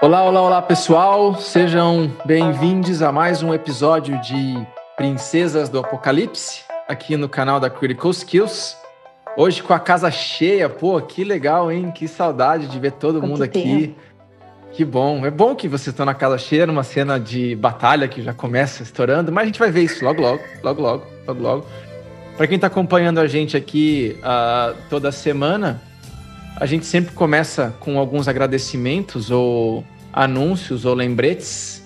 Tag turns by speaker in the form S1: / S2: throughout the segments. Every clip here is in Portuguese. S1: Olá, olá, olá, pessoal. Sejam bem-vindos a mais um episódio de Princesas do Apocalipse, aqui no canal da Critical Skills. Hoje com a casa cheia, pô, que legal, hein? Que saudade de ver todo
S2: Quanto
S1: mundo aqui. Que bom. É bom que vocês estão na casa cheia, numa cena de batalha que já começa estourando, mas a gente vai ver isso logo, logo, logo, logo, logo, logo. Para quem está acompanhando a gente aqui ah, toda semana, a gente sempre começa com alguns agradecimentos ou anúncios ou lembretes.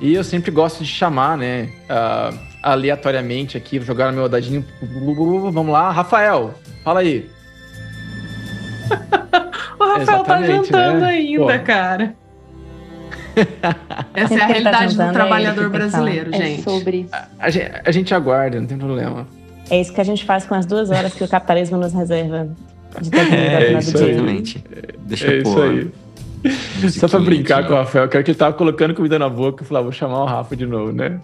S1: E eu sempre gosto de chamar, né, ah, aleatoriamente aqui, vou jogar meu dadinho. Vamos lá, Rafael, fala aí.
S3: O Rafael tá
S1: Exatamente,
S3: jantando
S1: né?
S3: ainda,
S1: Pô.
S3: cara. Essa é a
S2: Sempre tá
S3: realidade
S2: jantando,
S3: do
S2: é
S3: trabalhador
S2: ele que fala.
S3: brasileiro,
S2: É
S3: gente.
S2: sobre isso.
S1: A gente, a gente aguarda, não tem problema.
S2: É isso que a gente faz com as duas horas que o capitalismo nos reserva de tempo
S1: É
S2: é,
S1: isso
S2: do
S1: aí. É
S2: dia.
S4: Exatamente. Deixa eu pôr.
S1: Só pra
S4: né?
S1: brincar com o Rafael, que era que ele tava colocando comida na boca, eu falei, ah, vou chamar o Rafa de novo, né?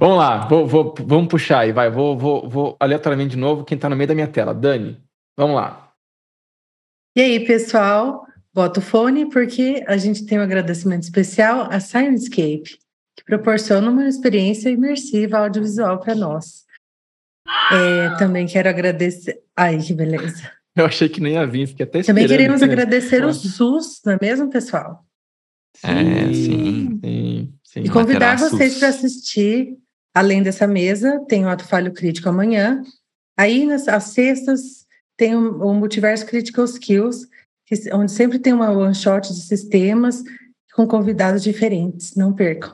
S1: Vamos lá, vou- vou- vamos puxar aí, vai, vou, vou, vou aleatoriamente de novo quem tá no meio da minha tela. Dani, vamos lá.
S5: E aí, pessoal, bota o fone porque a gente tem um agradecimento especial à Sirenscape, que proporciona uma experiência imersiva audiovisual para nós. É, também quero agradecer. Ai, que beleza.
S1: Eu achei que nem ia vir, fiquei até esperando.
S5: Também queremos
S1: aqui, né?
S5: agradecer o
S1: Nossa.
S5: SUS, não é mesmo, pessoal?
S4: É, sim.
S1: Sim, sim.
S5: E convidar
S4: Materaços.
S5: vocês para assistir, além dessa mesa, tem o Ato Falho Crítico amanhã. Aí, nas, às sextas, tem o, o Multiverso Critical Skills, que s- onde sempre tem uma one-shot de sistemas com convidados diferentes, não percam.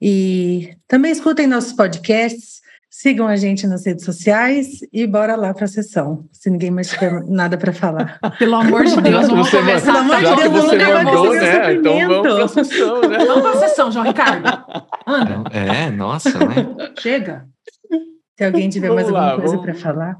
S5: E também escutem nossos podcasts, sigam a gente nas redes sociais e bora lá para a sessão, se ninguém mais tiver nada para falar.
S3: Pelo amor de Deus,
S1: Já que
S3: vamos
S1: você
S3: tá? começar
S1: mandou-
S5: pelo amor
S3: a
S5: de
S1: já que
S3: sair
S1: você
S3: todo
S5: Deus,
S3: mundo
S5: vai
S1: mandou,
S5: conseguir
S1: né? Então
S5: sofrimento.
S1: vamos pra sessão, né?
S3: Vamos pra sessão, João Ricardo. Anda,
S4: É, nossa, né?
S3: chega.
S5: Se alguém tiver mais
S1: Vamos lá,
S5: alguma coisa
S1: vamos-
S5: para falar.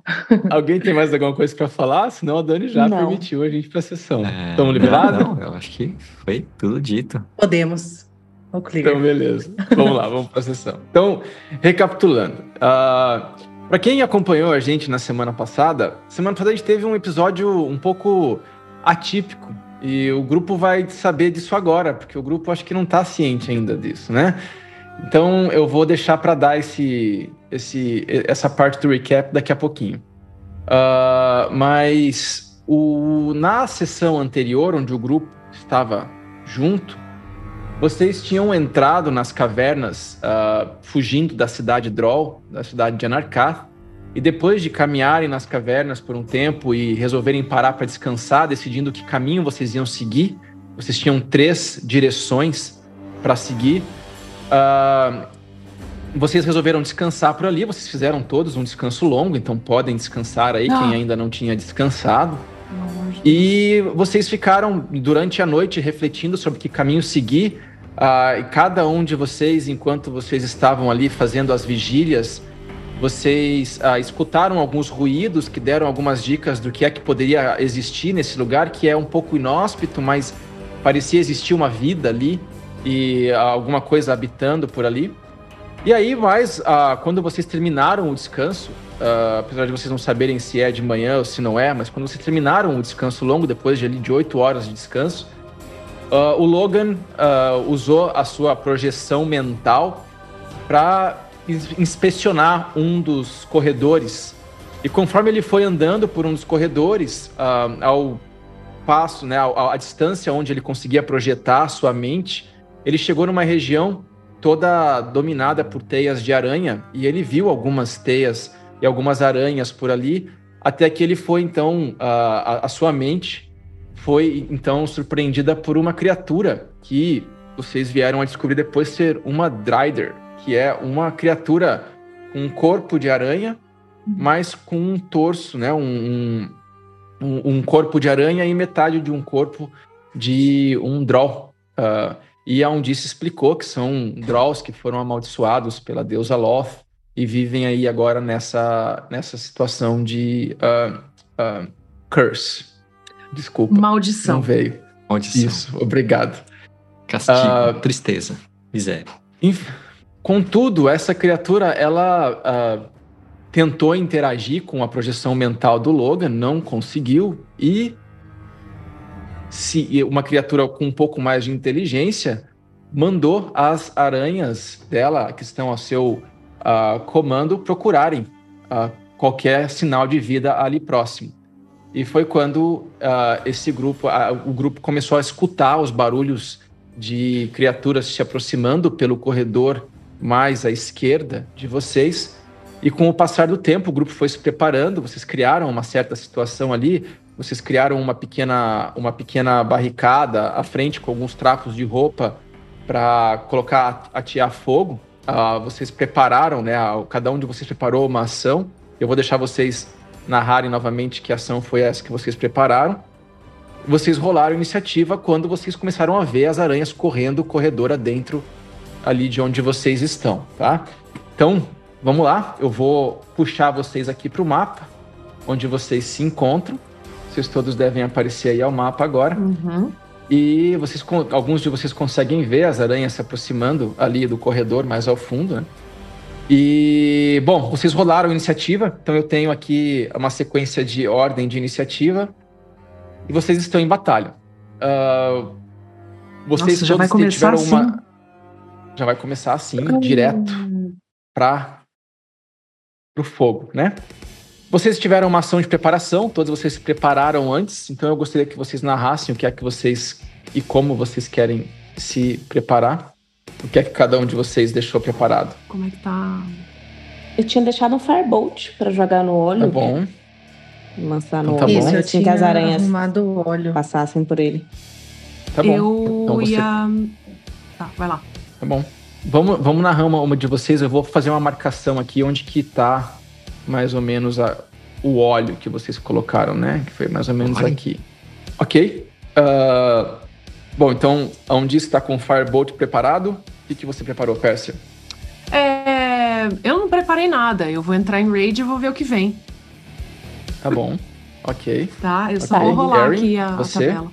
S1: Alguém tem mais alguma coisa pra falar? Senão a Dani já
S2: Não.
S1: permitiu a gente ir pra sessão.
S4: É,
S1: Estamos liberados?
S4: Não, não, eu acho que foi tudo dito.
S5: Podemos. O clear.
S1: Então, beleza. Vamos lá, vamos para a sessão. Então, recapitulando. para quem acompanhou a gente na semana passada, semana passada a gente teve um episódio um pouco atípico. E o grupo vai saber disso agora, porque o grupo acho que não está ciente ainda disso, né? Então, eu vou deixar para dar esse, esse, essa parte do recap daqui a pouquinho. Ah, mas o, na sessão anterior, onde o grupo estava junto, vocês tinham entrado nas cavernas, ah, fugindo da cidade Droll, da cidade de Anarkath, e depois de caminharem nas cavernas por um tempo e resolverem parar para descansar, decidindo que caminho vocês iam seguir, vocês tinham três direções para seguir. Ah, vocês resolveram descansar por ali, vocês fizeram todos um descanso longo, então podem descansar aí
S3: Ah.
S1: quem ainda não tinha descansado.
S3: Pelo amor de
S1: E vocês ficaram durante a noite refletindo sobre que caminho seguir. ah, e cada um de vocês, enquanto vocês estavam ali fazendo as vigílias, vocês ah, escutaram alguns ruídos que deram algumas dicas do que é que poderia existir nesse lugar, que é um pouco inóspito, mas parecia existir uma vida ali e ah, alguma coisa habitando por ali. E aí, mas ah, quando vocês terminaram o descanso, ah, apesar de vocês não saberem se é de manhã ou se não é, mas quando vocês terminaram o descanso longo, depois de ali de 8 horas de descanso, ah, o Logan ah, usou a sua projeção mental para inspecionar um dos corredores. E conforme ele foi andando por um dos corredores, ah, ao passo, né, ao- à distância onde ele conseguia projetar a sua mente, ele chegou numa região toda dominada por teias de aranha e ele viu algumas teias e algumas aranhas por ali, até que ele foi então a, a- a sua mente foi então surpreendida por uma criatura que vocês vieram a descobrir depois ser uma Drider, que é uma criatura com um corpo de aranha, mas com um torso, né, um, um, um corpo de aranha e metade de um corpo de um Droll. Ah, e a Undice explicou que são Drolls que foram amaldiçoados pela deusa Loth, e vivem aí agora nessa, nessa situação de ah, ah, curse. Desculpa, não
S3: Maldição.
S1: veio.
S4: Maldição,
S1: Isso, obrigado.
S4: castigo,
S1: Ah.
S4: tristeza, miséria.
S1: Inf- Contudo, essa criatura, ela ah, tentou interagir com a projeção mental do Logan, não conseguiu e se uma criatura com um pouco mais de inteligência mandou as aranhas dela, que estão a seu ah, comando, procurarem ah, qualquer sinal de vida ali próximo. E foi quando ah, esse grupo, ah, o grupo começou a escutar os barulhos de criaturas se aproximando pelo corredor mais à esquerda de vocês. E com o passar do tempo, o grupo foi se preparando, vocês criaram uma certa situação ali, vocês criaram uma pequena, uma pequena barricada à frente com alguns trapos de roupa para colocar, atear fogo. Ah, vocês prepararam, né? a- Cada um de vocês preparou uma ação. Eu vou deixar vocês narrarem novamente que ação foi essa que vocês prepararam. Vocês rolaram iniciativa quando vocês começaram a ver as aranhas correndo corredor adentro ali de onde vocês estão, tá? Então, vamos lá. Eu vou puxar vocês aqui para o mapa, onde vocês se encontram. Vocês todos devem aparecer aí ao mapa agora.
S3: Uhum.
S1: E vocês, con- alguns de vocês conseguem ver as aranhas se aproximando ali do corredor, mais ao fundo, né? E, bom, vocês rolaram a iniciativa, então eu tenho aqui uma sequência de ordem de iniciativa. E vocês estão em batalha. Ah, vocês
S3: Nossa, já vai
S1: todos te-
S3: começar assim?
S1: tiveram uma. Já vai começar assim, direto para o fogo, né? Vocês tiveram uma ação de preparação, todos vocês se prepararam antes, então eu gostaria que vocês narrassem o que é que vocês e como vocês querem se preparar, o que é que cada um de vocês deixou preparado.
S3: Como é que tá?
S2: Eu tinha deixado um firebolt pra jogar no olho.
S1: Tá bom?
S2: Lançar no
S1: Tá
S2: olho.
S1: bom.
S5: Isso, eu
S2: assim
S5: tinha
S2: que as aranhas
S5: arrumado o óleo.
S2: passassem por ele.
S1: Tá bom.
S3: eu
S1: Então você-
S3: ia. Tá, vai lá.
S1: Tá bom. Vamos, vamos narrar uma, uma de vocês, eu vou fazer uma marcação aqui onde que tá mais ou menos a- o óleo que vocês colocaram, né? Que foi mais ou menos
S4: Óleo?
S1: aqui. Ok. Ah, bom, então, onde está com o Firebolt preparado? O que, que você preparou, Pérsia?
S3: É, eu não preparei nada. Eu vou entrar em raid e vou ver o que vem,
S1: Tá bom. Ok.
S3: tá? Eu só
S2: Ok.
S3: vou rolar
S1: Gary,
S3: aqui a, a
S1: você?
S3: tabela.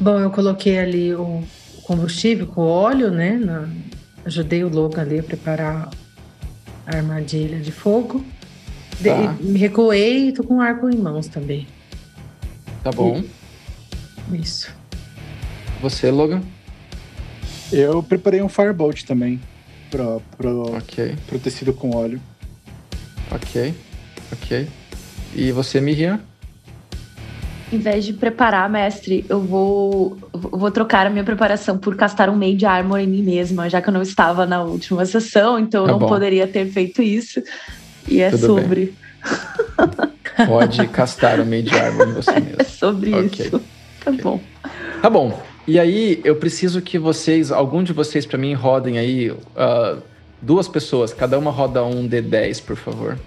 S5: Bom, eu coloquei ali o combustível com o óleo, né? na- Ajudei o Logan ali a preparar a armadilha de fogo. De-
S1: Tá.
S5: Me recuei e tô com arco em mãos também.
S1: Tá bom.
S5: Isso.
S1: Você, Logan?
S6: Eu preparei um firebolt também pro, pro,
S1: Ok.
S6: pro tecido com óleo.
S1: Ok. Ok. E você, Miriam?
S7: Em vez de preparar, mestre, eu vou, eu vou trocar a minha preparação por castar um Made Armor em mim mesma, já que eu não estava na última sessão, então eu
S1: Tá
S7: não
S1: bom.
S7: poderia ter feito isso. E é
S1: Tudo bem.
S7: sobre,
S1: Pode castar o Mage Armor em você mesmo.
S7: é sobre
S1: Ok.
S7: isso. Tá bom.
S1: Tá bom. E aí, eu preciso que vocês, algum de vocês pra mim, rodem aí ah, duas pessoas. Cada uma roda um D10, por favor.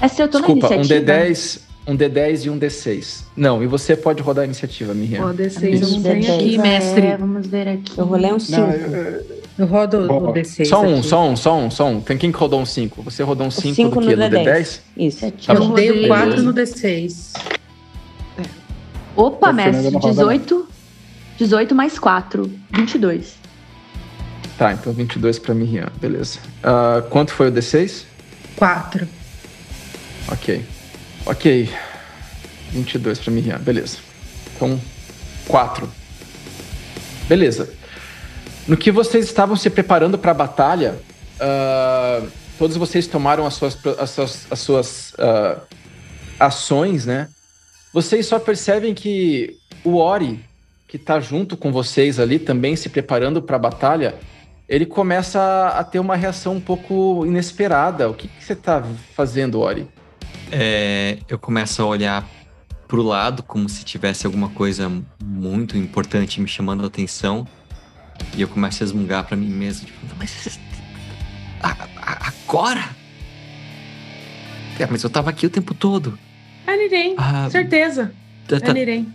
S7: Essa É eu tô
S1: Desculpa,
S7: na
S1: um
S7: iniciativa.
S1: D10, um D10 e um D6. Não, e você pode rodar a iniciativa, Miriam.
S3: Ó, D6 eu
S1: Isso.
S5: Um
S3: não tenho
S2: D6,
S3: aqui, né?
S7: É,
S3: mestre.
S7: vamos ver aqui.
S2: Eu rolei um
S6: Não,
S2: 5.
S6: eu- eu-
S5: Eu rodo
S6: Bom,
S5: o D6.
S1: Só um,
S5: aqui.
S1: só um, só um, só um. Tem quem que rodou um 5? Você rodou um 5 do
S2: cinco
S1: quê?
S2: no
S1: No
S2: D10?
S1: D10?
S2: Isso.
S7: Sete,
S1: Tá
S7: eu
S5: Eu dei
S7: rodei.
S5: o 4
S1: Beleza.
S5: no D6.
S7: Opa,
S6: O Fernando
S7: mestre,
S6: não roda, não.
S7: 18. 18 mais 4, 22.
S1: Tá, então 22 pra Miriam, beleza. Ah, quanto foi o D6?
S5: 4.
S1: Ok. Ok. 22 pra Miriam, beleza. Então, 4. Beleza. No que vocês estavam se preparando para a batalha, ah, todos vocês tomaram as suas, pro- as suas, as suas, ah, ações, né? Vocês só percebem que o Ori, que tá junto com vocês ali, também se preparando para a batalha, ele começa a- a ter uma reação um pouco inesperada. O que, que você tá fazendo, Ori?
S4: É, eu começo a olhar pro lado como se tivesse alguma coisa muito importante me chamando a atenção. E eu começo a esmungar pra mim mesmo, tipo, "Não, mas vocês- a- a- agora? É, mas eu tava aqui o tempo todo.
S3: É Nirem,
S4: Ah,
S3: certeza.
S4: tá,
S3: É
S4: tá,
S3: Nirem.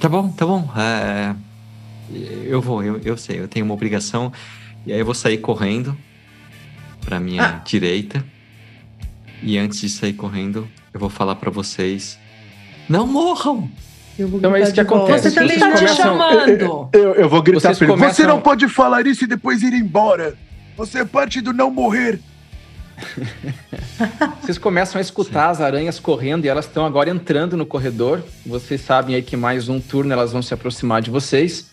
S4: tá bom, tá bom. É, eu vou, eu, eu sei, eu tenho uma obrigação. E aí eu vou sair correndo pra minha
S5: Ah.
S4: direita. E antes de sair correndo, eu vou falar pra vocês: não morram!
S1: Então é isso que acontece.
S5: Você tá
S1: Vocês
S5: ligado?
S3: Tá te
S1: começam-
S3: chamando.
S6: eu, eu vou gritar
S1: Vocês
S6: pra ele,
S1: começam-
S6: Você não pode falar isso e depois ir embora. Você é parte do não morrer.
S1: Vocês começam a escutar as aranhas correndo e elas estão agora entrando no corredor. Vocês sabem aí que mais um turno elas vão se aproximar de vocês.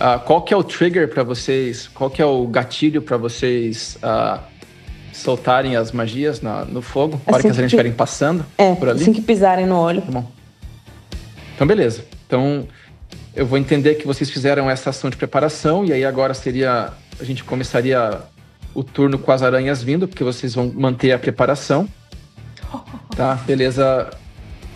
S1: Ah, qual que é o trigger para vocês? Qual que é o gatilho para vocês ah, soltarem as magias na- no fogo? A hora
S2: Assim
S1: que as aranhas
S2: que-
S1: estiverem passando?
S2: É,
S1: Por ali?
S2: assim que pisarem no olho.
S1: Tá bom. Então, beleza. Então, eu vou entender que vocês fizeram essa ação de preparação e aí agora seria. A gente começaria o turno com as aranhas vindo, porque vocês vão manter a preparação. Tá, beleza.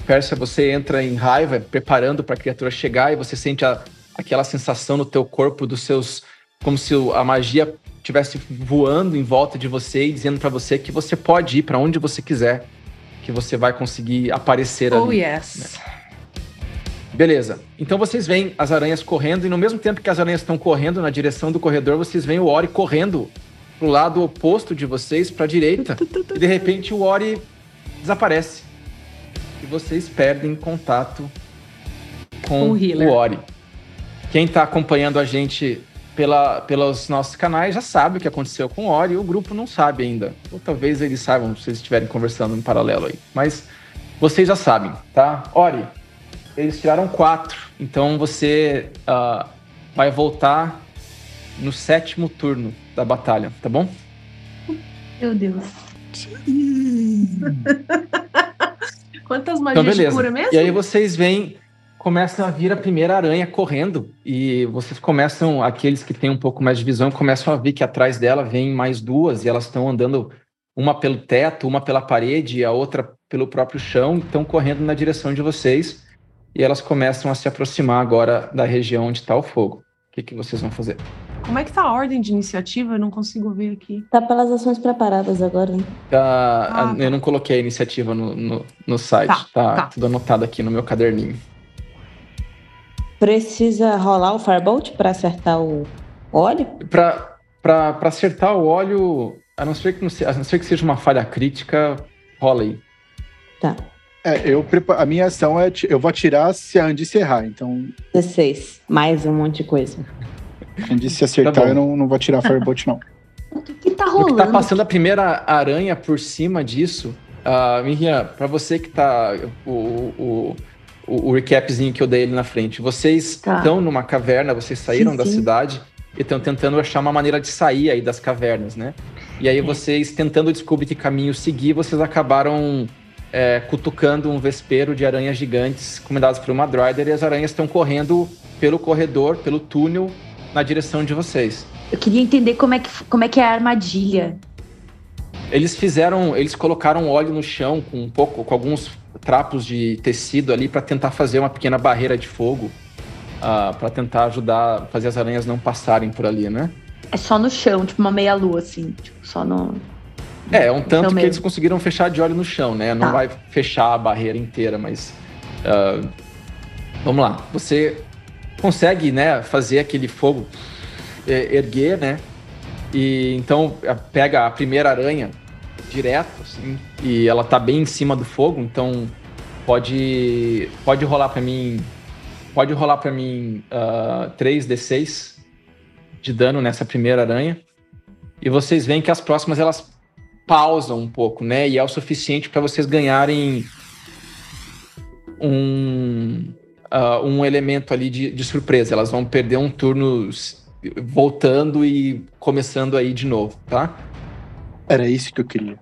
S1: Pérsia, você entra em raiva, preparando para a criatura chegar e você sente a- aquela sensação no teu corpo dos seus. como se o- a magia estivesse voando em volta de você e dizendo para você que você pode ir para onde você quiser, que você vai conseguir aparecer
S3: Oh,
S1: ali.
S3: yes.
S1: Beleza. Então vocês veem as aranhas correndo, e no mesmo tempo que as aranhas estão correndo na direção do corredor, vocês veem o Ori correndo pro lado oposto de vocês, pra direita. e de repente o Ori desaparece. E vocês perdem contato com
S3: Com o healer.
S1: o Ori. Quem tá acompanhando a gente pela, pelos nossos canais já sabe o que aconteceu com o Ori, o grupo não sabe ainda. Ou talvez eles saibam se vocês estiverem conversando em paralelo aí. Mas vocês já sabem, tá? Ori, eles tiraram quatro. Então você ah, vai voltar no sétimo turno da batalha, tá bom?
S7: Meu Deus.
S3: Quantas magias
S1: Então
S3: de
S1: beleza.
S3: cura mesmo?
S1: E aí vocês vêm, começam a vir a primeira aranha correndo e vocês começam aqueles que têm um pouco mais de visão começam a ver que atrás dela vem mais duas e elas estão andando uma pelo teto, uma pela parede e a outra pelo próprio chão, estão correndo na direção de vocês e elas começam a se aproximar agora da região onde está o fogo. O que, que vocês vão fazer?
S3: Como é que tá a ordem de iniciativa? Eu não consigo ver aqui.
S2: Tá pelas ações preparadas agora, né? hein?
S1: Tá,
S3: Ah,
S1: Eu não coloquei a iniciativa no, no, no site. Tá,
S3: Tá, tá.
S1: tudo anotado aqui no meu caderninho.
S2: Precisa rolar o Firebolt pra acertar o óleo?
S1: Pra, pra, pra acertar o óleo, a não, ser que não se- a não ser que seja uma falha crítica, rola aí.
S2: Tá.
S6: É, eu prepa- a minha ação é. ti- Eu vou atirar se a Andy se errar. Então,
S2: 16. Mais um monte de coisa.
S6: a Andy se acertar,
S1: Tá bom.
S6: eu não, não vou tirar Firebolt, não.
S7: O que tá
S1: No que
S7: rolando?
S1: tá passando a primeira aranha por cima disso, uh, Miriam, pra você que tá. O, o, o, o recapzinho que eu dei ali na frente. Vocês
S7: Tá.
S1: estão numa caverna, vocês saíram
S7: Sim,
S1: da
S7: sim.
S1: cidade e estão tentando achar uma maneira de sair aí das cavernas, né? E
S7: É.
S1: aí vocês, tentando descobrir que caminho seguir, vocês acabaram é, cutucando um vespeiro de aranhas gigantes comandadas por uma Drider e as aranhas estão correndo pelo corredor, pelo túnel, na direção de vocês.
S7: Eu queria entender como é, que, como é que é a armadilha.
S1: Eles fizeram, eles colocaram óleo no chão com um pouco, com alguns trapos de tecido ali para tentar fazer uma pequena barreira de fogo, para tentar ajudar, fazer as aranhas não passarem por ali, né?
S7: É só no chão, tipo uma meia-lua, assim. Tipo, só no.
S1: É, é um tanto
S7: Então
S1: que
S7: mesmo.
S1: eles conseguiram fechar de óleo no chão, né? Não
S7: Tá.
S1: vai fechar a barreira inteira, mas ah, vamos lá. Você consegue, né, fazer aquele fogo é, erguer, né? E então a- pega a primeira aranha direto, assim, e ela tá bem em cima do fogo, então pode pode rolar pra mim, pode rolar para mim ah, 3d6 de dano nessa primeira aranha. E vocês veem que as próximas elas pausam um pouco, né? E é o suficiente para vocês ganharem um, ah, um elemento ali de, de surpresa. Elas vão perder um turno s- voltando e começando aí de novo, tá?
S6: Era isso que eu queria.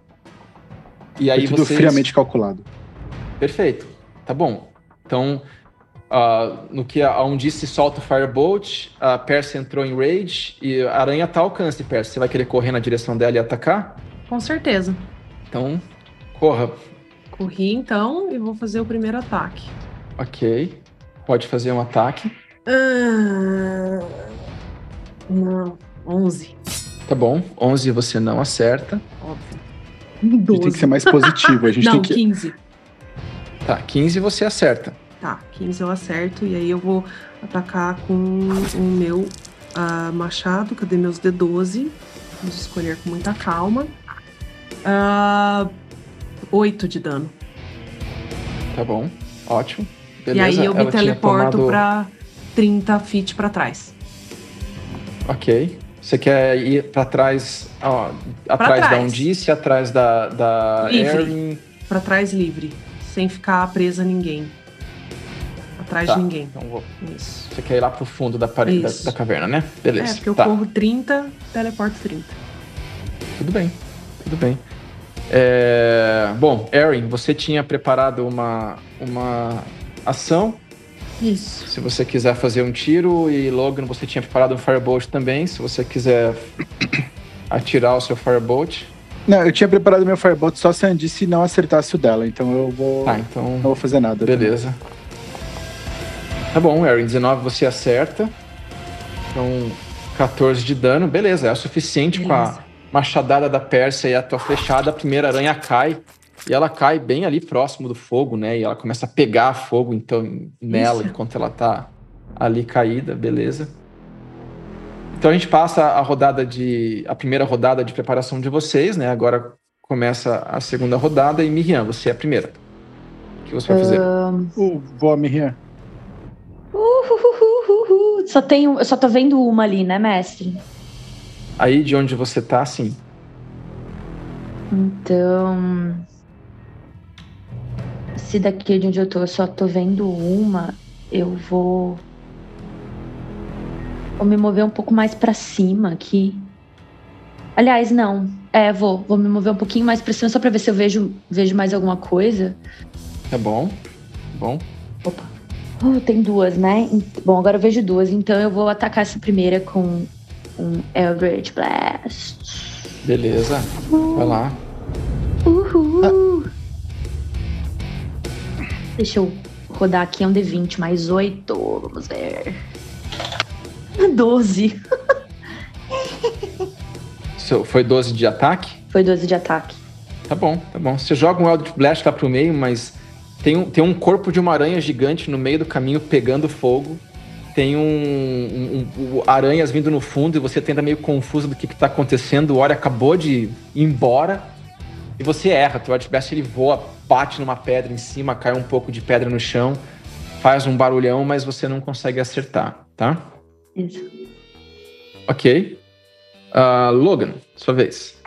S1: E aí
S6: Foi tudo
S1: vocês...
S6: friamente calculado.
S1: Perfeito. Tá bom. Então, ah, no que a Undi se solta o Firebolt, a Percy entrou em Rage e a aranha tá ao alcance, Percy. Você vai querer correr na direção dela e atacar?
S3: Com certeza.
S1: Então, corra.
S3: Corri então e vou fazer o primeiro ataque.
S1: Ok. Pode fazer um ataque.
S3: Ah, não, 11,
S1: Tá bom. 11 você não acerta.
S3: óbvio.
S6: A gente tem que
S3: 12.
S6: ser mais positivo. A gente
S3: Não,
S6: tem que.
S3: 15.
S1: Tá, 15 você acerta.
S3: Tá, 15 eu acerto e aí eu vou atacar com o meu ah, machado. Cadê meus D12? Vamos escolher com muita calma. Ah, 8 de dano.
S1: Tá bom. Ótimo.
S3: E aí eu me
S1: Ela tinha
S3: teleporto
S1: tomado-
S3: pra 30 feet pra trás.
S1: Ok. Você quer ir pra trás, ó, atrás da
S3: trás.
S1: Undice, atrás da, da
S3: Livre.
S1: Erin.
S3: Pra trás livre, sem ficar presa a ninguém. Atrás
S1: Tá.
S3: de ninguém.
S1: Então vou-
S3: Isso.
S1: você quer ir lá pro fundo da parede da,
S3: Isso.
S1: da caverna, né?
S3: é,
S1: Beleza.
S3: porque eu
S1: tá,
S3: corro 30, teleporto 30.
S1: tudo bem. Tudo bem. É, bom, Erin, você tinha preparado uma, uma ação.
S5: Isso.
S1: Se você quiser fazer um tiro, e Logan, você tinha preparado um Firebolt também. Se você quiser atirar o seu Firebolt.
S6: Não, eu tinha preparado meu Firebolt só se a Andice não acertasse o dela, então eu vou.
S1: Tá, então.
S6: Não vou fazer nada.
S1: Beleza. Tá bom, Erin. 19 você acerta. Então, 14 de dano. Beleza, é o suficiente com
S5: Beleza.
S1: a machadada da Pérsia e a tua flechada. A primeira aranha cai. E ela cai bem ali próximo do fogo, né? E ela começa a pegar fogo, então, em- nela,
S5: Isso.
S1: enquanto ela tá ali caída. Beleza. Então a gente passa a rodada de. a primeira rodada de preparação de vocês, né? Agora começa a segunda rodada e Miriam, você é a primeira. O que você vai fazer?
S6: Uh, vou, Miriam.
S7: Uhuhuhuhuhu. Só tenho, eu só tô vendo uma ali, né, mestre?
S1: Aí de onde você tá, sim.
S7: Então. Se daqui de onde eu tô eu só tô vendo uma, eu vou. Vou me mover um pouco mais pra cima aqui. Aliás, não. É, vou. Vou me mover um pouquinho mais pra cima só pra ver se eu vejo, vejo mais alguma coisa.
S1: Tá bom. Bom.
S7: Uh, tem duas, né? Ent- Bom, agora eu vejo duas, então eu vou atacar essa primeira com um Eldritch Blast.
S1: Beleza. Vai lá.
S7: Uhul!
S1: Ah.
S7: Deixa eu rodar aqui, é um D20, mais 8. Vamos ver. Ah, 12.
S1: Seu- Foi 12 de ataque?
S7: Foi 12 de ataque.
S1: Tá bom, tá bom. Você joga um Eldritch Blast lá pro meio, mas tem um, tem um corpo de uma aranha gigante no meio do caminho pegando fogo. Tem um, um- um- aranhas vindo no fundo e você tenta meio confuso do que, que tá acontecendo. O Ori acabou de ir embora e você erra. Teu Eldritch Blast ele voa, bate numa pedra em cima, cai um pouco de pedra no chão, faz um barulhão, mas você não consegue acertar, tá?
S7: Isso.
S1: Ok. Ah, Logan, sua vez.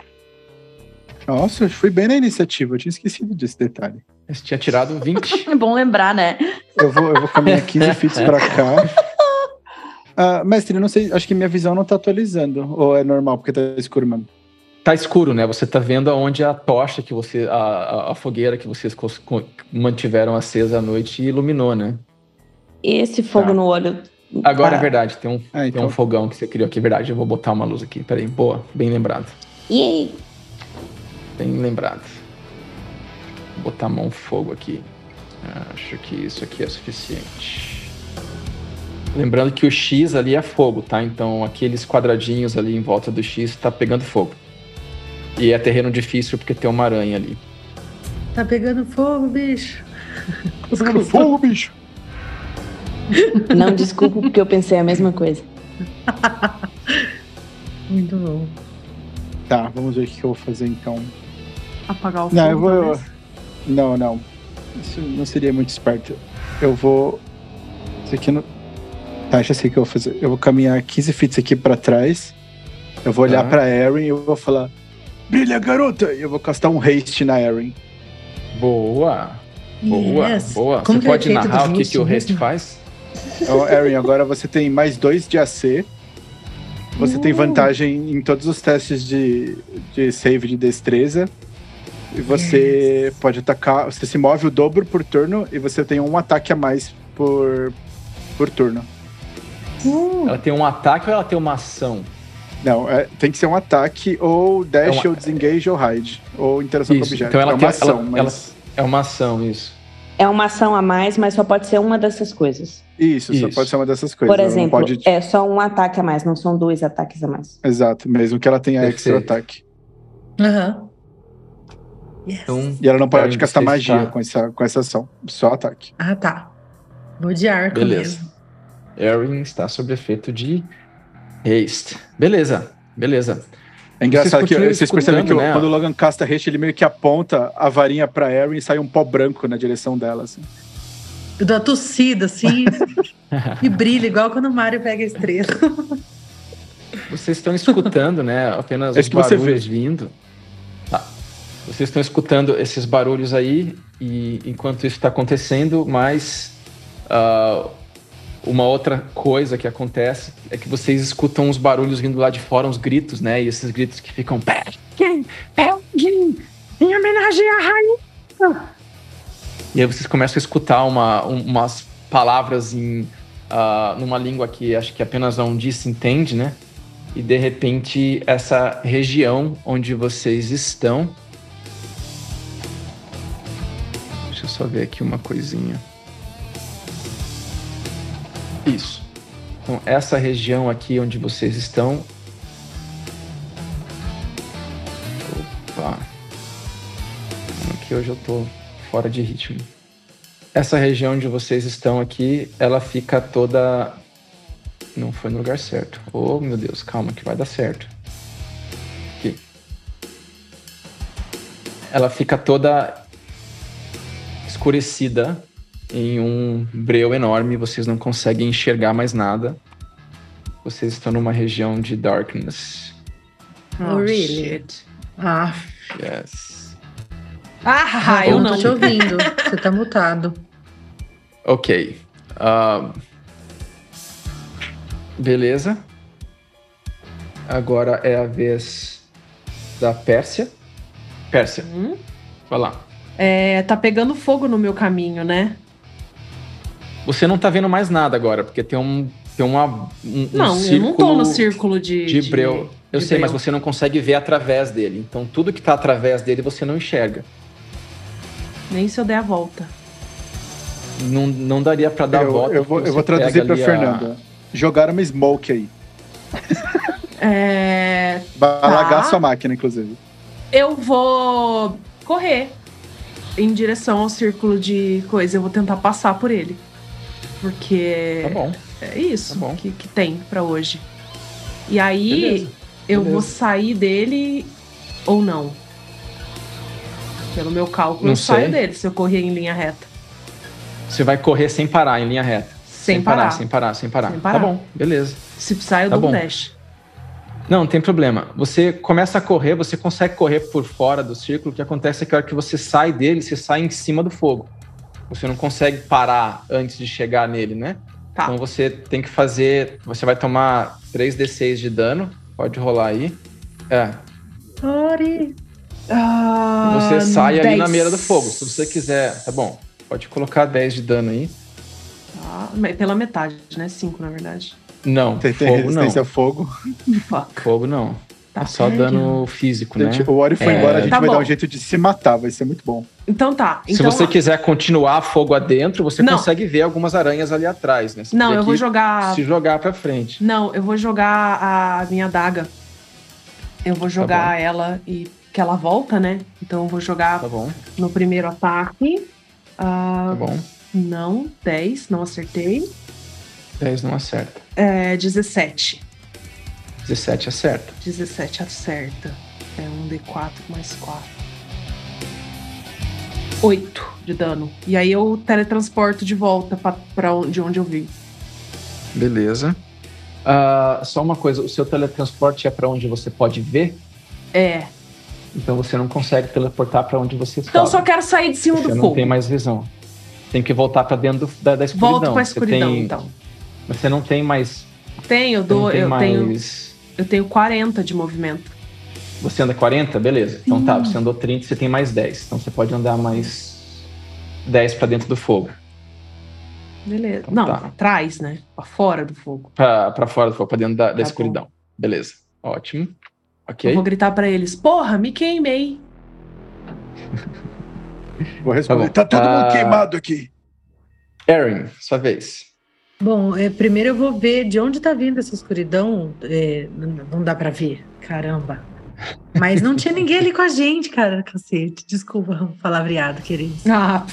S6: Nossa, eu fui bem na iniciativa, eu tinha esquecido desse detalhe.
S1: Você tinha tirado um 20.
S7: É bom lembrar, né?
S6: Eu vou, eu vou caminhar 15 fits pra cá. Ah, mestre, eu não sei, acho que minha visão não tá atualizando. Ou é normal, porque tá escuro mesmo.
S1: tá escuro, né? Você tá vendo aonde a tocha que você. A, a- a fogueira que vocês cons- con- mantiveram acesa à noite iluminou, né?
S2: Esse fogo
S6: Tá.
S2: no olho.
S1: Agora é
S2: Tá.
S1: verdade, tem um,
S6: Ah,
S1: tem um
S6: então.
S1: fogão que você criou aqui, é verdade. Eu vou botar uma luz aqui. Peraí, boa, bem lembrado.
S2: Yay!
S1: Bem lembrado. Vou botar a mão fogo aqui. Acho que isso aqui é suficiente. Lembrando que o X ali é fogo, tá? Então aqueles quadradinhos ali em volta do X tá pegando fogo. E é terreno difícil porque tem uma aranha ali. um.
S5: Tá pegando fogo, bicho.
S6: Pegando fogo, bicho!
S2: Não desculpa, porque eu pensei a mesma coisa.
S1: um.
S5: Muito bom.
S6: Tá, vamos ver o que eu vou fazer então.
S3: Apagar o fogo.
S6: Não, eu vou.
S3: talvez.
S6: Não, não. Isso não seria muito esperto. Eu vou. Isso aqui não. Tá, já sei o que eu vou fazer. Eu vou caminhar 15 fits aqui pra trás. Eu vou olhar
S1: Tá.
S6: pra Erin e eu vou falar: Brilha, garota! E eu vou castar um haste na Erin.
S1: Boa! Boa!
S5: Yes.
S1: Boa!
S5: Como
S1: Você
S5: que é
S1: pode
S5: feito
S1: narrar
S5: do
S1: o que,
S5: haste
S1: que o
S5: mesmo?
S1: rest faz?
S6: Então, Erin, agora você tem mais dois de AC. Você tem
S7: Uh.
S6: vantagem em todos os testes de, de save de destreza. E você pode atacar. Você se move o dobro por turno e você tem um ataque a mais por, por turno.
S5: Hum.
S1: Ela tem um ataque ou ela tem uma ação?
S6: Não, é- tem que ser um ataque ou dash,
S1: É uma-
S6: ou disengage, ou hide. Ou interação
S1: Isso,
S6: com objeto.
S1: então ela
S6: é uma
S1: tem-
S6: ação,
S1: ela-
S6: mas.
S1: É uma ação, isso.
S2: É uma ação a mais, mas só pode ser uma dessas coisas.
S6: Isso, só
S1: Isso.
S6: pode ser uma dessas coisas.
S2: Por
S6: ela não
S2: exemplo,
S6: pode-
S2: é só um ataque a mais, não são dois ataques a mais.
S6: Exato, mesmo que ela tenha extra
S1: Perfeito.
S6: ataque.
S5: né? Aham. Yes.
S4: Então,
S6: E ela não pode
S1: Erin,
S6: castar
S1: você
S6: magia
S1: está-
S6: com, essa, com essa ação. Só ataque.
S5: Ah, tá. Vou de arco
S1: Beleza.
S5: mesmo.
S1: Erin está sob efeito de haste. Beleza, beleza.
S6: É engraçado
S1: Vocês
S6: que
S1: continuam
S6: vocês percebem que
S1: escutando, né?
S6: quando o Logan casta haste, ele meio que aponta a varinha pra Erin e sai um pó branco na direção dela. assim.
S5: Eu dou uma tossida, assim, e brilha, igual quando o Mário pega a estrela.
S1: Vocês estão escutando, né? Apenas
S6: É
S1: os
S6: isso que você
S1: barulhos vindo. Tá. Vocês estão escutando esses barulhos aí, e enquanto isso está acontecendo, mas ah, uma outra coisa que acontece é que vocês escutam uns barulhos vindo lá de fora, uns gritos, né? E esses gritos que ficam Belkin, Belkin, em homenagem à rainha. E aí vocês começam a escutar uma, um- umas palavras em ah, numa língua que acho que apenas a Undi se entende, né? E de repente essa região onde vocês estão. Deixa eu só ver aqui uma coisinha. Isso. Então essa região aqui onde vocês estão. Opa. Como que hoje eu tô fora de ritmo essa região onde vocês estão aqui, ela fica toda. Não foi no lugar certo. Oh, meu Deus, calma que vai dar certo. Aqui. Ela fica toda escurecida em um breu enorme, vocês não conseguem enxergar mais nada. Vocês estão numa região de darkness.
S2: Oh, really?
S3: shit. Ah,
S1: Yes.
S6: Tá
S3: ah,
S5: eu
S3: eu
S5: não tô
S3: não.
S5: te ouvindo. Você tá mutado.
S1: Ok. Ah, beleza. Agora é a vez da Pérsia. Pérsia,
S3: Hum?
S1: vai lá.
S3: É, tá pegando fogo no meu caminho, né?
S1: Você não tá vendo mais nada agora, porque tem um. Tem uma, um, um
S3: não, eu não tô no círculo de.
S1: de breu. Eu
S3: de
S1: sei, mas
S3: breu.
S1: você não consegue ver através dele. Então tudo que tá através dele você não enxerga.
S3: Nem se eu der a volta.
S1: Não, não daria pra dar
S6: eu,
S1: volta.
S6: eu vou,
S1: porque
S6: eu vou
S1: você pega
S6: traduzir pra
S1: ali a-
S6: Fernanda. Jogaram uma smoke aí.
S3: É,
S6: Vai alagar
S3: Tá.
S6: sua máquina, inclusive.
S3: eu vou correr em direção ao círculo de coisa. Eu vou tentar passar por ele. Porque
S1: Tá bom.
S3: é isso
S1: tá bom.
S3: que, que tem pra hoje. E aí
S1: Beleza,
S3: eu vou
S1: beleza.
S3: sair dele ou não. Pelo meu cálculo,
S1: Não
S3: eu saio
S1: sei.
S3: dele se eu correr em linha reta.
S1: Você vai correr sem parar, em linha reta.
S3: Sem, parar.
S1: Sem parar, sem parar.
S3: Sem
S1: Tá
S3: parar.
S1: bom, beleza.
S3: Se precisar, eu
S1: Tá
S3: dou um
S1: bom.
S3: dash.
S1: Não, não tem problema. Você começa a correr, você consegue correr por fora do círculo. O que acontece é que a hora que você sai dele, você sai em cima do fogo. Você não consegue parar antes de chegar nele, né?
S3: Tá.
S1: Então você tem que fazer. Você vai tomar 3d6 de dano. Pode rolar aí. É.
S3: Ah,
S1: Você sai ali na mira do fogo. Se você quiser, tá bom. Pode colocar 10 de dano aí.
S3: Tá, mas pela metade, né? Cinco, na verdade.
S1: Não,
S6: Tem, tem
S1: fogo não.
S6: resistência a fogo.
S3: Fuck.
S1: Fogo não.
S3: Tá
S1: É só dano físico,
S3: Então,
S1: né?
S6: Gente, o Ori foi
S1: É.
S6: embora, a gente
S3: Tá
S6: vai
S3: bom.
S6: dar um jeito de se matar, vai ser muito bom.
S3: Então tá.
S1: Se
S3: então,
S1: você quiser continuar fogo adentro, você
S3: Não.
S1: consegue ver algumas aranhas ali atrás, né? Você
S3: Não,
S1: teria
S3: eu vou
S1: que
S3: jogar.
S1: se jogar pra frente.
S3: Não, eu vou jogar a minha daga. Eu
S1: Tá
S3: vou jogar ela e que ela volta, né? Então eu vou jogar
S1: Tá bom,
S3: no primeiro ataque. Ah,
S1: tá bom.
S3: não, 10, não acertei.
S1: 10 não acerta.
S3: É 17.
S1: 17 acerta.
S3: 17 acerta. É um D4 mais 4. 8 de dano. E aí eu teletransporto de volta pra, pra onde, onde eu vim.
S1: Beleza. Ah, só uma coisa, o seu teletransporte é pra onde você pode ver,
S3: É.
S1: então você não consegue teleportar pra onde você
S3: Então eu
S1: estava.
S3: só quero sair de cima
S1: Tá. Você
S3: do
S1: não
S3: fogo.
S1: tem mais visão. Tem que voltar pra dentro do- da, da escuridão.
S3: Volto pra
S1: Você
S3: escuridão,
S1: tem-
S3: então.
S1: Você não tem mais.
S3: Tenho, eu
S1: você
S3: dou,
S1: não tem
S3: eu,
S1: mais...
S3: tenho, eu tenho 40 de movimento.
S1: Você anda 40? Beleza. Então tá,
S3: Uhum.
S1: você andou 30, você tem mais 10. Então você pode andar mais 10 pra dentro do fogo.
S3: Beleza.
S1: Então
S3: Não,
S1: tá.
S3: pra trás, né? Pra fora do fogo.
S1: Pra pra fora do fogo, pra dentro da, da
S3: Tá
S1: escuridão. Beleza. Ótimo.
S3: Eu
S1: Ok.
S3: vou gritar pra eles: Porra, me queimei.
S6: Vou responder.
S1: bom.
S6: Tá, todo
S1: Ah.
S6: mundo queimado aqui.
S1: Erin, sua vez.
S5: Bom, é, primeiro eu vou ver de onde tá vindo essa escuridão. É, n- não dá pra ver, caramba. Mas não tinha ninguém ali com a gente, cara, cacete. Desculpa, o palavreado, queridos.
S3: Ah,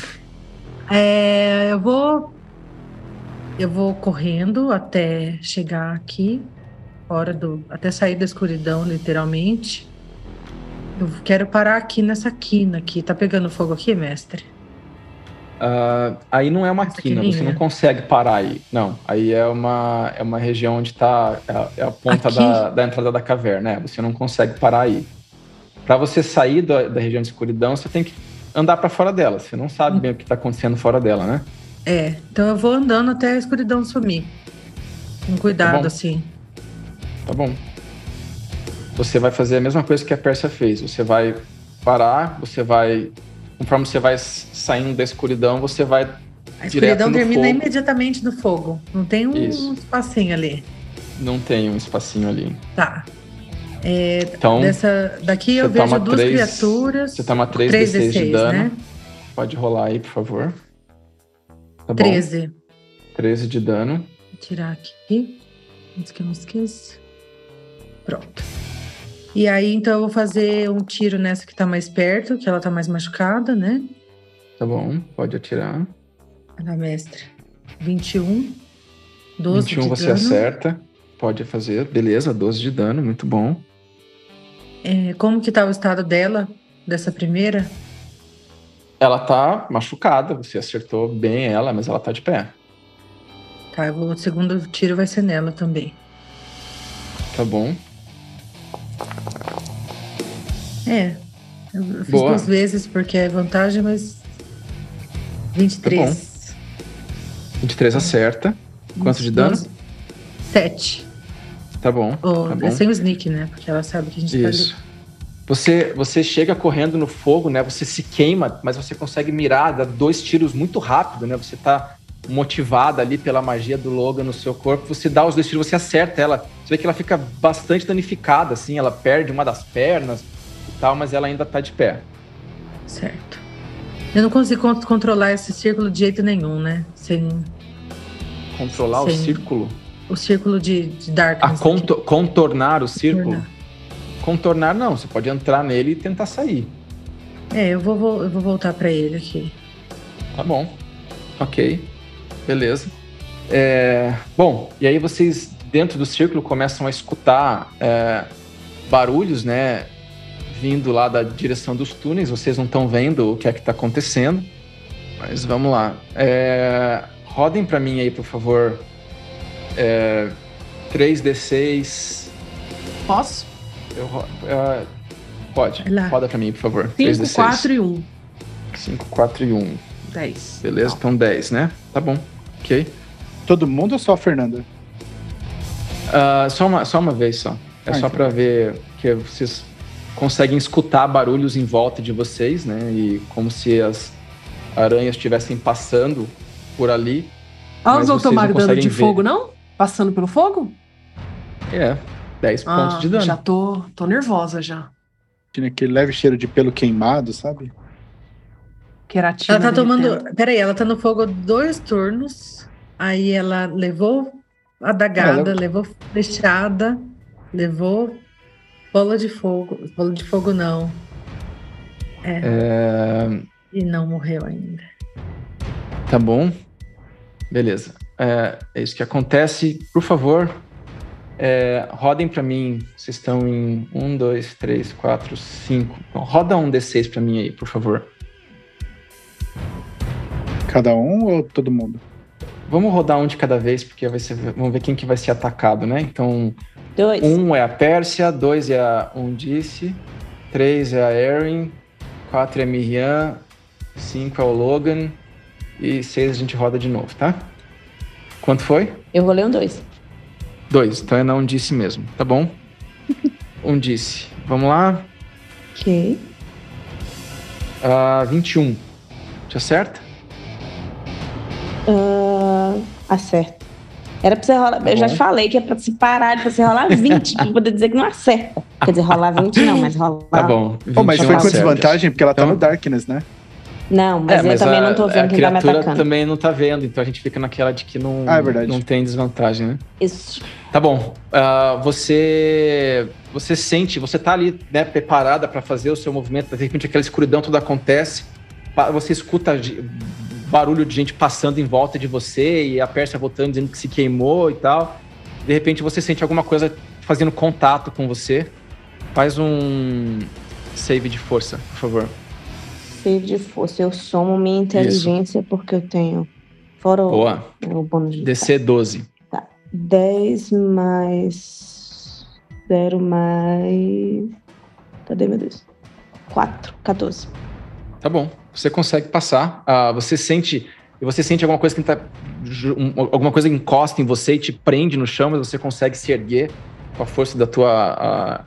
S5: É, eu vou. Eu vou correndo até chegar aqui, fora do. até sair da escuridão, literalmente. Eu quero parar aqui nessa quina aqui. Tá pegando fogo aqui, mestre?
S1: Ah, aí não é uma
S5: Nossa, que
S1: quina, você
S5: linha.
S1: não consegue parar aí. Não, aí é uma, é uma região onde está é a ponta
S5: Aqui?
S1: da, da entrada da caverna. é, você não consegue parar aí. Para você sair da, da região de escuridão, você tem que andar para fora dela. Você não sabe
S3: Uhum.
S1: bem o que está acontecendo fora dela, né?
S5: É, então eu vou andando até a escuridão sumir. Com cuidado,
S1: bom.
S5: assim.
S1: Tá bom. Você vai fazer a mesma coisa que a Pérsia fez. Você vai parar, você vai. Conforme você vai s- saindo da escuridão, você vai.
S5: A
S1: Direto
S5: escuridão
S1: no
S5: termina
S1: fogo.
S5: imediatamente no fogo. Não tem um,
S1: Isso.
S5: um espacinho ali.
S1: Não tem um espacinho ali.
S5: Tá.
S1: Então,
S5: Dessa, daqui eu
S1: você
S5: vejo
S1: toma
S5: duas
S1: três-
S5: criaturas.
S1: você toma 3
S5: 3
S1: D6 de
S5: D6,
S1: dano.
S5: né?
S1: Pode rolar aí, por favor. Tá bom.
S5: 13.
S1: 13 de dano.
S5: Vou tirar aqui, antes que eu não esqueça. Pronto. E aí, então, eu vou fazer um tiro nessa que tá mais perto, que ela tá mais machucada, né?
S1: Tá bom, pode atirar.
S5: Na mestre. 21. 12
S1: 21
S5: de
S1: você
S5: dano.
S1: acerta. Pode fazer. Beleza, 12 de dano, muito bom.
S5: É, como que tá o estado dela, dessa primeira?
S1: Ela tá machucada, você acertou bem ela, mas ela tá de pé.
S5: Tá, eu vou- o segundo tiro vai ser nela também.
S1: Tá bom.
S5: É. Eu fiz
S1: Boa.
S5: duas vezes porque é vantagem, mas.
S1: Tá
S5: 23.
S1: 23 acerta. Quanto de dano?
S5: 7.
S1: Tá bom.
S5: Oh,
S1: Tá
S5: é
S1: bom.
S5: sem o sneak, né? Porque ela sabe que a gente
S1: Isso. Você, você chega correndo no fogo, né? Você se queima, mas você consegue mirar, dar dois tiros muito rápido, né? Você tá motivada ali pela magia do Logan no seu corpo. Você dá os dois tiros, você acerta ela. Você vê que ela fica bastante danificada, assim. Ela perde uma das pernas e tal, mas ela ainda tá de pé.
S5: tá ali. Certo. Eu não consigo con- controlar esse círculo de jeito nenhum, né? Sem
S1: Controlar o
S5: Sim.
S1: círculo.
S5: o círculo de, de Darkness.
S1: A conto- contornar o círculo.
S5: Contornar.
S1: Contornar não, você pode entrar nele e tentar sair.
S5: aqui. É, eu vou, vou- eu vou voltar pra ele aqui.
S1: Tá bom. Ok. Beleza. É, Bom, e aí vocês, dentro do círculo, começam a escutar é, barulhos, né? Vindo lá da direção dos túneis. Vocês não estão vendo o que é que tá acontecendo. Mas vamos lá. É, Rodem para mim aí, por favor. É, 3D6.
S3: Posso?
S1: Eu ro- é, Pode.
S5: Vai lá.
S1: Roda para mim, por favor.
S3: 5, 4 e 1.
S1: 5, 4 e 1.
S3: 10.
S1: Beleza? Então 10, né? Tá bom. Ok.
S6: Todo mundo ou só a Fernanda?
S1: Ah, só, uma, só uma vez só. É
S6: Ah,
S1: só
S6: então.
S1: pra ver que vocês conseguem escutar barulhos em volta de vocês, né? E como se as aranhas estivessem passando por ali.
S3: Olha
S1: Mas vocês
S3: os
S1: não
S3: Otomar dando
S1: conseguem
S3: de
S1: ver.
S3: fogo, não? Passando pelo fogo?
S1: É, 10 pontos de dano.
S3: Ah, já tô, tô nervosa já.
S6: Tinha aquele leve cheiro de pelo queimado, sabe?
S3: Queratina.
S5: Ela tá
S3: derretendo.
S5: tomando. Peraí, ela tá no fogo dois turnos. Aí ela levou adagada,
S1: Ela-
S5: levou flechada, levou bola de fogo. Bola de fogo não.
S1: É,
S5: E não morreu ainda.
S1: tá bom. Beleza. É, é isso que acontece. Por favor, é, rodem pra mim. Vocês estão em 1, 2, 3, 4, 5. Roda um D6 pra mim aí, por favor.
S6: Cada um ou todo mundo?
S1: Vamos rodar um de cada vez, porque vai ser- vamos ver quem que vai ser atacado, né? Então,
S2: Dois.
S1: um é a Pérsia, dois é a Undice, três é a Erin, quatro é a Miriam, cinco é o Logan e seis a gente roda de novo, tá? Quanto foi?
S2: Eu vou ler um dois.
S1: Dois, então é na Undice mesmo, tá bom? Undice, vamos lá.
S2: Ok.
S1: Ah, 21. Te acerta?
S2: Ah, acerta. Era pra você rolar.
S1: Tá
S2: eu já
S1: bom.
S2: te falei que é pra se parar de você rolar 20 pra poder dizer que não acerta. Quer dizer, rolar 20 não, mas rolar.
S1: Tá bom.
S6: Oh,
S1: 21
S6: mas foi com
S1: acerta.
S6: desvantagem, porque ela tá
S1: Então-
S6: no Darkness, né?
S2: Não, mas eu também
S1: É, a,
S2: não tô
S1: a
S2: vendo quem tá me
S1: criatura
S2: atacando.
S1: também não tá vendo, então a gente fica naquela de que não,
S6: Ah, é verdade.
S1: não tem desvantagem, né?
S2: Isso.
S1: Tá bom. Ah, você você sente, você tá ali, né, preparada para fazer o seu movimento, de repente aquela escuridão toda acontece, pa- você escuta de- barulho de gente passando em volta de você e a Pérsia voltando dizendo que se queimou e tal. De repente você sente alguma coisa fazendo contato com você. Faz um save de força, por favor.
S2: save de força. Eu somo minha inteligência porque eu tenho. Fora o,
S1: Boa.
S2: o bônus de
S1: DC 12.
S2: 10 mais 0 mais. Cadê, meu Deus? 4, 14.
S1: Tá bom. Você consegue passar. Ah, você sente. Você sente alguma coisa que tá. ju- um- Alguma coisa que encosta em você e te prende no chão, mas você consegue se erguer com a força da tua. ah,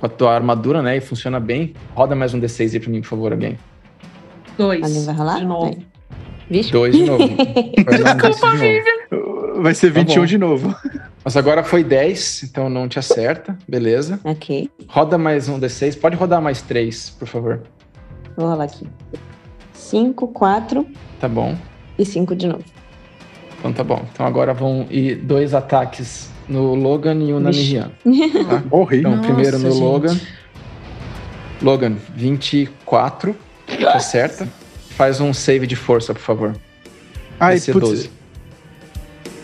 S1: com a tua armadura, né? E funciona bem. Roda mais um D6 aí pra mim, por favor, alguém.
S2: Alguém
S3: Dois.
S2: vai rolar?
S3: De novo.
S2: Vai. Vixe.
S1: Dois de novo. Vai dar um D6 de novo.
S6: Vai ser
S1: Tá
S6: 21
S1: bom.
S6: de novo.
S1: Mas agora foi 10, então não te acerta. Beleza.
S2: Ok,
S1: Roda mais um D6. Pode rodar mais três, por favor.
S2: vou rolar aqui. 5, 4
S1: Tá bom.
S2: e 5 de novo.
S1: Então tá bom. Então agora vão ir dois ataques no Logan e um na
S2: Vixe.
S1: Nihian.
S6: Morri.
S1: Então,
S5: Nossa,
S1: primeiro no
S5: gente.
S1: Logan. Logan, 24. Tá certa? Faz um save de força, por favor.
S6: Ai,
S1: DC
S6: putz.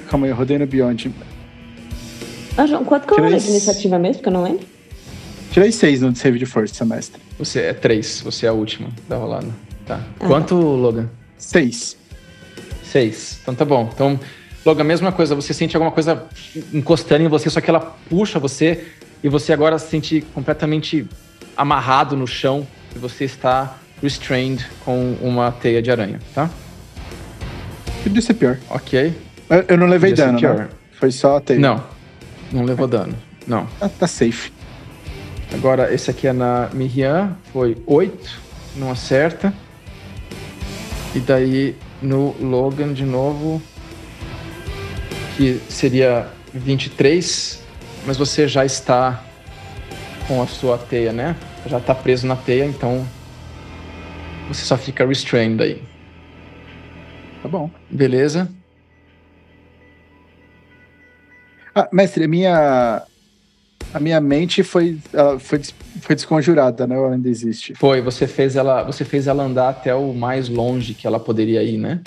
S6: Calma aí, eu rodei no Beyond.
S2: Ah, João, quanto que eu
S6: Três.
S2: rolei de iniciativa mesmo? Que eu não lembro.
S6: Tirei 6 no save de força, mestre.
S1: Você é 3, você é a última da rolada. Tá.
S2: Ah.
S1: Quanto, Logan?
S6: 6.
S1: 6. Então tá bom. Então, Logan, a mesma coisa. Você sente alguma coisa encostando em você, só que ela puxa você e você agora se sente completamente amarrado no chão e você está restrained com uma teia de aranha, tá?
S6: Podia ser pior.
S1: Ok.
S6: Eu- Eu não levei
S1: Podia ser
S6: dano,
S1: pior.
S6: né? Foi só ter.
S1: Não, não levou dano. Não.
S6: Tá, tá safe.
S1: Agora, esse aqui é na Miriam, foi 8, não acerta. E daí no Logan de novo, que seria 23, mas você já está com a sua teia, né? Já está preso na teia, então você só fica restrained aí.
S6: Tá bom.
S1: Beleza?
S6: Ah, mestre, a minha. A minha mente foi, ela foi, des- foi desconjurada, né? Ela ainda existe.
S1: Foi, você fez ela, você fez ela andar até o mais longe que ela poderia ir, né?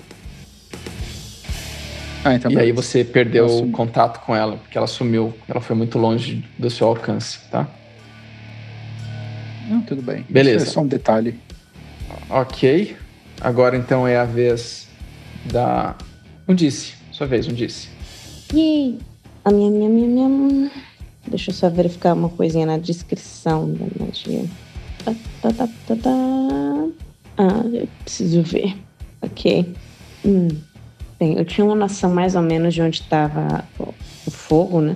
S6: Ah, então.
S1: e aí
S6: beleza.
S1: você perdeu
S6: Ela
S1: o
S6: sumiu.
S1: contato com ela, porque ela sumiu. Ela foi muito longe do seu alcance, tá?
S6: Não, Ah, tudo bem.
S1: Beleza.
S6: Isso é só um detalhe.
S1: Ok. Agora então é a vez da. Um disse. Sua vez, um disse.
S2: Yay! A minha, minha, minha, minha. Deixa eu só verificar uma coisinha na descrição da magia. Tá, tá, tá, tá, tá. Ah, eu preciso ver. Ok. Hum. Bem, eu tinha uma noção mais ou menos de onde estava o, o fogo, né?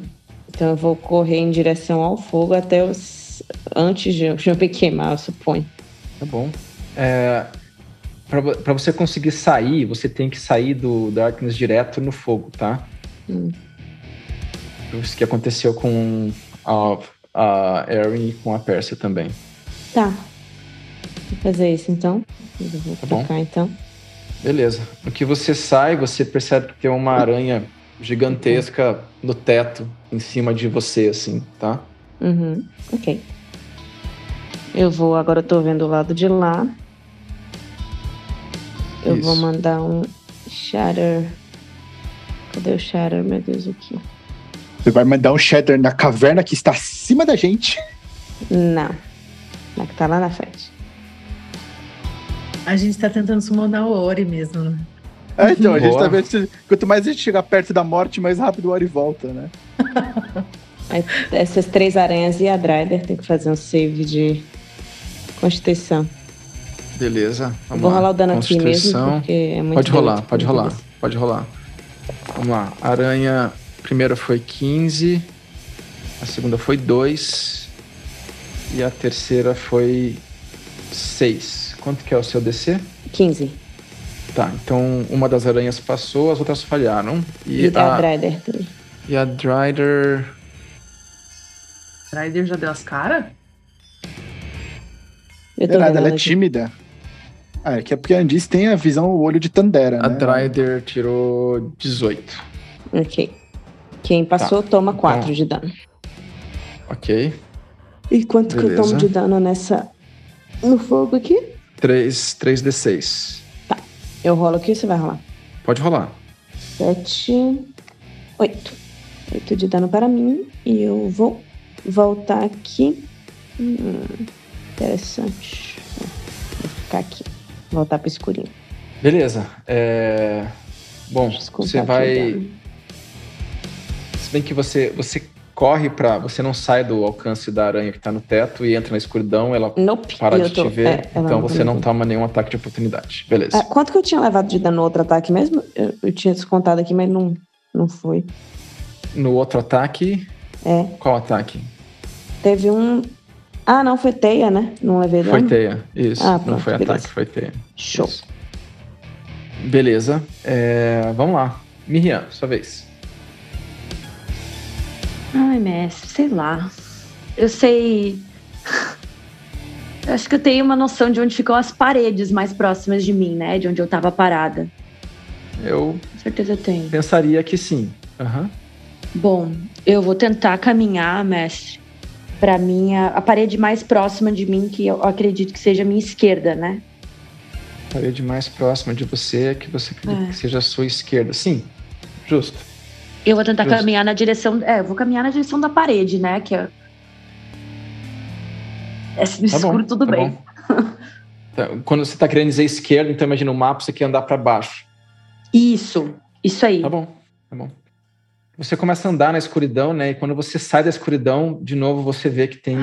S2: Então eu vou correr em direção ao fogo até os. Antes de, eu- de eu me queimar, eu suponho.
S1: Tá bom. É, pra vo- pra você conseguir sair, você tem que sair do Darkness direto no fogo, tá?
S2: Hum.
S1: Isso que aconteceu com a, a Erin e com a Persia também.
S2: Tá. Vou fazer isso então. Eu vou
S1: Tá bom.
S2: trocar então.
S1: Beleza. No que você sai, você percebe que tem uma aranha gigantesca no teto, em cima de você, assim, tá?
S2: Uhum, ok. Eu vou, agora eu tô vendo o lado de lá. Eu
S1: Isso.
S2: vou mandar um Shatter. Cadê o Shatter, meu Deus, aqui?
S6: Você vai mandar um shatter na caverna que está acima da gente.
S2: Não. É que tá lá na frente.
S5: A gente tá tentando summonar o Ori mesmo, né?
S6: É, então, a gente
S1: Boa.
S6: tá vendo. se- Quanto mais a gente chegar perto da morte, mais rápido o Ori volta, né?
S2: Essas três aranhas e a Drider tem que fazer um save de Constituição.
S1: Beleza.
S2: Eu
S1: Vamos
S2: vou
S1: lá.
S2: rolar o dano aqui mesmo,
S1: Constituição.
S2: porque é muito
S1: Pode rolar,
S2: doido.
S1: pode rolar, pode rolar. Vamos lá. Aranha, a primeira foi 15, a segunda foi 2 e a terceira foi 6. Quanto que é o seu DC?
S2: 15.
S1: Tá, então uma das aranhas passou, as outras falharam.
S2: E,
S1: E,
S2: da
S1: a,
S2: Drider também.
S1: e a Drider
S3: Ryder já deu as caras?
S2: Eu tô
S6: Não é nada,
S2: vendo
S6: ela é
S2: aqui.
S6: tímida. Ah, é que é porque a Andice tem a visão, o olho de Tandera,
S1: A
S6: né?
S1: Drider tirou 18.
S2: Ok. Quem passou toma 4
S1: Então-
S2: de dano.
S1: Ok.
S2: E quanto que eu
S1: Beleza.
S2: tomo de dano nessa. No fogo aqui?
S1: 3, 3d6.
S2: Eu rolo aqui, você vai rolar.
S1: Pode rolar.
S2: Sete. Oito. Oito de dano para mim. E eu vou voltar aqui. Hum, interessante. ficar aqui. Voltar pro escurinho.
S1: Beleza. é, Bom,
S2: Deixa eu escutar
S1: você
S2: aqui,
S1: vai. Se bem que você, você corre pra. Você não sai do alcance da aranha que tá no teto e entra na escuridão, ela
S2: Nope.
S1: para
S2: Hum, eu
S1: de
S2: tô-
S1: te ver,
S2: é, ela
S1: então
S2: tá
S1: você
S2: me
S1: não tá-
S2: vendo.
S1: toma nenhum ataque de oportunidade. Beleza.
S2: Ah, quanto que eu tinha levado de dano no outro ataque mesmo? Eu, eu tinha descontado aqui, mas não, não foi.
S1: No outro ataque.
S2: É.
S1: Qual ataque?
S2: Teve um. Ah, não, foi teia, né? Não levei
S1: Foi
S2: dano.
S1: teia. Isso.
S2: Ah,
S1: não
S2: pronto,
S1: foi
S2: beleza.
S1: ataque, foi teia.
S2: Show.
S1: Isso. Beleza. É, vamos lá. Miriam, sua vez.
S7: Ai, mestre, sei lá. Eu sei. Eu acho que eu tenho uma noção de onde ficam as paredes mais próximas de mim, né? De onde eu tava parada.
S1: Eu
S7: Com certeza eu tenho.
S1: pensaria que sim. Aham.
S7: Bom, eu vou tentar caminhar, mestre, para minha a parede mais próxima de mim, que eu acredito que seja a minha esquerda, né?
S1: Parede mais próxima de você que você acredita
S7: É.
S1: que seja a sua esquerda. Sim. Justo.
S7: Eu vou tentar
S1: Justo.
S7: caminhar na direção, é, eu vou caminhar na direção da parede, né, que é é no
S1: Tá
S7: escuro
S1: bom,
S7: tudo
S1: tá
S7: bem.
S1: bom. Tá, Quando você tá querendo dizer esquerda, então imagina o mapa, você quer andar para baixo.
S7: Isso, isso aí.
S1: Tá bom, tá bom. Você começa a andar na escuridão, né? E quando você sai da escuridão, de novo você vê que tem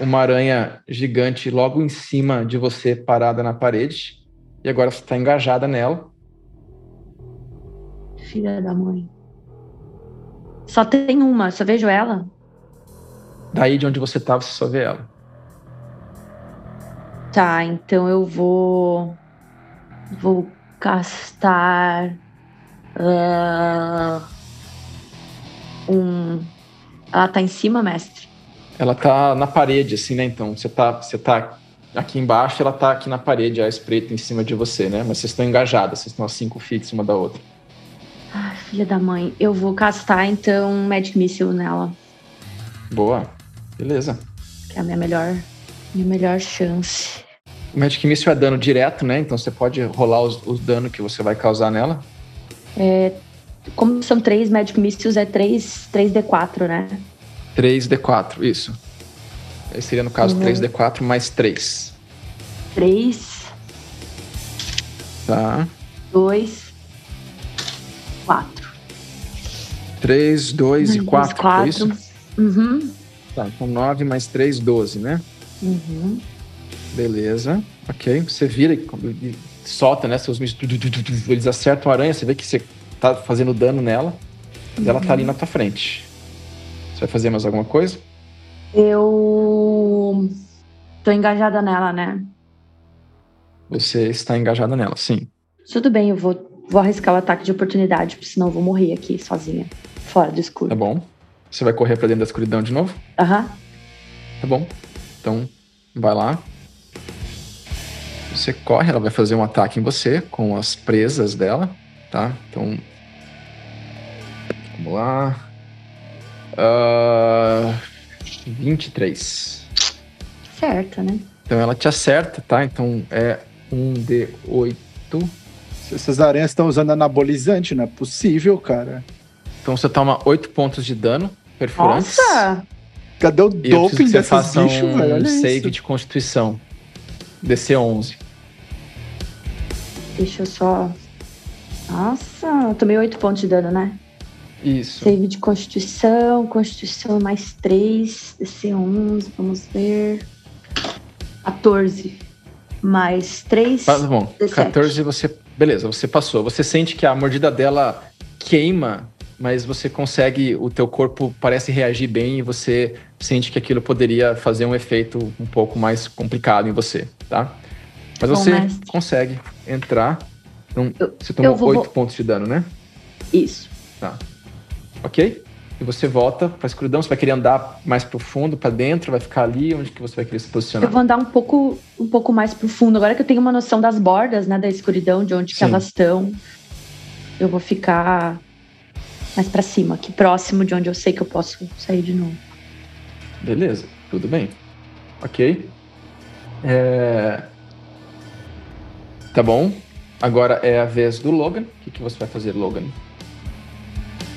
S1: uma aranha gigante logo em cima de você, parada na parede. E agora você está engajada nela.
S7: Filha da mãe. Só tem uma, só vejo ela.
S1: Daí de onde você tá, você só vê ela.
S7: Tá, então eu vou. Vou castar. ah, um. Ela tá em cima, mestre?
S1: Ela tá na parede, assim, né? Então você tá, você tá aqui embaixo, ela tá aqui na parede, a espreita em cima de você, né? Mas vocês estão engajadas, vocês estão a cinco feet uma da outra.
S7: Ai, Filha da mãe. Eu vou castar, então, um Magic Missile nela,
S1: Boa, beleza.
S7: que é a minha melhor, minha melhor chance.
S1: O Magic Missile é dano direto, né? Então você pode rolar os, os dano que você vai causar nela.
S7: Como são três Magic Missiles, é três 3D4, né?
S1: 3d4, isso. Aí seria, no caso,
S7: Uhum.
S1: 3d4 mais 3.
S7: Três,
S1: Tá?
S7: dois, quatro.
S1: 3, 2 e
S7: Mais
S1: 4, é isso?
S7: Uhum.
S1: Tá, então 9 mais 3, 12, né?
S7: Uhum.
S1: Beleza. Ok. Você vira e e solta, né? Seus mísseis. tu, tu, tu, tu, tu, Eles acertam a aranha, você vê que você tá fazendo dano nela. Mas ela tá ali na tua frente. Você vai fazer mais alguma coisa?
S7: Eu tô engajada nela, né?
S1: Você está engajada nela, sim.
S7: Tudo bem, eu vou, vou arriscar o ataque de oportunidade, porque senão eu vou morrer aqui sozinha, fora do
S1: Tá
S7: escuro.
S1: bom? Você vai correr pra dentro da escuridão de novo?
S7: Aham.
S1: Tá bom. Então, vai lá. Você corre, ela vai fazer um ataque em você com as presas dela, tá? Então. Vamos lá. Ah, 23.
S7: Certo, né?
S1: Então ela te acerta, tá? Então é um D8.
S6: Essas aranhas estão usando anabolizante, não é possível, cara.
S1: Então você toma 8 pontos de dano perfurantes.
S7: Nossa!
S6: Cadê o
S1: E eu preciso
S6: doping
S1: que você
S6: desses
S1: faça
S6: bichos,
S1: um
S6: velho? Olha
S1: save
S6: isso.
S1: de constituição. DC 11.
S7: Deixa eu só. Nossa, eu tomei oito pontos de dano, né?
S1: Isso.
S7: Save de Constituição, Constituição mais três, DC11, vamos ver. 14. Mais três.
S1: Tá bom.
S7: 17.
S1: 14 você. Beleza, você passou. Você sente que a mordida dela queima, mas você consegue. O teu corpo parece reagir bem e você sente que aquilo poderia fazer um efeito um pouco mais complicado em você, tá? Mas
S7: Bom,
S1: você
S7: mestre.
S1: consegue entrar. Então,
S7: Eu-
S1: você tomou
S7: eu vou-
S1: 8
S7: vou-
S1: pontos de dano, né?
S7: Isso.
S1: Ok? E você volta pra escuridão. Você vai querer andar mais profundo pra dentro, vai ficar ali. Onde que você vai querer se posicionar?
S7: Eu vou andar um pouco, um pouco mais pro fundo. Agora que eu tenho uma noção das bordas, né? Da escuridão, de onde que
S1: Sim.
S7: elas estão. Eu vou ficar mais pra cima, aqui próximo de onde eu sei que eu posso sair de novo.
S1: Beleza, tudo bem. Ok. É, Tá bom. Agora é a vez do Logan. O que, que você vai fazer, Logan?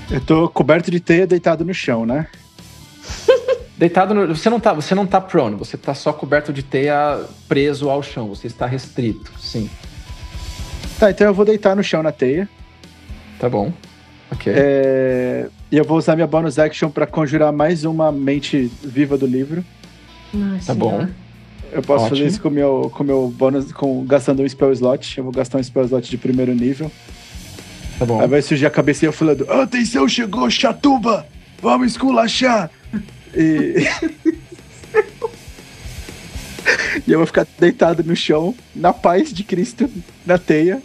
S6: Eu tô coberto de teia deitado no chão, né?
S1: Deitado no. Você não tá, você não tá prone, você tá só coberto de teia preso ao chão, você está restrito. Sim.
S6: Tá, então eu vou deitar no chão na teia.
S1: Tá bom. Ok.
S6: É, E eu vou usar minha bonus action pra conjurar mais uma mente viva do livro.
S1: Tá bom.
S6: né? Eu posso
S1: Ótimo.
S6: fazer isso com meu, com meu bônus, com, gastando um spell slot. Eu vou gastar um spell slot de primeiro nível.
S1: Tá bom.
S6: Aí vai surgir a cabecinha falando: "Ah, Atenção, chegou Chatuba! Vamos esculachar! E. e eu vou ficar deitado no chão, na paz de Cristo, na teia.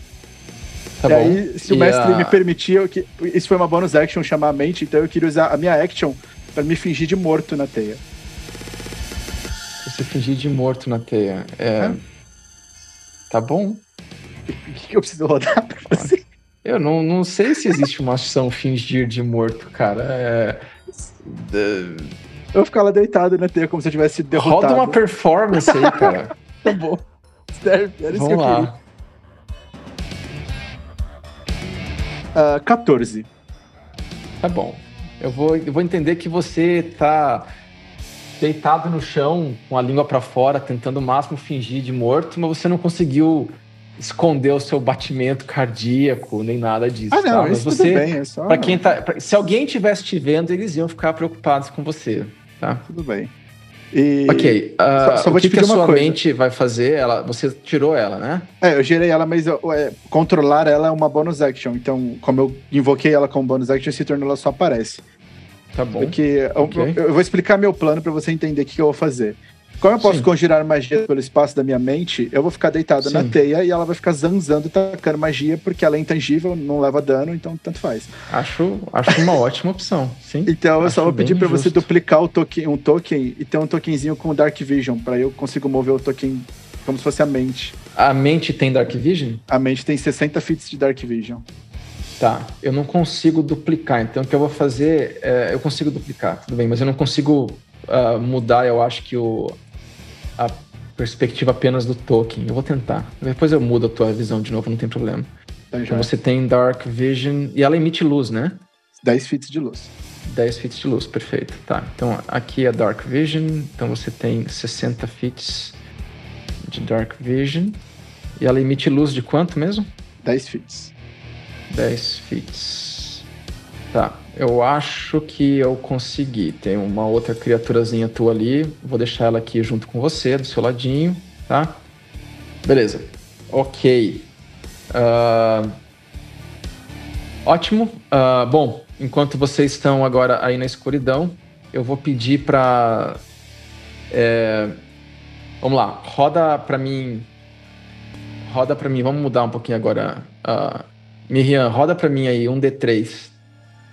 S1: Tá
S6: e
S1: bom.
S6: aí, se o
S1: E
S6: mestre
S1: a-
S6: me permitir, eu que... isso foi uma bonus action chamar a mente, então eu queria usar a minha action pra me fingir de morto na teia.
S1: Você fingir de morto na teia. É.
S6: É.
S1: Tá bom.
S6: O que, que eu preciso rodar pra você?
S1: Eu não, não sei se existe uma ação fingir de morto, cara. É... d-
S6: Eu vou ficar lá deitado na teia como se eu tivesse sido derrotado.
S1: Roda uma performance aí, cara.
S6: Tá bom. Serve, era isso que eu
S1: Vamos
S6: queria.
S1: lá.
S6: Ah, 14.
S1: Tá bom. Eu vou, eu vou entender que você tá deitado no chão, com a língua pra fora, tentando o máximo fingir de morto, mas você não conseguiu esconder o seu batimento cardíaco, nem nada disso.
S6: Ah, não,
S1: tá? Mas
S6: isso
S1: você,
S6: tudo bem, é só.
S1: pra quem tá, pra- se alguém tivesse te vendo, eles iam ficar preocupados com você.
S6: Tudo bem. E...
S1: Ok, ah,
S6: Só- só vou
S1: o que,
S6: te
S1: que a
S6: pedir uma
S1: sua
S6: coisa.
S1: mente vai fazer? Ela, você tirou ela, né?
S6: É, eu gerei ela, mas eu- é, controlar ela é uma bonus action. Então, como eu invoquei ela como bonus action, esse turno ela só aparece.
S1: Tá bom.
S6: Porque eu,
S1: Ok.
S6: eu- eu vou explicar meu plano pra você entender o que, que eu vou fazer. Como eu posso
S1: Sim.
S6: conjurar magia pelo espaço da minha mente, eu vou ficar deitado na
S1: Sim.
S6: teia e ela vai ficar zanzando, tacando magia, porque ela é intangível, não leva dano, então tanto faz.
S1: Acho, acho uma ótima opção, sim.
S6: Então eu
S1: Acho
S6: só vou
S1: bem
S6: pedir pra você
S1: justo.
S6: duplicar o token, um token e ter um tokenzinho com Dark Vision, pra eu consigo mover o token como se fosse a mente.
S1: A mente tem Dark Vision?
S6: A mente tem 60 fits de Dark Vision.
S1: Tá, eu não consigo duplicar, então o que eu vou fazer é, eu consigo duplicar, tudo bem, mas eu não consigo ah, mudar, eu acho que o a perspectiva apenas do token. Eu vou tentar. Depois eu mudo a tua visão de novo, não tem problema.
S6: Então já
S1: Então você tem Dark Vision e ela emite luz, né?
S6: 10 fits de luz.
S1: 10 fits de luz, perfeito. Tá, então aqui é Dark Vision, então você tem 60 fits de Dark Vision. E ela emite luz de quanto mesmo?
S6: 10 fits.
S1: 10 fits. Tá, eu acho que eu consegui. Tem uma outra criaturazinha tua ali, vou deixar ela aqui junto com você, do seu ladinho, tá? Beleza, ok. Ah, Ótimo. Ah, bom, enquanto vocês estão agora aí na escuridão, eu vou pedir pra. é, Vamos lá, roda pra mim. Roda pra mim, vamos mudar um pouquinho agora. ah, Miriam, roda pra mim aí um D3.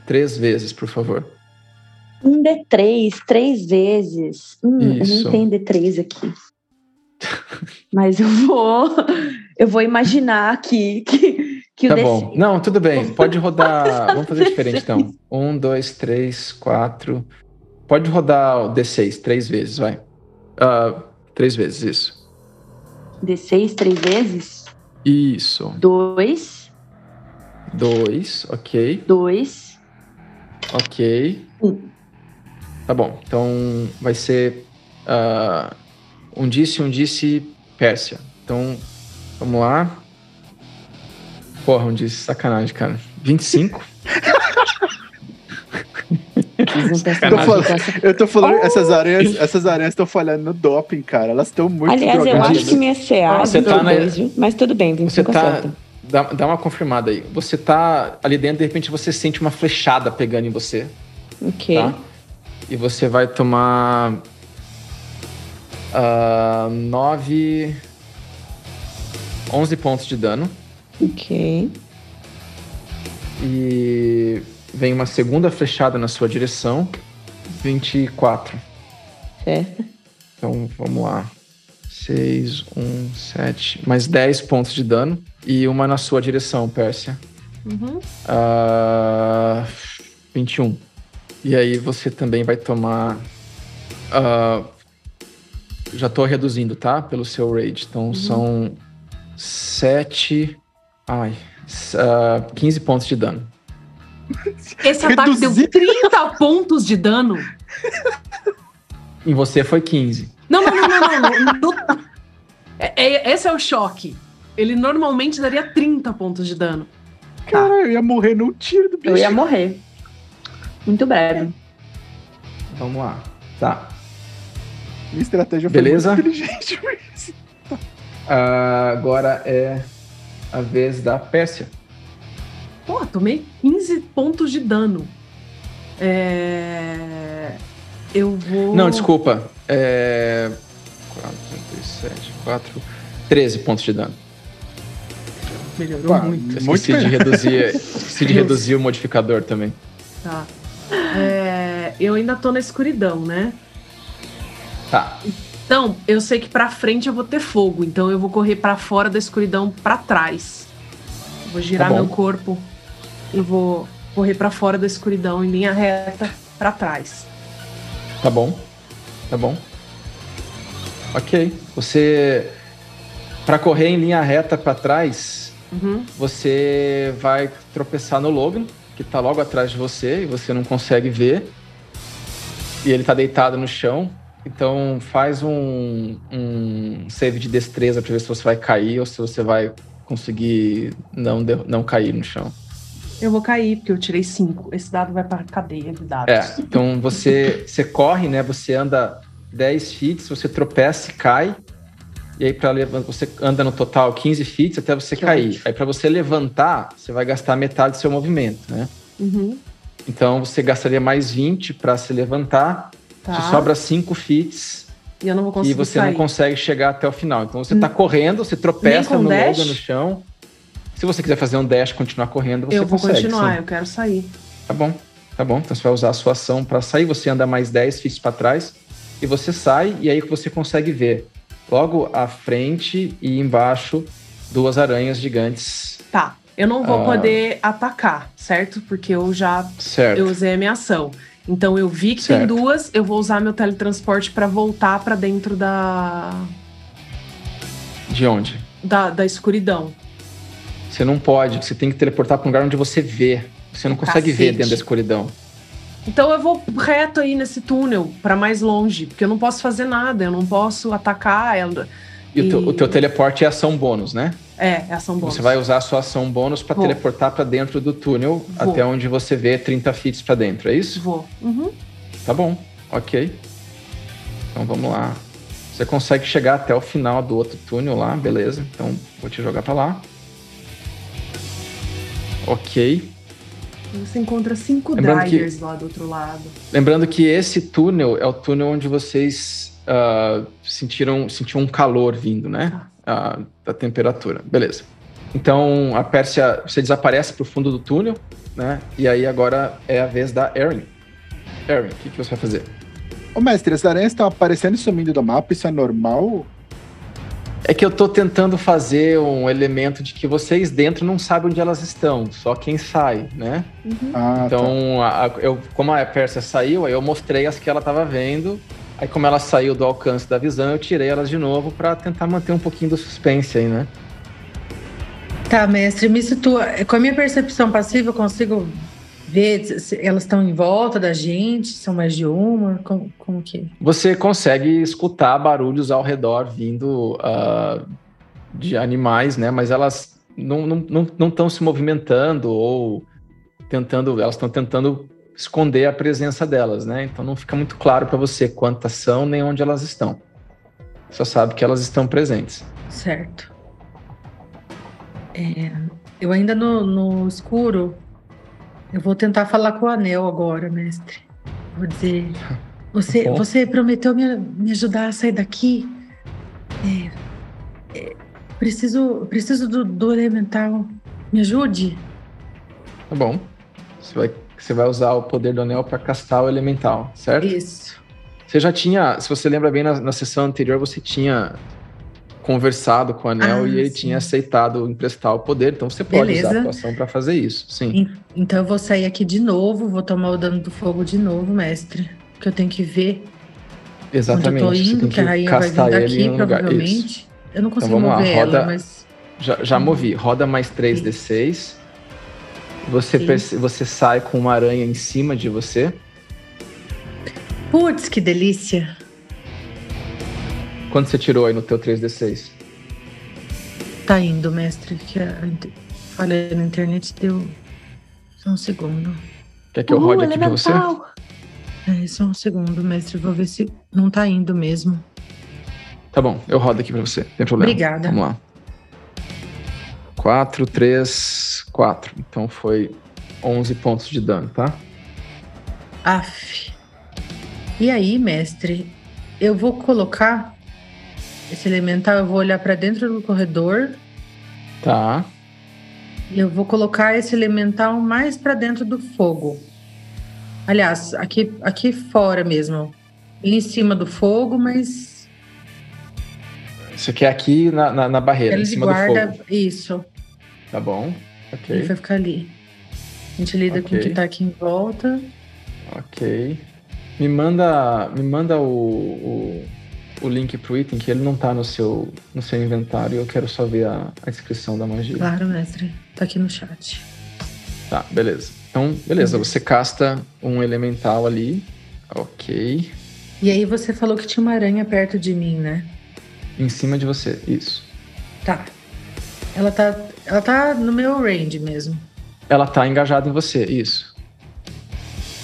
S1: Três vezes, por favor.
S7: Um D3, três vezes. Hum, eu
S1: Isso.
S7: não tenho D3 aqui. Mas eu vou. Eu vou imaginar aqui que, que
S1: Tá
S7: o
S1: bom.
S7: D6.
S1: Não, tudo bem. Pode rodar. Vamos fazer diferente então. Um, dois, três, quatro. Pode rodar o D6 três vezes, vai. Ah, três vezes, isso.
S7: D6, três vezes.
S1: Isso.
S7: Dois,
S1: Dois, ok.
S7: dois.
S1: Ok.
S7: Um.
S1: Tá bom. Então vai ser ah, um disse, um disse Pérsia. Então, vamos lá. Porra, um disse, sacanagem, cara. 25.
S2: Fiz um teste de
S6: Tô falando-
S2: concentração.
S6: Eu tô falando, essas aranhas, essas aranhas estão falhando no doping, cara. Elas estão muito
S2: Aliás, eu
S6: drogadas.
S2: acho que minha CA
S1: Você
S2: você
S1: tá na-
S2: viu? mas tudo bem,
S1: Você
S2: 25
S1: tá.
S2: acerta.
S1: Dá, dá uma confirmada aí. Você tá ali dentro, de repente você sente uma flechada pegando em você,
S2: Ok.
S1: tá? E você vai tomar. ah, nove 11 pontos de dano.
S2: Ok.
S1: E vem uma segunda flechada na sua direção. 24.
S2: Certo.
S1: Então vamos lá. 6, 1, 7. Mais 10 pontos de dano. E uma na sua direção, Pérsia.
S3: Uhum.
S1: Ah, 21. E aí você também vai tomar. ah, já tô reduzindo, tá? Pelo seu raid. Então são 7. Ai. s- ah, 15 pontos de dano.
S3: Esse ataque
S6: Reduzir.
S3: deu 30 pontos de dano.
S1: Em você foi 15.
S3: Não, não, não, não, não. no- no- É- é- esse é o choque. Ele normalmente daria 30 pontos de dano.
S6: Cara, eu ia morrer num tiro do bicho.
S7: Eu ia morrer. Muito breve.
S1: Vamos lá. Tá.
S6: Minha estratégia
S1: Beleza.
S6: foi muito inteligente. mas-
S1: Ah, agora é a vez da Pérsia.
S3: Pô, tomei 15 pontos de dano. É... Eu vou.
S1: Não, desculpa. É... 4, 2, 7, 4, 13 pontos de dano.
S3: Melhorou
S6: Uau.
S3: muito.
S1: Eu
S6: Muito
S1: esqueci de reduzir, esqueci de reduzir o modificador também.
S3: Tá. É, Eu ainda tô na escuridão, né?
S1: Tá.
S3: Então, eu sei que pra frente eu vou ter fogo, então eu vou correr pra fora da escuridão pra trás. Vou girar
S1: Tá bom.
S3: meu corpo e vou correr pra fora da escuridão em linha reta pra trás.
S1: Tá bom. Tá bom. Ok. Você. Pra correr em linha reta pra trás,
S3: Uhum.
S1: você vai tropeçar no Logan, que tá logo atrás de você e você não consegue ver. E ele tá deitado no chão. Então faz um, um save de destreza pra ver se você vai cair ou se você vai conseguir não, de- não cair no chão.
S3: Eu vou cair, porque eu tirei cinco. Esse dado vai pra cadeia de dados.
S1: É, então você, você corre, né? Você anda 10 feet, você tropeça e cai. E aí para levantar, você anda no total 15 feet até você
S7: Que
S1: cair.
S7: ótimo.
S1: Aí para você levantar, você vai gastar metade do seu movimento, né?
S3: Uhum,
S1: Então você gastaria mais 20 para se levantar.
S3: tá.
S1: Você sobra 5 feats
S3: E eu não vou
S1: e
S3: conseguir
S1: você
S3: sair. Hum.
S1: não consegue chegar até o final. Então você tá correndo, você tropeça
S3: com
S1: no
S3: dash?
S1: logo no chão. Se você quiser fazer um dash, continuar correndo, você
S3: eu vou
S1: consegue.
S3: continuar,
S1: sim.
S3: eu quero sair.
S1: Tá bom, tá bom. Então você vai usar a sua ação para sair, você anda mais 10 feet para trás e você sai e aí que você consegue ver logo à frente e embaixo duas aranhas gigantes,
S3: Tá. Eu não vou
S1: Ah.
S3: poder atacar, certo? Porque eu já
S1: certo?
S3: eu usei a minha ação. Então eu vi que tem
S1: Certo.
S3: duas, eu vou usar meu teletransporte pra voltar pra dentro da,
S1: De onde?
S3: da, da escuridão.
S1: Você não pode, você tem que teleportar para um lugar onde você vê. Você não consegue ver
S3: Cacete.
S1: dentro da escuridão.
S3: Então eu vou reto aí nesse túnel pra mais longe, porque eu não posso fazer nada, eu não posso atacar é, ela.
S1: E, O, teu,
S3: E-
S1: o teu teleporte é ação bônus, né?
S3: É, é ação bônus.
S1: Você vai usar a sua ação bônus para
S3: Vou.
S1: teleportar para dentro do túnel
S3: Vou.
S1: até onde você vê 30 feet para dentro, é isso?
S3: Vou. Uhum.
S1: Tá bom, ok. Então vamos lá. Você consegue chegar até o final do outro túnel lá, beleza. Então vou te jogar pra lá. Ok.
S3: Você encontra cinco
S1: Lembrando que-
S3: daggers lá do outro lado.
S1: Lembrando que esse túnel é o túnel onde vocês ah, sentiram, sentiam um calor vindo, né? Ah, da temperatura. Beleza. Então a Pérsia, você desaparece pro fundo do túnel, né? E aí agora é a vez da Erin. Erin, o que, que você vai fazer?
S6: Ô, mestre, as aranhas estão aparecendo e sumindo do mapa, isso é normal?
S1: É que eu tô tentando fazer um elemento de que vocês dentro não sabem onde elas estão, só quem sai, né?
S6: Ah, tá.
S1: Então, a- a- eu, como a Persia saiu, aí eu mostrei as que ela tava vendo. Aí, como ela saiu do alcance da visão, eu tirei elas de novo pra tentar manter um pouquinho do suspense aí, né?
S5: Tá, mestre, me situa. Com a minha percepção passiva, eu consigo ver se elas estão em volta da gente, são mais de uma, como, como que?
S1: Você consegue escutar barulhos ao redor vindo ah, de animais, né? Mas elas não estão não, não tão se movimentando ou tentando, elas estão tentando esconder a presença delas, né? Então não fica muito claro para você quantas são nem onde elas estão. Só sabe que elas estão presentes.
S5: Certo. É, eu ainda no, no escuro, eu vou tentar falar com o anel agora, mestre. Vou dizer, você,
S1: Bom.
S5: você prometeu me, me ajudar a sair daqui? É, é, preciso, preciso do, do elemental. Me ajude?
S1: Tá bom. Você vai, você vai usar o poder do anel para castar o elemental, certo?
S5: Isso.
S1: Você já tinha, se você lembra bem, na, na sessão anterior você tinha conversado com o Anel
S5: Ah,
S1: e ele
S5: sim.
S1: tinha aceitado emprestar o poder, então você pode
S5: Beleza.
S1: usar a atuação para fazer isso, sim.
S5: Então eu vou sair aqui de novo, vou tomar o dano do fogo de novo, mestre. Porque eu tenho que ver
S1: Exatamente.
S5: onde eu tô
S1: você
S5: indo,
S1: tem
S5: que a
S1: que
S5: rainha vai vir
S1: castar ele
S5: daqui,
S1: em um lugar. Isso. Então,
S5: provavelmente. Eu não consigo
S1: vamos lá,
S5: mover
S1: roda-
S5: ela, mas.
S1: Já, já movi. Roda mais 3d6. Você,
S5: Sim.
S1: perce- você sai com uma aranha em cima de você.
S5: Putz, que delícia!
S1: Quanto você tirou aí no teu 3D6?
S5: Tá indo, mestre, que a inte- falha na internet deu só um segundo.
S1: Quer que eu
S7: Uhul,
S5: Uh,
S1: rode aqui pra você?
S7: Uh, elemental!
S5: É, só um segundo, mestre, vou ver se não tá indo mesmo.
S1: Tá bom, eu rodo aqui pra você, não tem problema.
S5: Obrigada.
S1: Vamos lá. 4, 3, 4. Então foi 11 pontos de dano, tá?
S5: Aff. E aí, mestre, eu vou colocar esse elemental, eu vou olhar pra dentro do corredor
S1: Tá.
S5: e eu vou colocar esse elemental mais pra dentro do fogo. Aliás, aqui, aqui fora mesmo. Ele em cima do fogo, mas
S1: Isso aqui é aqui na, na, na barreira,
S5: ele
S1: em
S5: é de
S1: cima do
S5: guarda.
S1: fogo.
S5: Isso,
S1: Tá bom.
S5: ele
S1: Ok.
S5: vai ficar ali. A gente lida com o que
S1: Ok.
S5: tá aqui em volta.
S1: Ok. Me manda, me manda o, o, o link pro item, que ele não tá no seu, no seu inventário. Eu quero só ver a, a descrição da magia.
S5: Claro, mestre. Tá aqui no chat.
S1: Tá, beleza. Então, beleza,
S5: Uhum.
S1: você casta um elemental ali. Ok.
S5: E aí você falou que tinha uma aranha perto de mim, né?
S1: Em cima de você, isso.
S5: Tá. Ela tá, ela tá no meu range mesmo.
S1: Ela tá engajada em você, isso.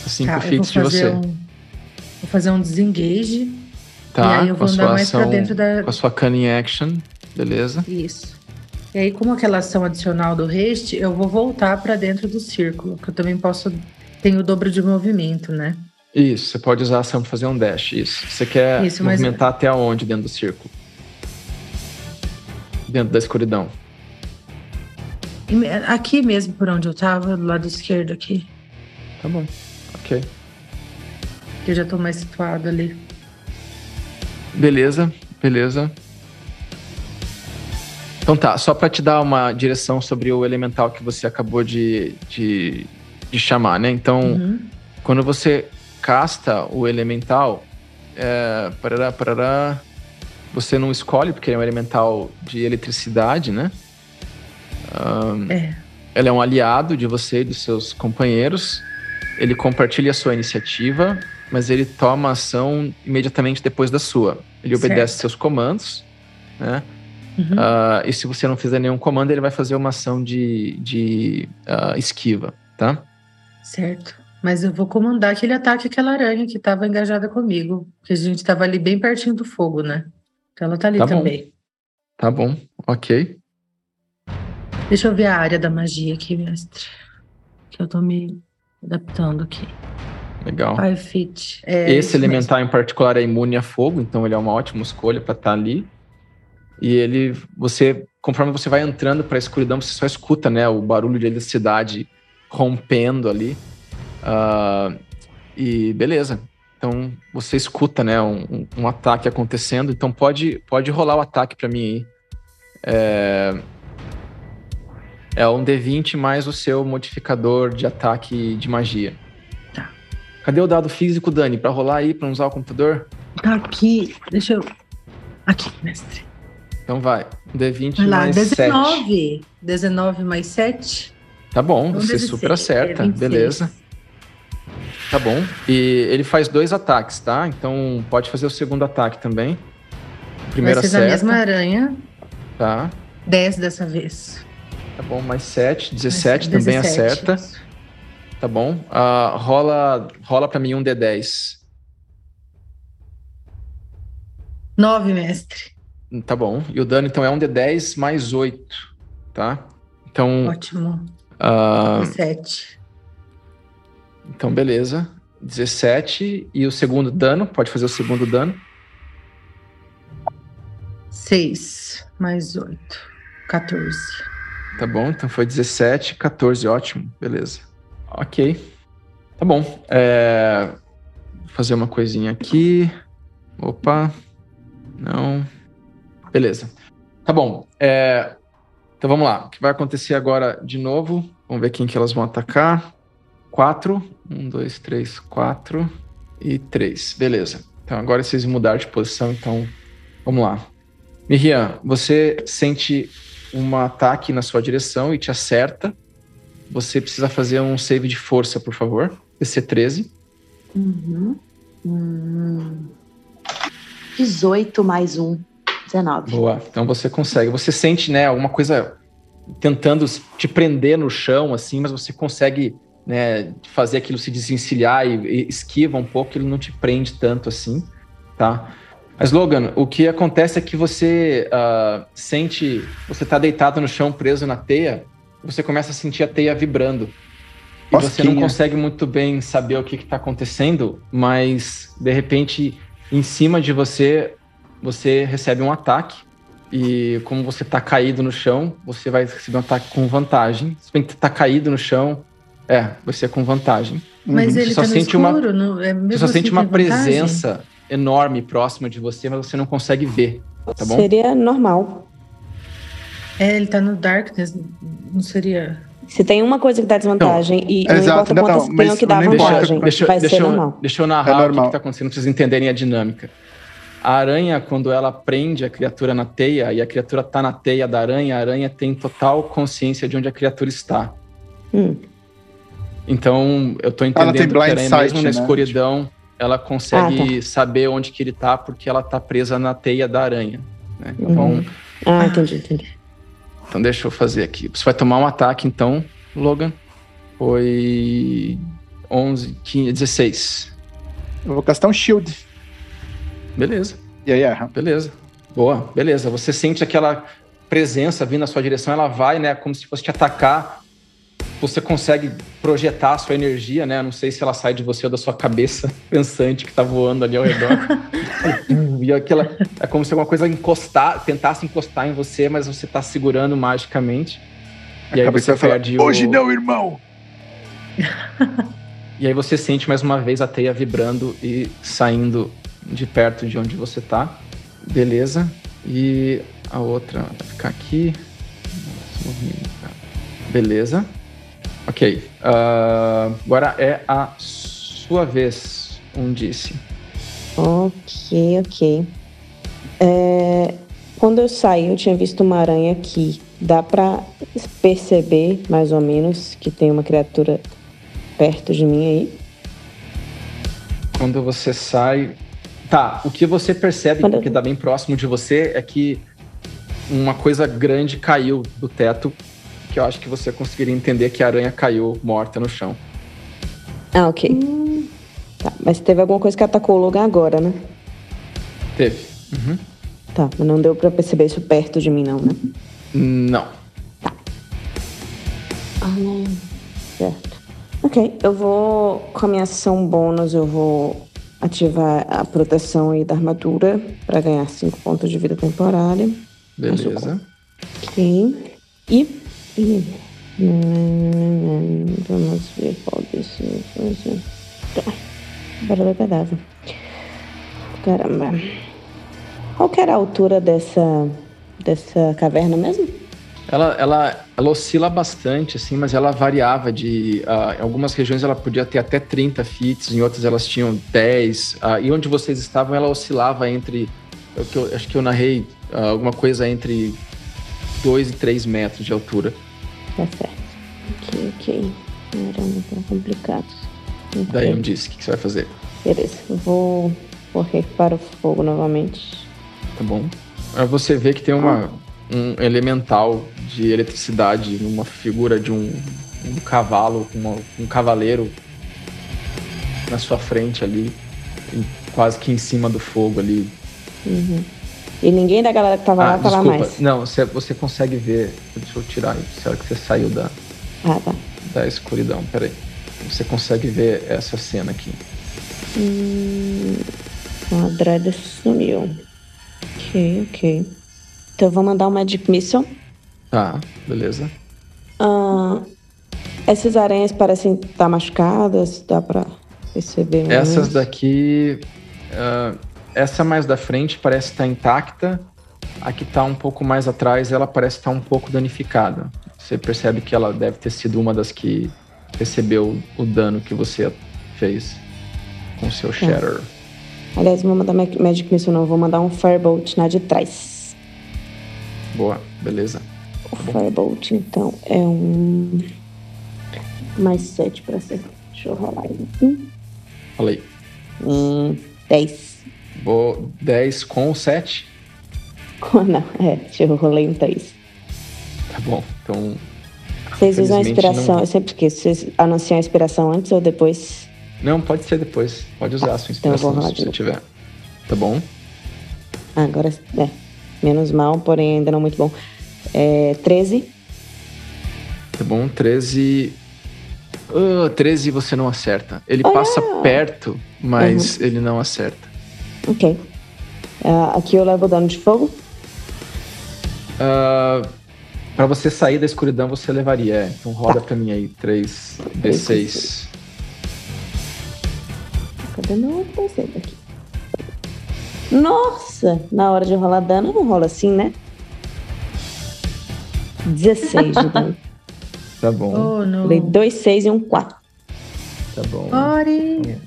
S1: Assim A Cinco
S5: Tá, eu vou
S1: feet de você.
S5: fazer um. Vou fazer um desengage. e
S1: Tá,
S5: aí eu
S1: com
S5: vou
S1: a
S5: andar
S1: sua
S5: mais pra
S1: ação.
S5: dentro da.
S1: Com a sua cunning action, beleza.
S5: Isso. E aí, como aquela ação adicional do haste, eu vou voltar pra dentro do círculo. Que eu também posso. Tenho o dobro de movimento, né?
S1: Isso, você pode usar a ação pra fazer um dash, isso. Você quer
S5: Isso, mas-
S1: movimentar até onde dentro do círculo? Dentro da escuridão.
S5: E me- Aqui mesmo, por onde eu tava, do lado esquerdo aqui.
S1: Tá bom. Ok.
S5: Que eu já tô mais situado ali.
S1: Beleza, beleza. Então tá, só pra te dar uma direção sobre o elemental que você acabou de, de, de chamar, né? Então,
S5: Uhum.
S1: quando você casta o elemental, é, parará, parará, você não escolhe, porque ele é um elemental de eletricidade, né?
S5: É.
S1: Ela é um aliado de você e dos seus companheiros. Ele compartilha a sua iniciativa, mas ele toma ação imediatamente depois da sua. Ele
S5: Certo.
S1: obedece seus comandos, né?
S5: Uhum.
S1: Ah, e se você não fizer nenhum comando, ele vai fazer uma ação de, de ah, esquiva, tá?
S5: Certo. Mas eu vou comandar aquele ataque àquela aranha que estava engajada comigo. Porque a gente estava ali bem pertinho do fogo, né? Então ela tá ali
S1: Tá bom.
S5: também.
S1: Tá bom, ok.
S5: Deixa eu ver a área da magia aqui, mestre. Que eu tô me adaptando aqui.
S1: Legal.
S5: Five feet. Ah, É
S1: Esse
S5: isso mesmo.
S1: elemental em particular é imune a fogo, então ele é uma ótima escolha para estar ali. E ele, você, conforme você vai entrando para a escuridão, você só escuta, né, o barulho de eletricidade rompendo ali. Ah, e beleza. Então você escuta, né, um, um- um ataque acontecendo. Então pode, pode rolar o ataque para mim aí. É, é um D20 mais o seu modificador de ataque de magia.
S5: Tá.
S1: Cadê o dado físico, Dani? Pra rolar aí, pra usar o computador?
S5: Tá aqui. Deixa eu. Aqui, mestre.
S1: Então vai. D20
S5: Vai lá,
S1: mais 7.
S5: 19. 19 mais 7.
S1: Tá bom,
S5: Então,
S1: você super
S5: É,
S1: acerta. Beleza, tá bom. E ele faz dois ataques, tá? Então pode fazer o segundo ataque também. O primeiro
S5: Primeira Vai ser a
S1: acerta,
S5: mesma aranha.
S1: tá?
S5: 10 dessa vez.
S1: Tá bom, mais 7.
S5: Vai
S1: 17
S5: ser
S1: também
S5: 17.
S1: acerta, tá bom. Ah, rola, rola pra mim um D10.
S5: 9, mestre.
S1: Tá bom. E o dano, então, é um D10 mais 8, tá? Então,
S5: Ótimo.
S1: ah,
S5: 7.
S1: Então, beleza. 17 e o segundo dano, pode fazer o segundo dano.
S5: 6 mais 8. 14.
S1: Tá bom, então foi 17, 14, ótimo, beleza. Ok. Tá bom. É, Vou fazer uma coisinha aqui. Opa. Não. Beleza. Tá bom. é, Então vamos lá. O que vai acontecer agora de novo? Vamos ver quem que elas vão atacar. Quatro. Um, dois, três, quatro e três. Beleza. Então agora vocês mudaram de posição, então vamos lá. Miriam, você sente um ataque na sua direção e te acerta. Você precisa fazer um save de força, por favor. DC 13.
S7: Uhum. Hum. 18 mais um, 19.
S1: Boa. Então você consegue. Você sente, né, alguma coisa tentando te prender no chão, assim, mas você consegue né, fazer aquilo se desencilhar e, e esquiva um pouco, ele não te prende tanto assim, tá? Mas, Logan, o que acontece é que você ah, sente. Você tá deitado no chão, preso na teia, você começa a sentir a teia vibrando. E você não
S6: Cosquinha.
S1: consegue muito bem saber o que, que tá acontecendo, mas de repente, em cima de você, você recebe um ataque. E como você tá caído no chão, você vai receber um ataque com vantagem. Se bem que tá caído no chão, é, você é com vantagem.
S5: Mas
S1: Uhum.
S5: ele
S1: Só
S5: tá no
S1: sente uma-
S5: escuro, não- é mesmo
S1: Você só
S5: assim
S1: sente uma
S5: tem vantagem?
S1: presença enorme próxima de você, mas você não consegue ver, tá bom?
S2: Seria normal.
S5: É, ele tá no darkness, não seria...
S2: Se tem uma coisa que dá desvantagem e não
S6: Exato,
S2: importa
S6: não,
S2: quantas
S6: não,
S2: tenham
S6: mas
S2: um que dá
S6: não importa.
S2: vantagem,
S1: Deixa,
S2: vai
S1: deixa
S2: ser
S1: eu,
S2: normal.
S1: Deixa eu
S6: É
S1: narrar o que
S6: normal.
S1: está acontecendo para vocês entenderem a dinâmica. A aranha, quando ela prende a criatura na teia e a criatura está na teia da aranha, a aranha tem total consciência de onde a criatura está.
S2: Hum.
S1: Então, eu estou
S6: tem
S1: entendendo que a
S6: blind
S1: aranha,
S6: sight,
S1: mesmo na
S6: né?
S1: escuridão, ela
S2: Ah, tá.
S1: consegue saber onde que ele está porque ela está presa na teia da aranha. né? Então,
S2: Uhum. Ah, entendi, entendi.
S1: então deixa eu fazer aqui. Você vai tomar um ataque então, Logan. Foi 11, 15, 16.
S6: Eu vou castar um shield.
S1: Beleza,
S6: E aí erra.
S1: beleza. Boa, beleza. Você sente aquela presença vindo na sua direção, ela vai, né, como se fosse te atacar. Você consegue projetar a sua energia, né? Não sei se ela sai de você ou da sua cabeça pensante que tá voando ali ao redor. e aquela é como se alguma coisa encostar, tentasse encostar em você, mas você tá segurando magicamente. E aí
S6: Acabei
S1: você
S6: de falar,
S1: perde o-
S6: Hoje não, irmão!
S1: E aí você sente mais uma vez a teia vibrando e saindo de perto de onde você tá. Beleza. E a outra vai ficar aqui. Esse movimento, tá. Beleza. Ok. Ah, agora é a sua vez, um disse.
S2: Ok, ok. É, quando eu saí, eu tinha visto uma aranha aqui. Dá pra perceber, mais ou menos, que tem uma criatura perto de mim aí.
S1: Quando você sai. Tá, o que você percebe,
S2: Quando-
S1: que tá bem próximo de você, é que uma coisa grande caiu do teto, que eu acho que você conseguiria entender que a aranha caiu morta no chão.
S2: Ah, ok. Tá, mas teve alguma coisa que atacou o Logan agora, né?
S1: Teve. Uhum.
S2: Tá, mas não deu pra perceber isso perto de mim, não, né?
S1: Não.
S2: Ah, não. Certo. Ok, eu vou, com a minha ação bônus, eu vou ativar a proteção aí da armadura pra ganhar 5 pontos de vida temporária.
S1: Beleza.
S2: Ok. E. e- hum, Vamos ver qual desses. vamos ver. Tá. Bora do cadáver. Caramba. Qual que era a altura dessa. dessa caverna mesmo?
S1: Ela, ela, ela oscila bastante, assim, mas ela variava de. ah, em algumas regiões ela podia ter até 30 fits, em outras elas tinham 10. ah, e onde vocês estavam, ela oscilava entre. eu que eu- acho que eu narrei ah, alguma coisa entre 2 e 3 metros de altura.
S2: Tá certo. Ok, ok. Caramba, tá complicado. Ok.
S1: Daí eu disse: o que, que você vai fazer?
S2: Beleza, eu vou correr para o fogo novamente.
S1: Tá bom. Aí você vê que tem
S2: Ah.
S1: uma, um elemental de eletricidade numa figura de um, um cavalo, uma- um cavaleiro na sua frente ali, em- quase que em cima do fogo ali. Ah,
S2: Uhum. E ninguém da galera que tava lá tá lá
S1: desculpa.
S2: mais.
S1: Não, você, você consegue ver. Deixa eu tirar aí. Será que você saiu da,
S2: Ah, tá.
S1: da escuridão? Peraí. Você consegue ver essa cena aqui.
S2: Hum, a Dread sumiu. Ok, ok. Então eu vou mandar uma Magic Missile.
S1: Tá, beleza.
S2: Ah, essas aranhas parecem estar machucadas, dá pra perceber. mais ou
S1: Essas
S2: menos?
S1: daqui. ah, essa mais da frente parece estar intacta. A que está um pouco mais atrás, ela parece estar um pouco danificada. Você percebe que ela deve ter sido uma das que recebeu o dano que você fez com
S2: É.
S1: seu shatter.
S2: Aliás, vou mandar Mag- Magic Missile, não. Vou mandar um Firebolt na de trás.
S1: Boa, beleza.
S2: O Firebolt, então, é um. Mais 7 pra ser. Deixa eu rolar aí. Um
S1: Falei.
S2: Hum, 10.
S1: Vou 10 com 7.
S2: Não, é, eu rolei um 3.
S1: Tá bom. Então.
S2: Vocês usam a
S1: infelizmente,
S2: inspiração,
S1: não-
S2: eu sempre esqueço, vocês anunciam a inspiração antes ou depois?
S1: Não, pode ser depois. Pode usar a sua
S2: então eu
S1: inspiração
S2: vou rolar
S1: se
S2: de
S1: você
S2: novo.
S1: tiver. Tá bom?
S2: Ah, agora é. Menos mal, porém ainda não muito bom. É, 13.
S1: Tá bom, 13. Ah, 13 você não acerta. Ele
S2: Olha!
S1: passa perto, mas ele não acerta.
S2: Ok. Ah, aqui eu levo dano de fogo.
S1: Pra você sair da escuridão, você levaria. é. Então roda pra mim aí, 3 D6.
S2: Cadê meu outro parceiro aqui? Nossa! Na hora de rolar dano, não rola assim, né? 16 de dano.
S1: Tá bom,
S5: Oh, não.
S2: Dei 2, 6 e um 4.
S1: tá bom.
S5: Ori.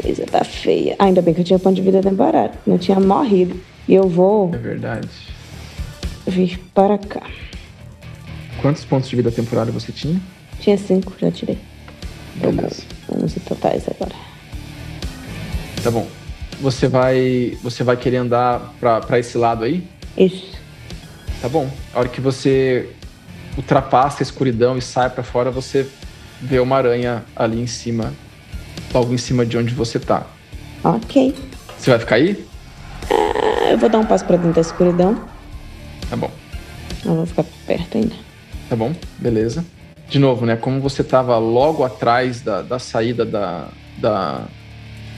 S2: Coisa tá feia. Ainda bem que eu tinha um ponto de vida temporário. Não tinha morrido. E eu vou
S1: É verdade.
S2: vir para cá.
S1: Quantos pontos de vida temporária você tinha?
S2: Tinha 5, já tirei.
S1: Beleza.
S2: Vamos em totais agora.
S1: Tá bom. Você vai, você vai querer andar pra pra esse lado aí?
S2: Isso.
S1: Tá bom. A hora que você ultrapassa a escuridão e sai pra fora, você vê uma aranha ali em cima, logo em cima de onde você tá.
S2: Ok.
S1: Você vai ficar aí?
S2: Ah, Eu vou dar um passo pra dentro da escuridão.
S1: Tá bom.
S2: Eu vou ficar perto ainda.
S1: Tá bom, beleza. De novo, né? Como você tava logo atrás da, da saída da, da.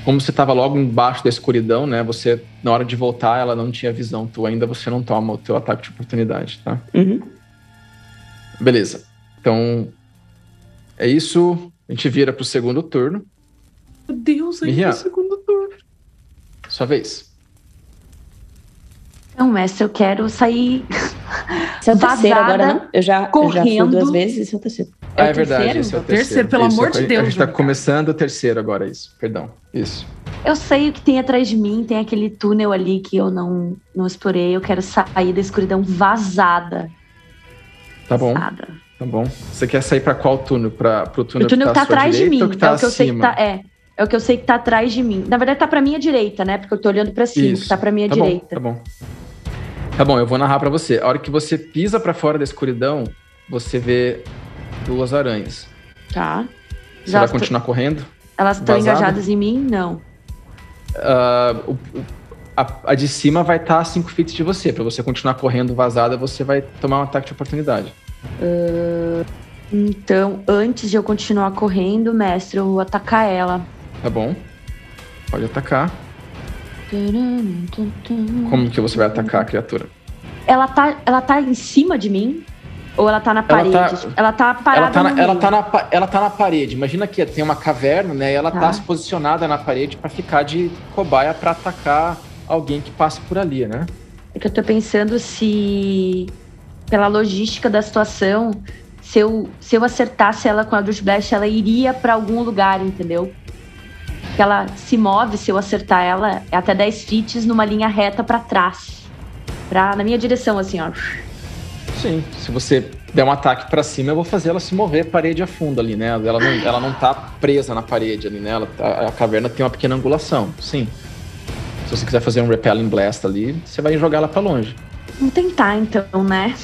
S1: Como você tava logo embaixo da escuridão, né? Você, na hora de voltar, ela não tinha visão tua ainda, você não toma o teu ataque de oportunidade, tá?
S2: Uhum.
S1: Beleza. Então. É isso. A gente vira pro segundo turno.
S3: Meu Deus, ainda
S1: Miriam.
S3: no segundo turno.
S1: Sua vez.
S7: Não, Então, mestre, eu quero sair.
S2: Esse é o terceiro
S7: Vazada,
S2: agora, não? Eu já, eu já fui
S7: correndo.
S2: duas vezes, esse é o terceiro.
S1: ah, é
S7: o
S1: verdade.
S7: terceiro?
S1: Esse é o
S3: É o
S1: terceiro.
S3: terceiro, pelo
S1: Isso,
S3: amor
S1: a
S3: de
S1: gente- A
S3: Deus,
S1: gente tá
S3: Juliana.
S1: começando o terceiro agora, isso. Perdão. Isso.
S7: Eu sei o que tem atrás de mim, tem aquele túnel ali que eu não, não explorei. Eu quero sair da escuridão vazada.
S1: Tá bom,
S7: Vazada.
S1: tá bom. Você quer sair pra qual túnel? Pra, pro túnel,
S7: O túnel
S1: que
S7: que
S1: tá,
S7: tá
S1: à sua
S7: atrás de
S1: direita
S7: mim.
S1: ou que tá
S7: é o que eu sei que
S1: acima?
S7: tá. É. É o que eu sei que tá atrás de mim. Na verdade, tá pra minha direita, né? Porque eu tô olhando pra cima,
S1: Isso.
S7: que tá pra minha
S1: tá
S7: direita.
S1: Bom, tá bom. Tá bom, eu vou narrar pra você. A hora que você pisa pra fora da escuridão, você vê duas aranhas.
S7: Tá.
S1: Você
S7: Já
S1: vai
S7: tô-
S1: continuar correndo?
S7: Elas estão
S1: vazada?
S7: engajadas em mim? Não.
S1: Ah, o- o- a, a de cima vai estar a 5 feet de você. Pra você continuar correndo vazada, você vai tomar um ataque de oportunidade.
S7: Então, antes de eu continuar correndo, mestre, eu vou atacar ela.
S1: Tá bom? Pode atacar. Como que você vai atacar a criatura?
S7: Ela tá, ela tá em cima de mim? Ou ela tá na parede?
S1: tá-
S7: Tipo, Ela tá, parada
S1: Ela tá,
S7: no
S1: na,
S7: meio.
S1: ela, tá na, pa- ela tá na parede. Imagina que tem uma caverna, né? E ela tá,
S7: Tá.
S1: se posicionada na parede pra ficar de cobaia pra atacar alguém que passa por ali, né?
S7: É que eu tô pensando se, pela logística da situação, se eu, se eu acertasse ela com a Drush Blast, ela iria pra algum lugar, entendeu? Porque ela se move, se eu acertar ela, é até 10 feet numa linha reta pra trás. Pra, na minha direção, assim, ó.
S1: Sim. Se você der um ataque pra cima, eu vou fazer ela se mover parede a fundo ali, né? Ela não, ela não tá presa na parede ali, né? Ela tá- a, caverna tem uma pequena angulação, sim. Se você quiser fazer um repelling blast ali, você vai jogar ela pra longe.
S7: Vamos tentar, então, né?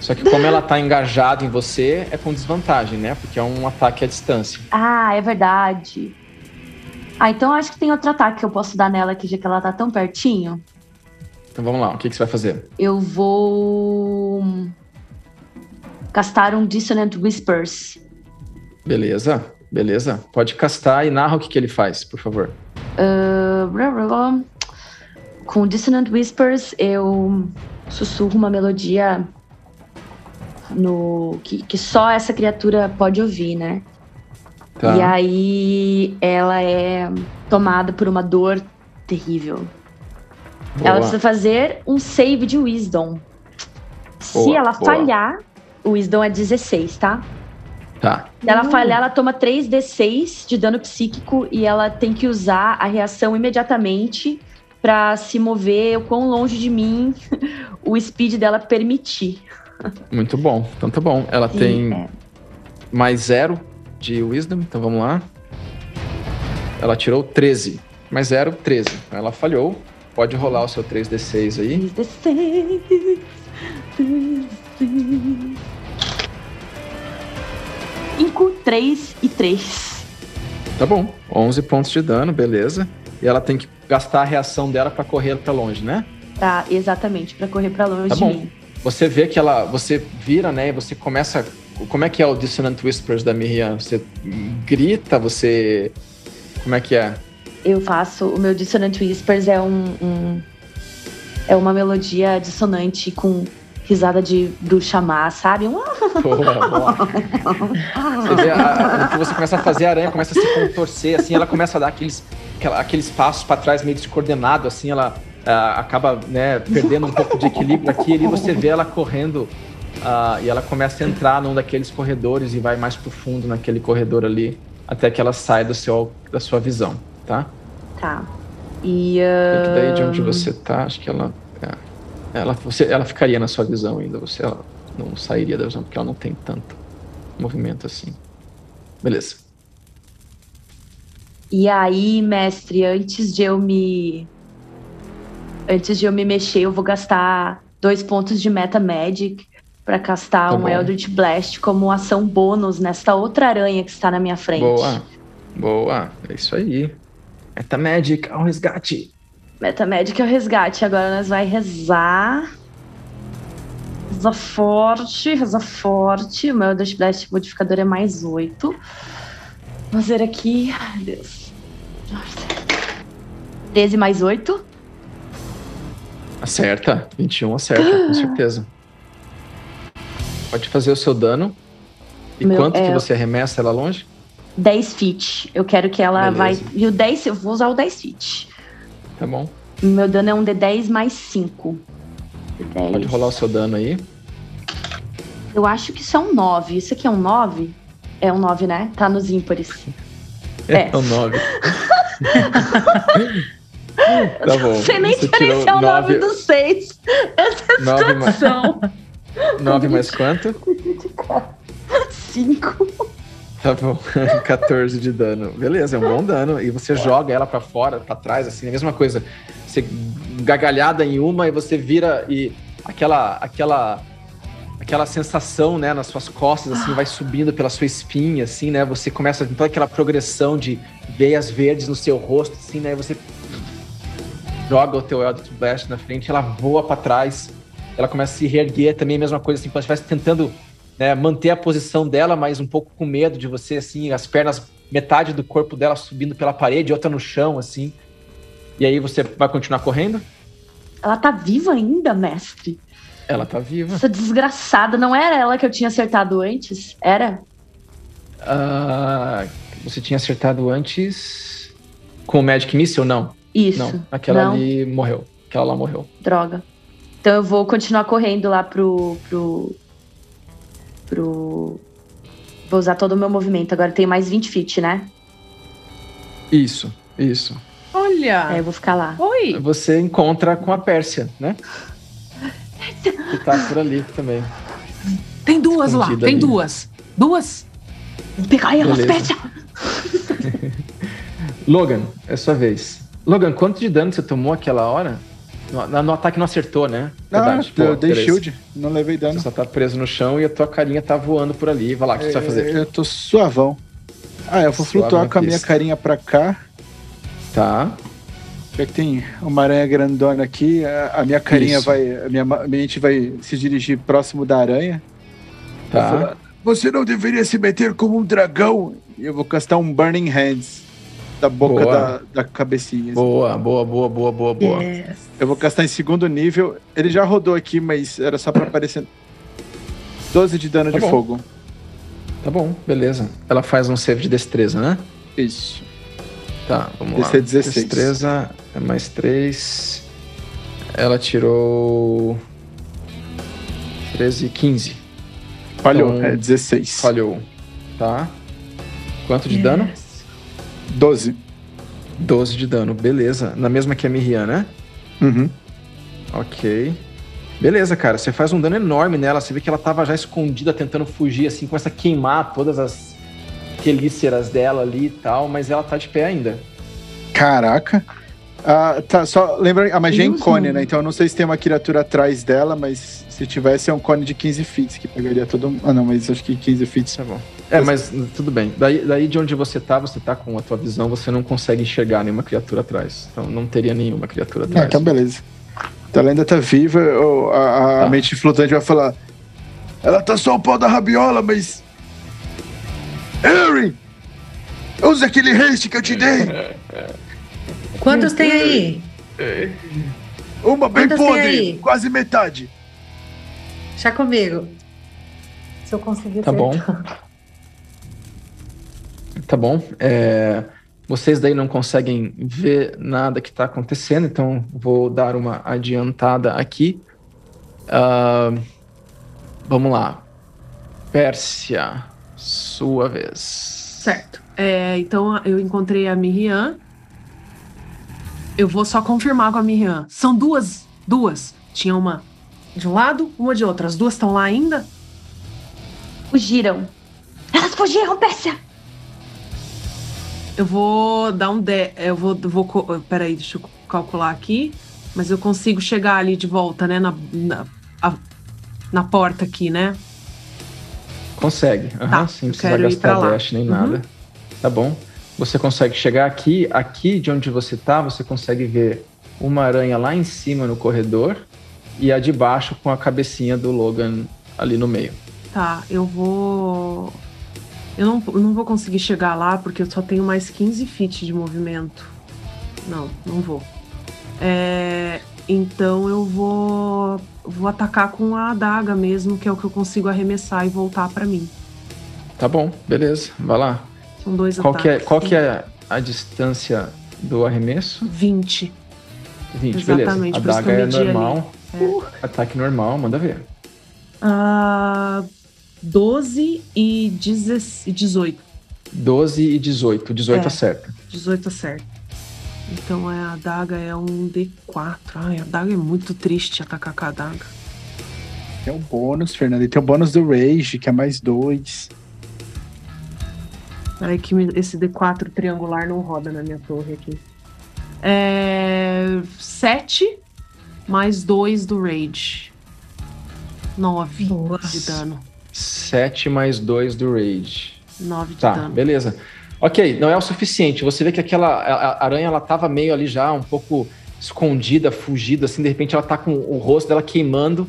S1: Só que como ela tá engajada em você, é com desvantagem, né? Porque é um ataque à distância.
S7: Ah, é verdade. Ah, então eu acho que tem outro ataque que eu posso dar nela aqui, já que ela tá tão pertinho.
S1: Então vamos lá, o que, que você vai fazer?
S7: Eu vou. gastar um Dissonant Whispers.
S1: Beleza, beleza. Pode castar e narra o que, que ele faz, por favor.
S7: Ah, blá, blá, blá. Com Dissonant Whispers, eu sussurro uma melodia no que, que só essa criatura pode ouvir, né?
S1: Tá.
S7: E aí ela é tomada por uma dor terrível.
S1: Boa.
S7: Ela precisa fazer um save de Wisdom. Se
S1: Boa,
S7: ela
S1: boa.
S7: falhar, o Wisdom é 16, tá?
S1: Tá.
S7: Se ela
S5: Hum.
S7: falhar, ela toma 3d6 de dano psíquico e ela tem que usar a reação imediatamente pra se mover o quão longe de mim o speed dela permitir.
S1: Muito bom. Então tá bom. Ela
S7: E,
S1: tem
S7: é,
S1: mais zero de Wisdom, então vamos lá. Ela tirou 13. mais 0, 13. Ela falhou. Pode rolar o seu 3d6 aí.
S7: 16. 5, 3 e 3.
S1: Tá bom. 11 pontos de dano, beleza. E ela tem que gastar a reação dela pra correr pra longe, né?
S7: Tá, exatamente, pra correr pra longe
S1: Tá
S7: de
S1: bom.
S7: mim.
S1: Você vê que ela. Você vira, né? E você começa. Como é que é o Dissonant Whispers da Miriam? Você grita, você. Como é que é?
S7: Eu faço. O meu Dissonant Whispers é um. um- é uma melodia dissonante com risada de bruxa má, sabe? Um.
S1: Boa, boa. Você, vê a- a- você começa a fazer a aranha, começa a se contorcer, assim, ela começa a dar aqueles, aquela- aqueles passos pra trás meio descoordenado, assim, ela ah, acaba né, perdendo um pouco de equilíbrio aqui e ali você vê ela correndo ah, e ela começa a entrar num daqueles corredores e vai mais pro fundo naquele corredor ali, até que ela sai do seu, da sua visão, tá?
S7: Tá. E.
S1: É
S7: ah,
S1: que daí de onde você tá, acho que ela. é, ela, você, ela ficaria na sua visão ainda, você ela não sairia da visão, porque ela não tem tanto movimento assim. Beleza.
S7: E aí, mestre, antes de eu me. Antes de eu me mexer, eu vou gastar dois pontos de Meta Magic pra castar
S1: Tá
S7: um
S1: bom.
S7: Eldritch Blast como ação bônus nesta outra aranha que está na minha frente.
S1: Boa. Boa. É isso aí. Meta Magic, ao resgate.
S7: Meta Magic é o resgate. Agora nós vai rezar. Reza forte, reza forte. O meu Eldritch Blast modificador é mais 8. Vamos ver aqui. Ai, Deus. 13 mais 8.
S1: Acerta. 21 acerta, com certeza. Pode fazer o seu dano. E
S7: Meu,
S1: quanto
S7: é-
S1: que você arremessa ela longe?
S7: 10 feet. Eu quero que ela
S1: Beleza.
S7: vai. E o 10, eu vou usar o 10 feet.
S1: Tá bom.
S7: Meu dano é um D10 mais 5. D10.
S1: Pode rolar o seu dano aí.
S7: Eu acho que isso é um 9. Isso aqui é um 9? É um 9, né? Tá nos ímpares.
S1: Então,
S7: É.
S1: É o 9. tá bom.
S7: Você nem
S1: Você tirou
S7: diferenciar o 9
S1: nove-
S7: do 6.
S1: 9 mais,
S7: São
S1: 9 mais quanto?
S7: 5.
S1: Tá bom. 14 de dano. Beleza, é um bom dano. E você joga ela pra fora, pra trás, assim, a mesma coisa. Você gagalhada em uma e você vira e aquela aquela aquela sensação, né, nas suas costas assim, vai subindo pela sua espinha assim, né? Você começa toda aquela progressão de veias verdes no seu rosto assim, né? E você joga o teu Eldritch Blast na frente, ela voa pra trás. Ela começa a se reerguer também, a mesma coisa assim, parece que vai tentando né, manter a posição dela, mas um pouco com medo de você, assim, as pernas, metade do corpo dela subindo pela parede, outra no chão, assim. E aí você vai continuar correndo?
S7: Ela tá viva ainda, mestre.
S1: Ela tá viva.
S7: Essa desgraçada. Não era ela que eu tinha acertado antes? Era?
S1: Ah, você tinha acertado antes com o Magic Missile? Não,
S7: Isso.
S1: não. Aquela
S7: Não.
S1: ali morreu. Aquela lá morreu.
S7: Droga. Então eu vou continuar correndo lá pro. pro. pro. Vou usar todo o meu movimento. Agora tem mais 20 feet, né?
S1: Isso, isso.
S7: Aí
S3: Olha!
S1: Ah.
S7: eu vou ficar lá.
S3: Oi!
S1: Você encontra com a Pérsia, né? Que tá por ali também.
S3: Tem duas lá,
S1: Tá Escondida
S3: tem
S1: ali.
S3: duas. Duas?
S7: Vou pegar elas,
S1: Beleza.
S7: Pétia!
S1: Logan, é sua vez. Logan, quanto de dano você tomou aquela hora? No, na- no ataque não acertou, né?
S6: Não,
S1: Verdade. Pô,
S6: Ah, eu dei
S1: beleza.
S6: shield, não levei dano.
S1: Você só tá preso no chão e a tua carinha tá voando por ali. Vai lá, o que você vai fazer?
S6: É, Eu tô suavão. Ah, eu vou
S1: Suave
S6: flutuar
S1: na
S6: com a minha
S1: pista.
S6: carinha pra cá.
S1: Tá.
S6: Já que tem uma aranha grandona aqui, a, a minha carinha
S1: Isso.
S6: vai. A minha, ma- a minha mente vai se dirigir próximo da aranha. Vai
S1: Tá.
S6: falar, Você não deveria se meter como um dragão. E eu vou castar um Burning Hands da boca da,
S1: Boa.
S6: da cabecinha. assim.
S1: Boa, boa, boa, boa, boa, boa.
S6: É.
S5: Yes.
S6: Eu vou castar em segundo nível. Ele já rodou aqui, mas era só pra aparecer. 12 de dano
S1: Tá
S6: de
S1: bom.
S6: fogo.
S1: Tá bom, beleza. Ela faz um save de destreza, né?
S6: Isso.
S1: Tá, vamos
S6: Esse
S1: lá.
S6: é 16.
S1: Destreza é mais 3. Ela tirou 13 e 15.
S6: Falhou.
S1: Então,
S6: é 16.
S1: Falhou. Tá. Quanto
S6: É.
S1: de dano?
S6: 12.
S1: 12 de dano, beleza. Na mesma que a Miriam, né?
S6: Uhum.
S1: Ok. Beleza, cara. Você faz um dano enorme nela. Você vê que ela tava já escondida, tentando fugir, assim, começa a queimar todas as quelíceras dela ali e tal, mas ela tá de pé ainda.
S6: Caraca. Ah, tá, só lembra, a magia é em
S7: Deus,
S6: cone,
S7: mano.
S6: né? Então eu não sei se tem uma criatura atrás dela, mas se tivesse é um cone de 15 feet que pegaria todo mundo. Ah, não, mas acho que 15 feet.
S1: Tá bom. É, mas tudo bem. Daí, daí de onde você tá, você tá com a tua visão, você não consegue enxergar nenhuma criatura atrás. Então não teria nenhuma criatura
S6: Ah,
S1: atrás.
S6: então beleza. Ah. Então ela ainda tá viva, ou a, a
S1: Tá.
S6: mente flotante vai falar. Ela tá só o pau da rabiola, mas. Harry! Usa aquele haste que eu te dei!
S5: Quantos tem aí?
S6: Uma bem
S5: Quantas tem
S6: podre!
S5: aí?
S6: Quase metade!
S5: Já comigo. Se eu conseguir
S1: Tá bom. Tá bom. É, vocês daí não conseguem ver nada que está acontecendo, então vou dar uma adiantada aqui. Ah, vamos lá. Pérsia, sua vez.
S3: Certo. É, então eu encontrei a Miriam. Eu vou só confirmar com a Miriam. São duas, duas. Tinha uma de um lado, uma de outro. As duas estão lá ainda?
S7: Fugiram. Elas fugiram, Pérsia!
S3: Eu vou dar um de, eu vou vou co- peraí, deixa eu calcular aqui, mas eu consigo chegar ali de volta, né, na na, a- na porta aqui, né?
S1: Consegue. Aham,
S3: Tá,
S1: sem
S3: eu
S1: precisar
S3: quero ir pra
S1: gastar
S3: lá.
S1: dash nem
S3: Uhum.
S1: nada. Tá bom. Você consegue chegar aqui, aqui de onde você tá, você consegue ver uma aranha lá em cima no corredor e a de baixo com a cabecinha do Logan ali no meio.
S3: Tá, eu vou eu não, eu não vou conseguir chegar lá porque eu só tenho mais 15 feet de movimento. Não, não vou. É, então eu vou vou atacar com a adaga mesmo, que é o que eu consigo arremessar e voltar pra mim.
S1: Tá bom, beleza. Vai lá.
S3: São dois
S1: Qual que é,
S3: ataques.
S1: qual que é a distância do arremesso?
S3: 20.
S1: 20, beleza. A
S3: Exatamente, por isso que
S1: daga
S3: eu
S1: é
S3: medi ali.
S1: normal.
S3: É.
S1: Uh, ataque normal, manda ver.
S3: Ah, 12 e 10 e 18.
S1: 12 e 18. 18
S3: É.
S1: acerta.
S3: 18 acerta. Então é, a adaga é um D4. Ai, a adaga é muito triste atacar com a adaga.
S6: Tem um bônus, Fernando. E tem o bônus do Rage, que é mais dois.
S3: Peraí que me- esse D4 triangular não roda na minha torre aqui. É, 7 mais 2 do Rage. 9 de
S5: Nossa.
S3: dano.
S1: 7 mais 2 do Rage.
S3: 9 de
S1: Tá,
S3: dano.
S1: beleza. Ok, não é o suficiente. Você vê que aquela a- a aranha, ela tava meio ali já, um pouco escondida, fugida, assim, de repente ela tá com o rosto dela queimando,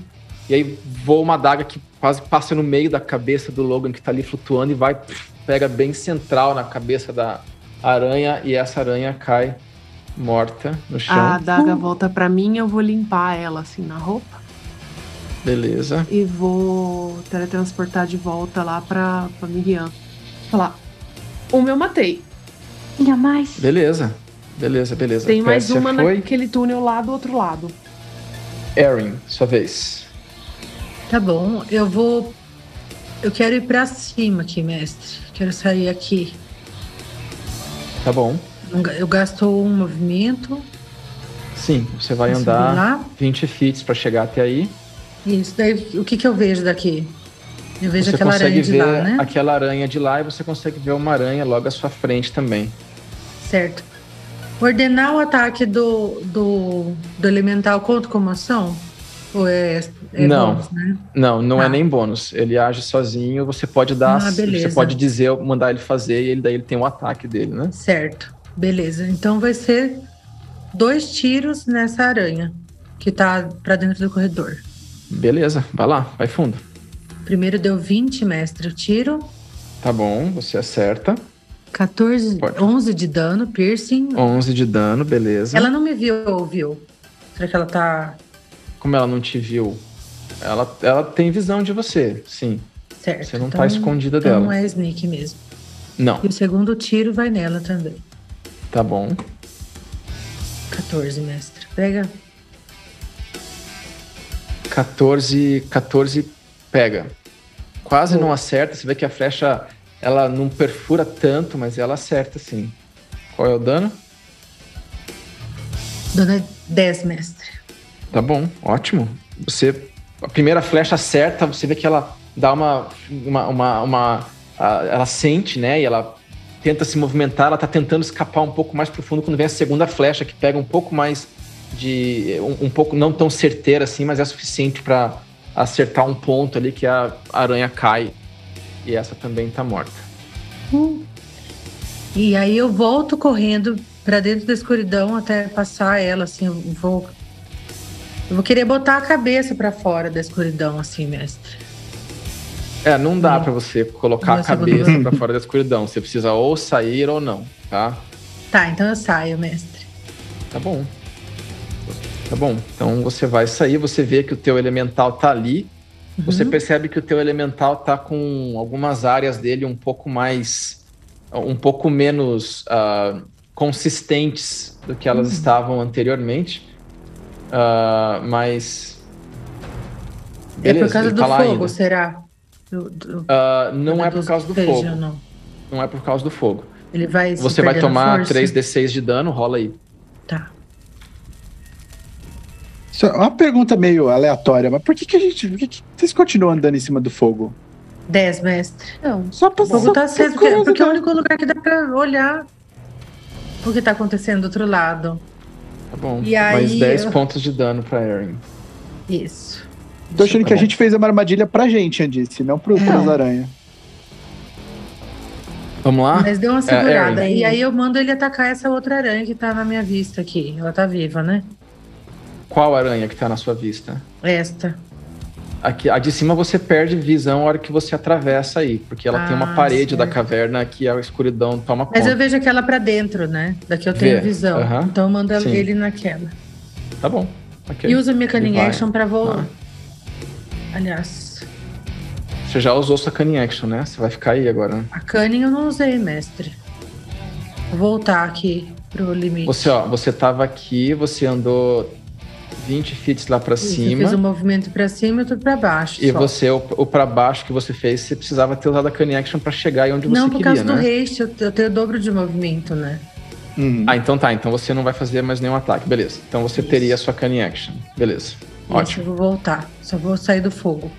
S1: e aí voa uma daga que quase passa no meio da cabeça do Logan, que tá ali flutuando, e vai, pff, pega bem central na cabeça da aranha, e essa aranha cai morta no chão.
S3: A adaga volta pra mim, eu vou limpar ela assim na roupa.
S1: Beleza.
S3: e vou teletransportar de volta lá pra, pra Miriam. Falar, uma eu matei.
S7: Ainda mais.
S1: Beleza. Beleza, beleza.
S3: Tem mais
S1: Pérsia
S3: uma
S1: foi.
S3: naquele túnel lá do outro lado.
S1: Erin, sua vez.
S5: Tá bom, eu vou. Eu quero ir pra cima aqui, mestre. Quero sair aqui.
S1: Tá bom.
S5: Eu gasto um movimento.
S1: Sim, você vai
S5: pra subir
S1: andar.
S5: Lá.
S1: 20 feet para chegar até aí.
S5: Isso. Daí, o que, que eu vejo daqui? Eu vejo
S1: você
S5: aquela
S1: consegue
S5: aranha de
S1: ver
S5: lá, né?
S1: aquela aranha de lá e você consegue ver uma aranha logo à sua frente também.
S5: Certo. Ordenar o ataque do, do, do elemental contra como ação? Ou é, é
S1: Não.
S5: bônus, né?
S1: Não, não é
S5: Tá.
S1: nem bônus. Ele age sozinho, você pode dar,
S5: Ah,
S1: você
S5: beleza.
S1: pode dizer, mandar ele fazer e ele daí ele tem um ataque dele, né?
S5: Certo. Beleza. Então vai ser dois tiros nessa aranha que tá pra dentro do corredor.
S1: Beleza, vai lá, vai fundo.
S5: Primeiro deu 20, mestre, o tiro.
S1: Tá bom, você acerta.
S5: 14,
S1: Pode.
S5: 11 de dano, piercing.
S1: 11 de dano, beleza.
S5: Ela não me viu, ouviu? Será que ela tá
S1: Como ela não te viu, ela, ela tem visão de você, sim.
S5: certa?
S1: Você não
S5: então,
S1: tá escondida
S5: então
S1: dela.
S5: não é sneak mesmo.
S1: Não,
S5: E o segundo tiro vai nela também.
S1: tá bom.
S5: 14, mestre. Pega.
S1: 14, 14 pega. Quase não acerta, você vê que a flecha ela não perfura tanto, mas ela acerta sim. Qual é o dano?
S5: Dona 10, é mestre.
S1: Tá bom, ótimo. Você a primeira flecha acerta, você vê que ela dá uma uma, uma, uma- a- ela sente, né? E ela tenta se movimentar, ela tá tentando escapar um pouco mais pro fundo quando vem a segunda flecha, que pega um pouco mais de. um, um pouco não tão certeira assim, mas é suficiente para acertar um ponto ali que a aranha cai. E essa também tá morta.
S5: E aí eu volto correndo pra dentro da escuridão até passar ela, assim, eu vou. Eu vou querer botar a cabeça pra fora da escuridão, assim, mas
S1: É, não dá
S5: Não.
S1: pra você colocar
S5: Não, é
S1: a
S5: essa eu vou
S1: cabeça pra fora da escuridão. Você precisa ou sair ou não, tá?
S5: Tá, então eu saio, mestre.
S1: Tá bom. Tá bom. Então você vai sair, você vê que o teu elemental tá ali. Você
S5: Uhum.
S1: percebe que o teu elemental tá com algumas áreas dele um pouco mais, um pouco menos ah, consistentes do que
S5: Uhum.
S1: elas estavam anteriormente, Ah, mas
S5: É
S1: Beleza,
S5: por causa
S1: ele
S5: do
S1: tá lá
S5: fogo,
S1: ainda.
S5: será? Do- do-
S1: ah, não é por
S5: dos
S1: causa do
S5: peixes,
S1: fogo,
S5: Não.
S1: não é por causa do fogo.
S5: Ele vai. se
S1: Você vai
S5: perdendo a
S1: tomar
S5: força.
S1: 3d6 de dano, rola aí.
S5: Tá.
S6: Só é uma pergunta meio aleatória, mas por que, que a gente. Por que, que vocês continuam andando em cima do fogo?
S5: 10, mestre.
S7: Não,
S6: Só pra
S5: O fogo
S6: só
S5: tá
S6: por
S5: aceso, porque, porque é o
S6: curiosidade.
S5: único lugar que dá pra olhar o que tá acontecendo do outro lado.
S1: Tá bom.
S5: E
S1: Mais
S5: aí
S1: 10
S5: eu-
S1: pontos de dano pra Erin.
S5: Isso.
S6: Tô achando
S1: Tá
S6: que a
S1: bom.
S6: gente fez uma armadilha pra gente, Andice, não pro, pras aranhas.
S1: Vamos lá?
S5: Mas deu uma segurada.
S2: Erin.
S5: e aí eu mando ele atacar essa outra aranha que tá na minha vista aqui. Ela tá viva, né?
S1: Qual aranha que tá na sua vista?
S5: Esta.
S1: Aqui, a de cima você perde visão a hora que você atravessa aí, porque ela
S5: Ah,
S1: tem uma parede
S5: certo.
S1: da caverna que a escuridão toma
S5: Mas
S1: conta.
S5: eu vejo aquela pra dentro, né? Daqui eu tenho
S1: Vê.
S5: visão.
S1: Aham.
S5: Então eu mando
S1: Sim.
S5: ele naquela.
S1: Tá bom. ok.
S5: E uso minha canning
S1: Ele vai.
S5: action pra voar.
S1: Ah.
S5: Aliás,
S1: Você já usou sua canning action, né? Você vai ficar aí agora. né?
S5: a canning eu não usei, mestre. Vou voltar aqui pro limite.
S1: Você, ó, você tava aqui, você andou 20 feet lá pra
S5: Isso, Eu
S1: cima.
S5: fiz um movimento pra cima e outro pra baixo.
S1: E
S5: só.
S1: você, o, o para baixo que você fez, você precisava ter usado a canning action pra chegar aí onde
S5: Não,
S1: você
S5: por
S1: queria,
S5: causa
S1: né?
S5: do haste, eu, eu tenho o dobro de movimento, né?
S6: Uhum.
S1: Ah, então tá. Então você não vai fazer mais nenhum ataque. Beleza. Então você
S5: Isso.
S1: teria a sua canning action. Beleza.
S5: Isso,
S1: Ótimo.
S5: eu vou voltar. Só vou sair do fogo.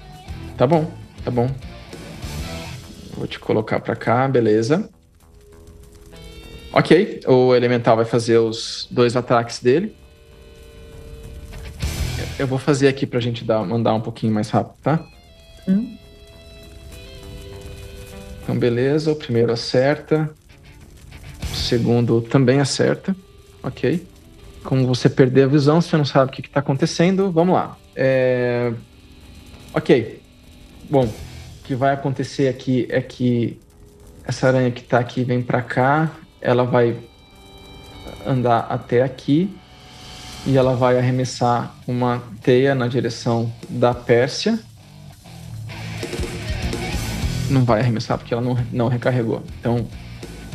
S1: Tá bom, tá bom. Vou te colocar pra cá, beleza. Ok, o elemental vai fazer os dois ataques dele. Eu vou fazer aqui pra gente dar, mandar um pouquinho mais rápido, tá?
S5: Hum.
S1: Então, beleza, o primeiro acerta. O segundo também acerta. Ok. Como você perder a visão, você não sabe o que, que tá acontecendo, vamos lá. É, Ok. Bom, o que vai acontecer aqui é que essa aranha que tá aqui vem pra cá, ela vai andar até aqui e ela vai arremessar uma teia na direção da Pérsia. Não vai arremessar porque ela não, não recarregou. Então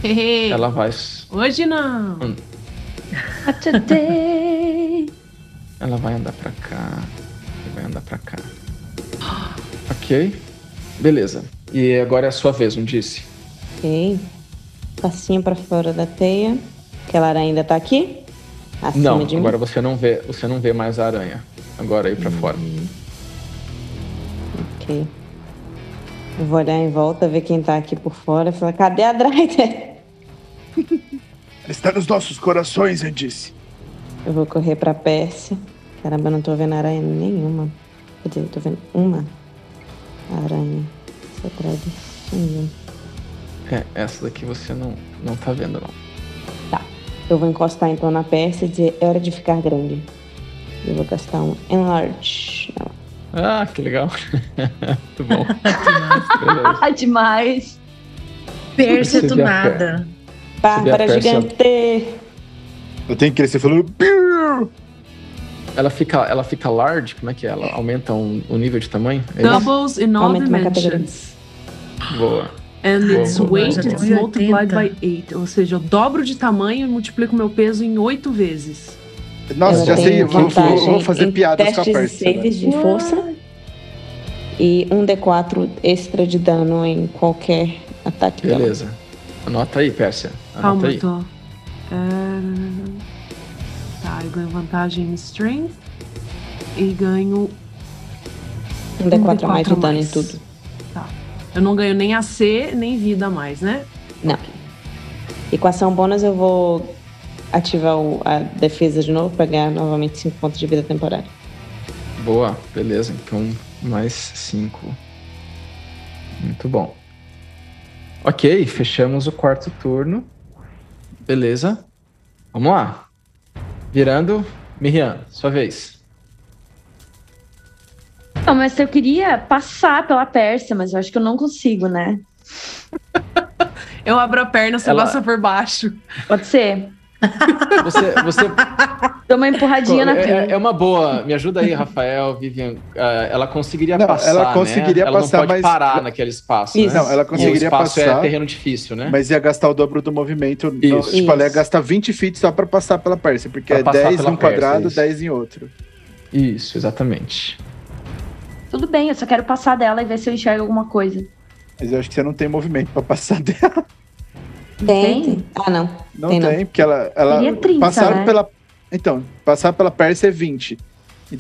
S3: Hehe.
S1: ela vai
S3: Hoje não.
S7: not today.
S1: Ela vai andar pra cá. e Vai andar pra cá. Ok. Beleza. E agora é a sua vez, um disse.
S2: Ok. Passinho pra fora da teia. Aquela aranha ainda tá aqui? Acima
S1: Não,
S2: de
S1: agora
S2: mim.
S1: você não vê, você não vê mais a aranha. Agora aí pra fora.
S2: Ok. Eu vou olhar em volta, ver quem tá aqui por fora e falar: cadê a Dryder?
S6: Está nos nossos corações, Andice.
S2: Eu vou correr pra Pérsia. Caramba, eu não tô vendo aranha nenhuma. Quer dizer, eu tô vendo uma aranha. Essa atrás sumiu.
S1: É, essa daqui você não, não tá vendo, não.
S2: Eu vou encostar então na peça e dizer: é hora de ficar grande. Eu vou gastar um enlarge. Não,
S1: Ah, que legal. Muito bom. Beleza.
S7: Ah, demais.
S5: Perce do
S1: Percebi a
S5: nada.
S2: Bárbara
S1: Percy-
S2: gigante!
S6: Eu tenho que crescer falando. "Piu!"
S1: Ela fica, ela fica large? Como é que é? Ela aumenta um- o nível de tamanho? É isso?
S3: Doubles in all
S2: Aumenta minha categoria.
S3: dimensions.
S1: Boa.
S3: And its
S1: Boa, boa.
S3: weight
S1: Nossa,
S3: is
S5: tem 80.
S3: multiplied by 8. Ou seja, eu dobro de tamanho e multiplico meu peso em 8 vezes.
S6: Nossa,
S2: Ela
S6: já
S2: tem
S6: sei, eu vou, vou-
S2: vantagem
S6: vou fazer
S2: em
S6: piadas com a
S2: testes
S6: né?
S2: e
S6: Percy. agora.
S2: saves de força. E um D4 extra de dano em qualquer ataque dela.
S1: Beleza. Anota aí, Pérsia. Anota
S3: Calma,
S1: aí.
S3: tô. É... Tá, eu ganho vantagem em strength. E ganho
S2: Um D4 a mais de
S3: a
S2: dano em
S3: mais.
S2: tudo.
S3: Tá. Eu não ganho nem AC, nem vida a mais, né?
S2: Não. E com a ação bônus eu vou ativar o- a defesa de novo, pegar novamente 5 pontos de vida temporária.
S1: Boa, beleza. Então, mais cinco. Muito bom. Ok, fechamos o quarto turno. Beleza. Vamos lá. Virando. Miriam, sua vez.
S7: Não, mas eu queria passar pela Pérsia, mas eu acho que eu não consigo, né?
S3: Eu abro a perna, você
S1: Ela-
S3: passa por baixo.
S7: Pode ser?
S1: Você, você
S7: Dou uma empurradinha na
S1: é,
S7: frente.
S1: é uma boa. Me ajuda aí, Rafael, Vivian. Ah, ela conseguiria
S6: Não,
S1: passar,
S6: ela
S1: né?
S6: conseguiria
S1: ela
S6: passar,
S1: não pode
S6: mas-
S1: parar naquele espaço,
S2: Isso.
S1: né?
S6: Não, ela
S1: E
S6: conseguiria
S1: o espaço
S6: passar,
S1: é terreno difícil, né?
S6: mas ia gastar o dobro do movimento. Não,
S1: Isso.
S6: tipo, ela ia
S2: Isso.
S6: gastar 20 feet só pra passar pela Pérsia, porque
S1: Pra
S6: é
S1: passar
S6: 10
S1: pela
S6: num
S1: Pérsia,
S6: quadrado,
S1: isso.
S6: 10 em outro.
S1: Isso, exatamente.
S7: Tudo bem, eu só quero passar dela e ver se eu enxergo alguma coisa.
S6: Mas eu acho que você não tem movimento pra passar dela.
S7: Entende?
S2: Ah, não.
S6: Não
S2: Tem,
S6: tem,
S2: não.
S6: porque ela. ela
S7: Seria 30,
S6: passar
S7: né?
S6: pela. Então, passar pela Pérsia é 20.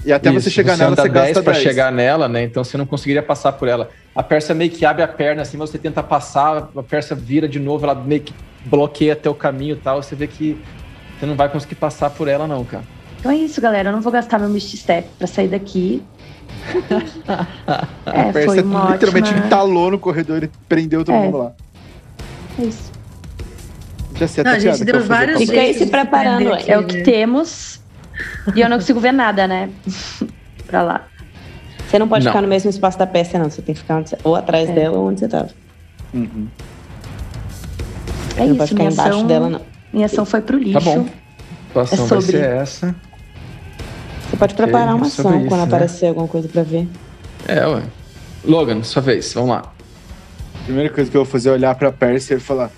S6: E até você
S1: Isso,
S6: chegar nela,
S1: anda
S6: você
S1: 10
S6: gasta
S1: pra
S6: 10.
S1: chegar nela, né? Então você não conseguiria passar por ela. A persa meio que abre a perna assim, mas você tenta passar, a persa vira de novo, ela meio que bloqueia teu caminho e tal. Você vê que você não vai conseguir passar por ela, não, cara.
S7: Então é isso, galera. Eu não vou gastar meu Misty Step pra sair daqui.
S6: A
S7: é,
S6: Pérsia
S7: foi uma
S6: literalmente
S7: ótima...
S1: tá.
S6: entalou no corredor e prendeu todo
S7: É.
S6: mundo lá.
S7: É isso.
S6: Já sei
S1: tá
S5: Não,
S6: até
S5: a
S6: que
S5: gente deu
S6: hora que eu vou fazer
S5: vários
S6: pra
S2: Fica aí
S5: jeitos
S2: se
S5: de
S2: preparando,
S5: prender
S7: É o que temos. E eu não consigo ver nada, né? pra lá.
S2: Você não pode
S1: Não.
S2: ficar no mesmo espaço da peça, não. Você tem que ficar onde você- ou atrás
S7: É.
S2: dela ou onde você tava.
S6: Uhum.
S7: É
S2: não
S7: isso,
S2: pode ficar
S7: minha
S2: embaixo
S7: ação,
S2: dela, não.
S7: minha ação foi pro lixo.
S1: Tá bom. A tua ação
S7: É
S1: vai
S7: sobre.
S1: ser essa.
S2: Você pode
S1: Ok,
S2: preparar uma
S1: é sobre
S2: ação
S1: isso,
S2: quando
S1: né?
S2: aparecer alguma coisa pra ver.
S1: É, ué. Logan, sua vez, vamos lá.
S6: Primeira coisa que eu vou fazer é olhar pra Pérsia e falar: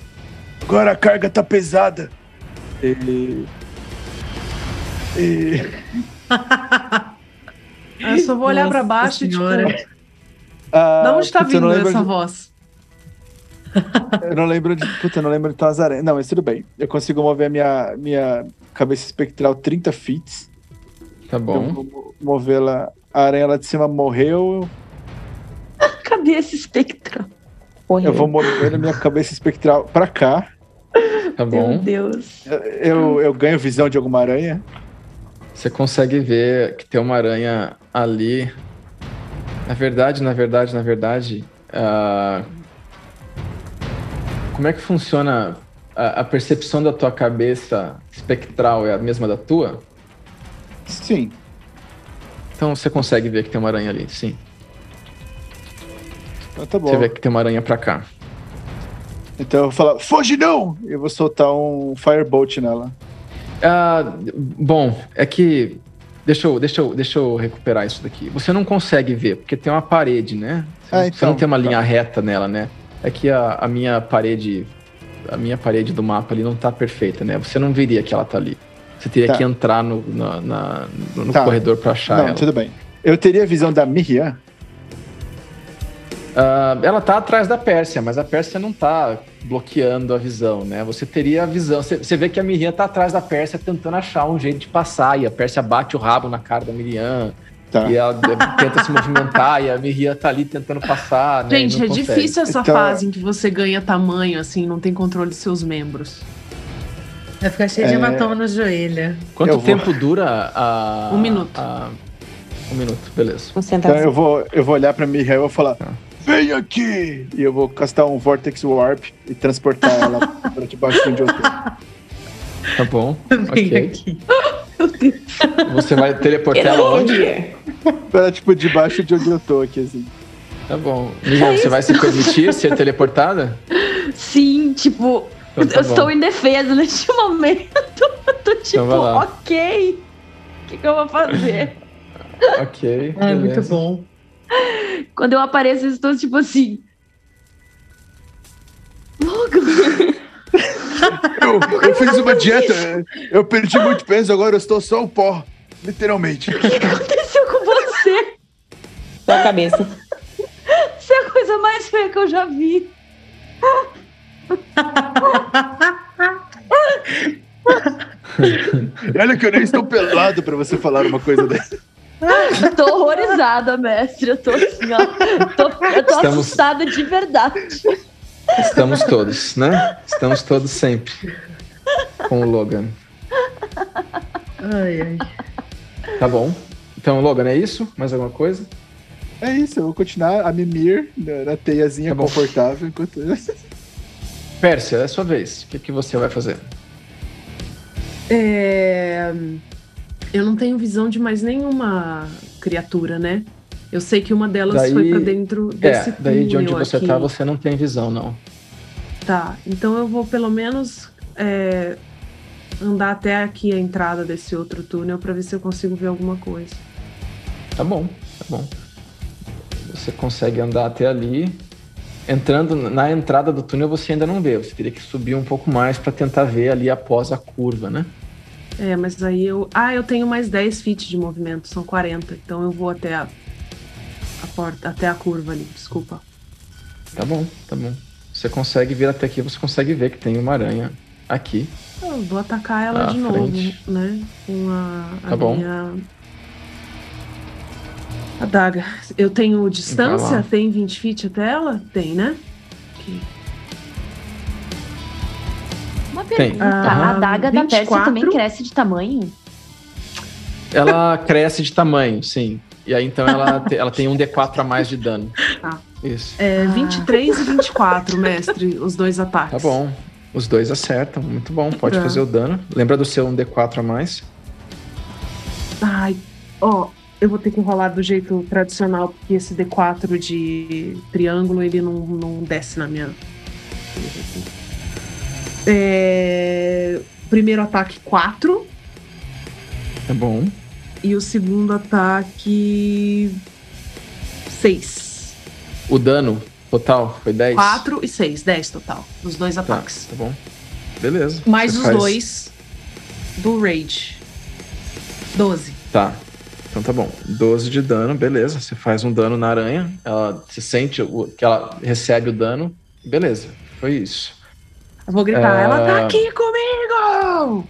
S6: Agora a carga tá pesada. E. E.
S3: Ah, Eu só vou olhar
S5: né? Nossa
S3: pra baixo e tipo,
S5: Senhora.
S6: Ah,
S3: da onde tá
S6: putz, eu
S3: vindo
S6: não lembro
S3: essa
S6: onde-
S3: voz?
S6: Eu não lembro de. Puta, eu não lembro de Tazaré. Não, mas tudo bem. Eu consigo mover a minha, minha cabeça espectral 30 feet.
S1: Tá
S6: Eu
S1: bom.
S6: vou mo- movê-la. A aranha lá de cima morreu.
S7: Cadê esse espectro?
S1: Tá
S2: Correu.
S6: Eu vou mover a minha cabeça espectral pra cá.
S1: Tá
S7: Meu
S1: bom.
S7: Deus.
S6: Eu, eu ganho visão de alguma aranha.
S1: Você consegue ver que tem uma aranha ali. Na verdade, na verdade, na verdade. ah, Como é que funciona a, a percepção da tua cabeça espectral? É a mesma da tua?
S6: Sim.
S1: Então você consegue ver que tem uma aranha ali, sim.
S6: Então tá bom.
S1: Você vê que tem uma aranha pra cá.
S6: Então eu vou falar: Foge não! E eu vou soltar um firebolt nela.
S1: Ah, bom, é que. Deixa eu, deixa, eu, deixa eu recuperar isso daqui. Você não consegue ver, porque tem uma parede, né? Você,
S6: Ah,
S1: não- você não
S6: então,
S1: tem uma
S6: tá.
S1: linha reta nela, né? É que a, a minha parede. A minha parede do mapa ali não tá perfeita, né? Você não veria que ela tá ali. Você teria
S6: Tá.
S1: que entrar no, na- na- no
S6: Tá.
S1: corredor pra achar
S6: não,
S1: ela.
S6: tudo bem. Eu teria visão da Miriam.
S1: Ah, ela tá atrás da Pérsia, mas a Pérsia não tá bloqueando a visão, né? Você teria a visão. Você você vê que a Miriam tá atrás da Pérsia tentando achar um jeito de passar, e a Pérsia bate o rabo na cara da Miriam,
S6: Tá.
S1: e ela eh, tenta se movimentar, e a Miriam tá ali tentando passar. Né? E
S3: Gente,
S1: não
S3: é
S1: consegue.
S3: difícil essa
S6: Então-
S3: fase em que você ganha tamanho, assim, não tem controle de seus membros.
S5: Vai ficar cheio de
S6: É.
S5: hematoma no joelho.
S1: Quanto
S6: Eu vou.
S1: tempo dura a.
S3: Um minuto.
S1: a- um minuto, beleza.
S6: Então eu
S2: Concentração.
S6: vou, eu vou olhar pra Miriam e vou falar:
S1: Tá.
S6: Vem aqui! E eu vou castar um Vortex Warp e transportar ela pra debaixo de onde eu tô.
S1: Tá bom.
S5: Vem
S1: ok.
S5: aqui.
S1: Você vai teleportar ela onde?
S6: Pra, tipo, debaixo de onde eu tô aqui, assim.
S1: Tá bom.
S3: É
S1: Miriam, você vai se permitir ser teleportada?
S7: Sim, tipo,
S1: Então tá
S7: eu
S1: bom. Então
S7: estou indefesa neste momento. Eu tô tipo,
S1: vai lá.
S7: ok. O que, que eu vou fazer?
S1: Ok.
S3: É,
S5: Ah, muito
S1: beleza.
S5: bom.
S7: Quando eu apareço, eu estou tipo assim. Logo!
S6: Eu, eu fiz uma dieta, eu perdi muito peso, agora eu estou só o pó. Literalmente.
S7: O que aconteceu com você?
S2: Só a assim, cabeça.
S7: Você é a coisa mais feia que eu já vi.
S6: Olha que eu nem estou pelado pra você falar uma coisa dessa.
S7: Eu tô horrorizada, mestre. Eu tô assim, ó. Eu tô, eu tô
S1: Estamos-
S7: assustada de verdade.
S1: Estamos todos, né? Estamos todos sempre com o Logan.
S5: Ai, ai.
S1: Tá bom. Então, Logan, é isso? Mais alguma coisa?
S6: É isso, eu vou continuar a mimir na, na teiazinha
S1: Tá bom.
S6: confortável enquanto
S1: Pérsia, é a sua vez. O que, que você vai fazer?
S3: É, Eu não tenho visão de mais nenhuma criatura, né? Eu sei que uma delas
S1: Daí-
S3: foi pra dentro desse
S1: é, daí de onde
S3: túnel
S1: você
S3: aqui.
S1: tá, você não tem visão, não.
S3: Tá, então eu vou pelo menos é, andar até aqui a entrada desse outro túnel pra ver se eu consigo ver alguma coisa.
S1: Tá bom, tá bom. Você consegue andar até ali. Entrando na entrada do túnel, você ainda não vê. Você teria que subir um pouco mais para tentar ver ali após a curva, né?
S3: É, mas aí eu. Ah, eu tenho mais 10 feet de movimento, são 40. Então eu vou até a, a porta, até a curva ali, desculpa.
S1: Tá bom, tá bom. Você consegue vir até aqui, você consegue ver que tem uma aranha aqui.
S3: Eu vou atacar ela
S1: À
S3: de
S1: frente.
S3: novo, né? Com a, a
S1: Tá bom.
S3: minha. A daga. Eu tenho
S1: Vai
S3: distância?
S1: lá.
S3: Tem 20 feet até ela? Tem, né? Ok.
S7: Uma
S1: Tem.
S7: pergunta,
S3: Ah,
S7: a adaga da Pérsia
S3: 24.
S7: também cresce de tamanho?
S1: Ela cresce de tamanho, sim. E aí então ela, te- ela tem um D4 a mais de dano.
S3: Tá.
S1: Isso.
S3: É
S7: Ah.
S3: 23 e 24, mestre, os dois
S1: Tá
S3: ataques.
S1: bom. Os dois acertam. Muito bom. Pode
S3: Tá.
S1: fazer o dano. Lembra do seu um D4 a mais?
S3: Ai, ó, eu vou ter que rolar do jeito tradicional, porque esse D4 de triângulo, ele não, não desce na minha. É, Primeiro ataque 4
S1: Tá bom.
S3: e o segundo ataque 6.
S1: O dano total foi 10?
S3: 4 e 6, 10 total, os dois
S1: Tá,
S3: ataques.
S1: tá bom. Beleza.
S3: Mais
S1: Você
S3: os
S1: faz-
S3: dois do Rage. 12.
S1: Tá. Então tá bom. 12 de dano, beleza. Você faz um dano na aranha, ela se sente o- que ela recebe o dano. Beleza, foi isso.
S3: Eu vou gritar,
S1: É.
S3: ela tá aqui comigo!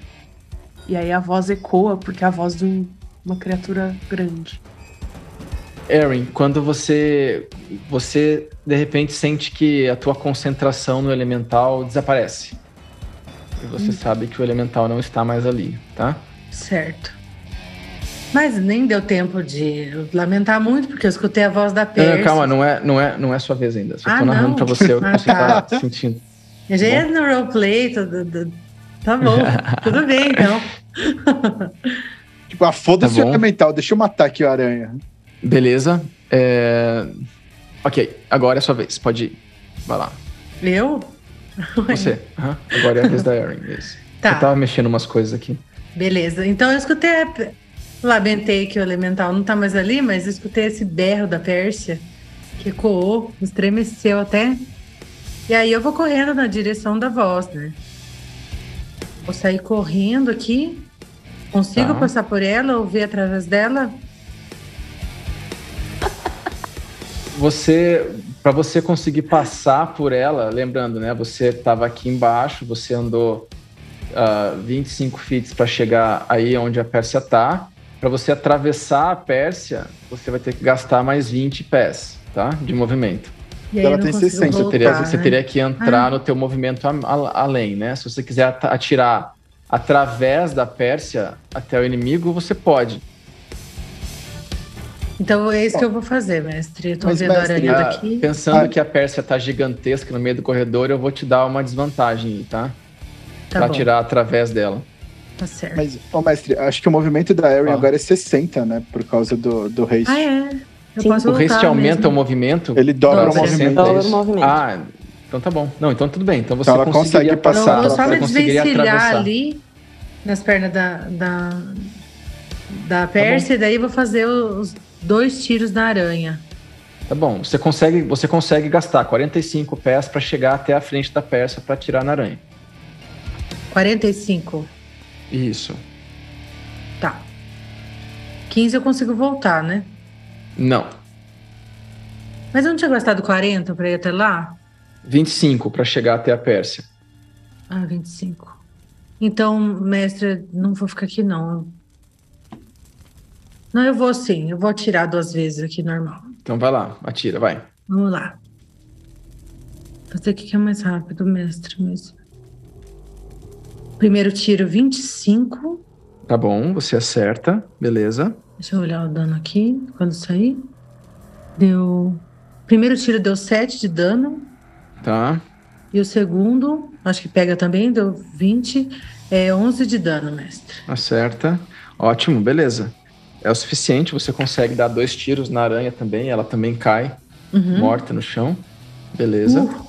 S3: E aí a voz ecoa, porque é a voz de um- uma criatura grande.
S1: Erin, quando você você de repente sente que a tua concentração no elemental desaparece. E você
S5: Hum.
S1: sabe que o elemental não está mais ali, tá?
S5: Certo. Mas nem deu tempo de lamentar muito, porque eu escutei a voz da
S1: Não, não,
S5: Percy.
S1: calma, não é, não é, não é sua vez ainda. Só
S5: Ah,
S1: tô narrando
S5: não.
S1: pra você o que
S5: Ah,
S1: você
S5: tá.
S1: tá sentindo.
S5: Eu Já é no roleplay, tudo, tudo- tá bom, tudo bem então.
S6: Tipo, ah, foda-se
S1: Tá
S6: o
S1: bom.
S6: elemental, deixa eu matar aqui o aranha.
S1: Beleza. É... Ok, agora é sua vez. Pode ir. Vai lá.
S5: Eu?
S1: Você. Aham. Agora é a vez da Erin. Isso.
S5: Tá,
S1: Eu tava mexendo umas coisas aqui.
S5: beleza. Então eu escutei, a- lamentei que o elemental não tá mais ali, mas eu escutei esse berro da Pérsia, que ecoou, me estremeceu até. E aí eu vou correndo na direção da voz, né? Vou sair correndo aqui. Consigo
S1: Tá.
S5: passar por ela ou ver através dela?
S1: Você, para você conseguir passar por ela, lembrando, né? Você tava aqui embaixo, você andou ah, 25 feet para chegar aí onde a Pérsia tá. Para você atravessar a Pérsia, você vai ter que gastar mais 20 pés, tá? De movimento.
S5: E aí
S6: Ela
S5: eu não
S6: tem
S5: consigo
S6: 60,
S1: Você teria,
S5: voltar,
S1: você
S5: né?
S1: teria que entrar no teu movimento a- a- além, né? Se você quiser at- atirar através da Pérsia até o inimigo, você pode.
S5: Então é isso que eu vou fazer, mestre. Eu tô
S6: Mas,
S5: vendo a
S6: mestre,
S5: aranha
S1: Ah,
S5: daqui.
S1: pensando
S6: Ah.
S1: que a Pérsia tá gigantesca no meio do corredor, eu vou te dar uma desvantagem, tá?
S5: Tá
S1: pra
S5: bom,
S1: tirar através dela.
S5: tá certo.
S6: Mas, ô mestre, acho que o movimento da Erin
S1: Fala.
S6: agora é 60, né? Por causa do, do haste.
S5: Ah, é. Eu
S2: Sim.
S5: posso
S1: o haste
S5: voltar
S1: aumenta
S5: tá mesmo.
S1: o movimento?
S6: Ele dobra o
S5: Dobra,
S6: movimento.
S1: é
S2: Dobra
S1: isso?
S2: o movimento.
S1: Ah, então tá bom. Não, então tudo bem. Então você
S6: Então ela
S1: conseguiria
S6: consegue passar.
S5: Não, eu
S1: passar.
S5: vou só
S6: ela
S5: me
S1: você conseguiria
S5: desvencilhar
S1: atravessar.
S5: ali nas pernas da, da,
S1: Tá
S5: da Pérsia, e daí vou fazer os dois tiros na aranha.
S1: Tá bom. Você consegue, você consegue gastar 45 pés pra chegar até a frente da Pérsia pra tirar na aranha.
S5: 45.
S1: Isso.
S5: Tá. 15 eu consigo voltar, né?
S1: Não.
S5: Mas eu não tinha gastado 40 pra ir até lá?
S1: 25 pra chegar até a Pérsia.
S5: Ah, 25. Então, mestre, não vou ficar aqui, não. Não, eu vou sim. Eu vou atirar duas vezes aqui, normal.
S1: Então vai lá, atira, vai.
S5: Vamos lá. Você que quer mais rápido, mestre, mas. Primeiro tiro 25.
S1: Tá bom, você acerta, beleza.
S5: Deixa eu olhar o dano aqui quando sair. Deu. Primeiro tiro deu 7 de dano.
S1: Tá.
S5: E o segundo, acho que pega também, deu 20. É 11 de dano, mestre.
S1: Acerta. Ótimo, beleza. É o suficiente, você consegue dar dois tiros na aranha também, ela também cai
S5: Uhum.
S1: morta no chão. Beleza,
S5: Uh,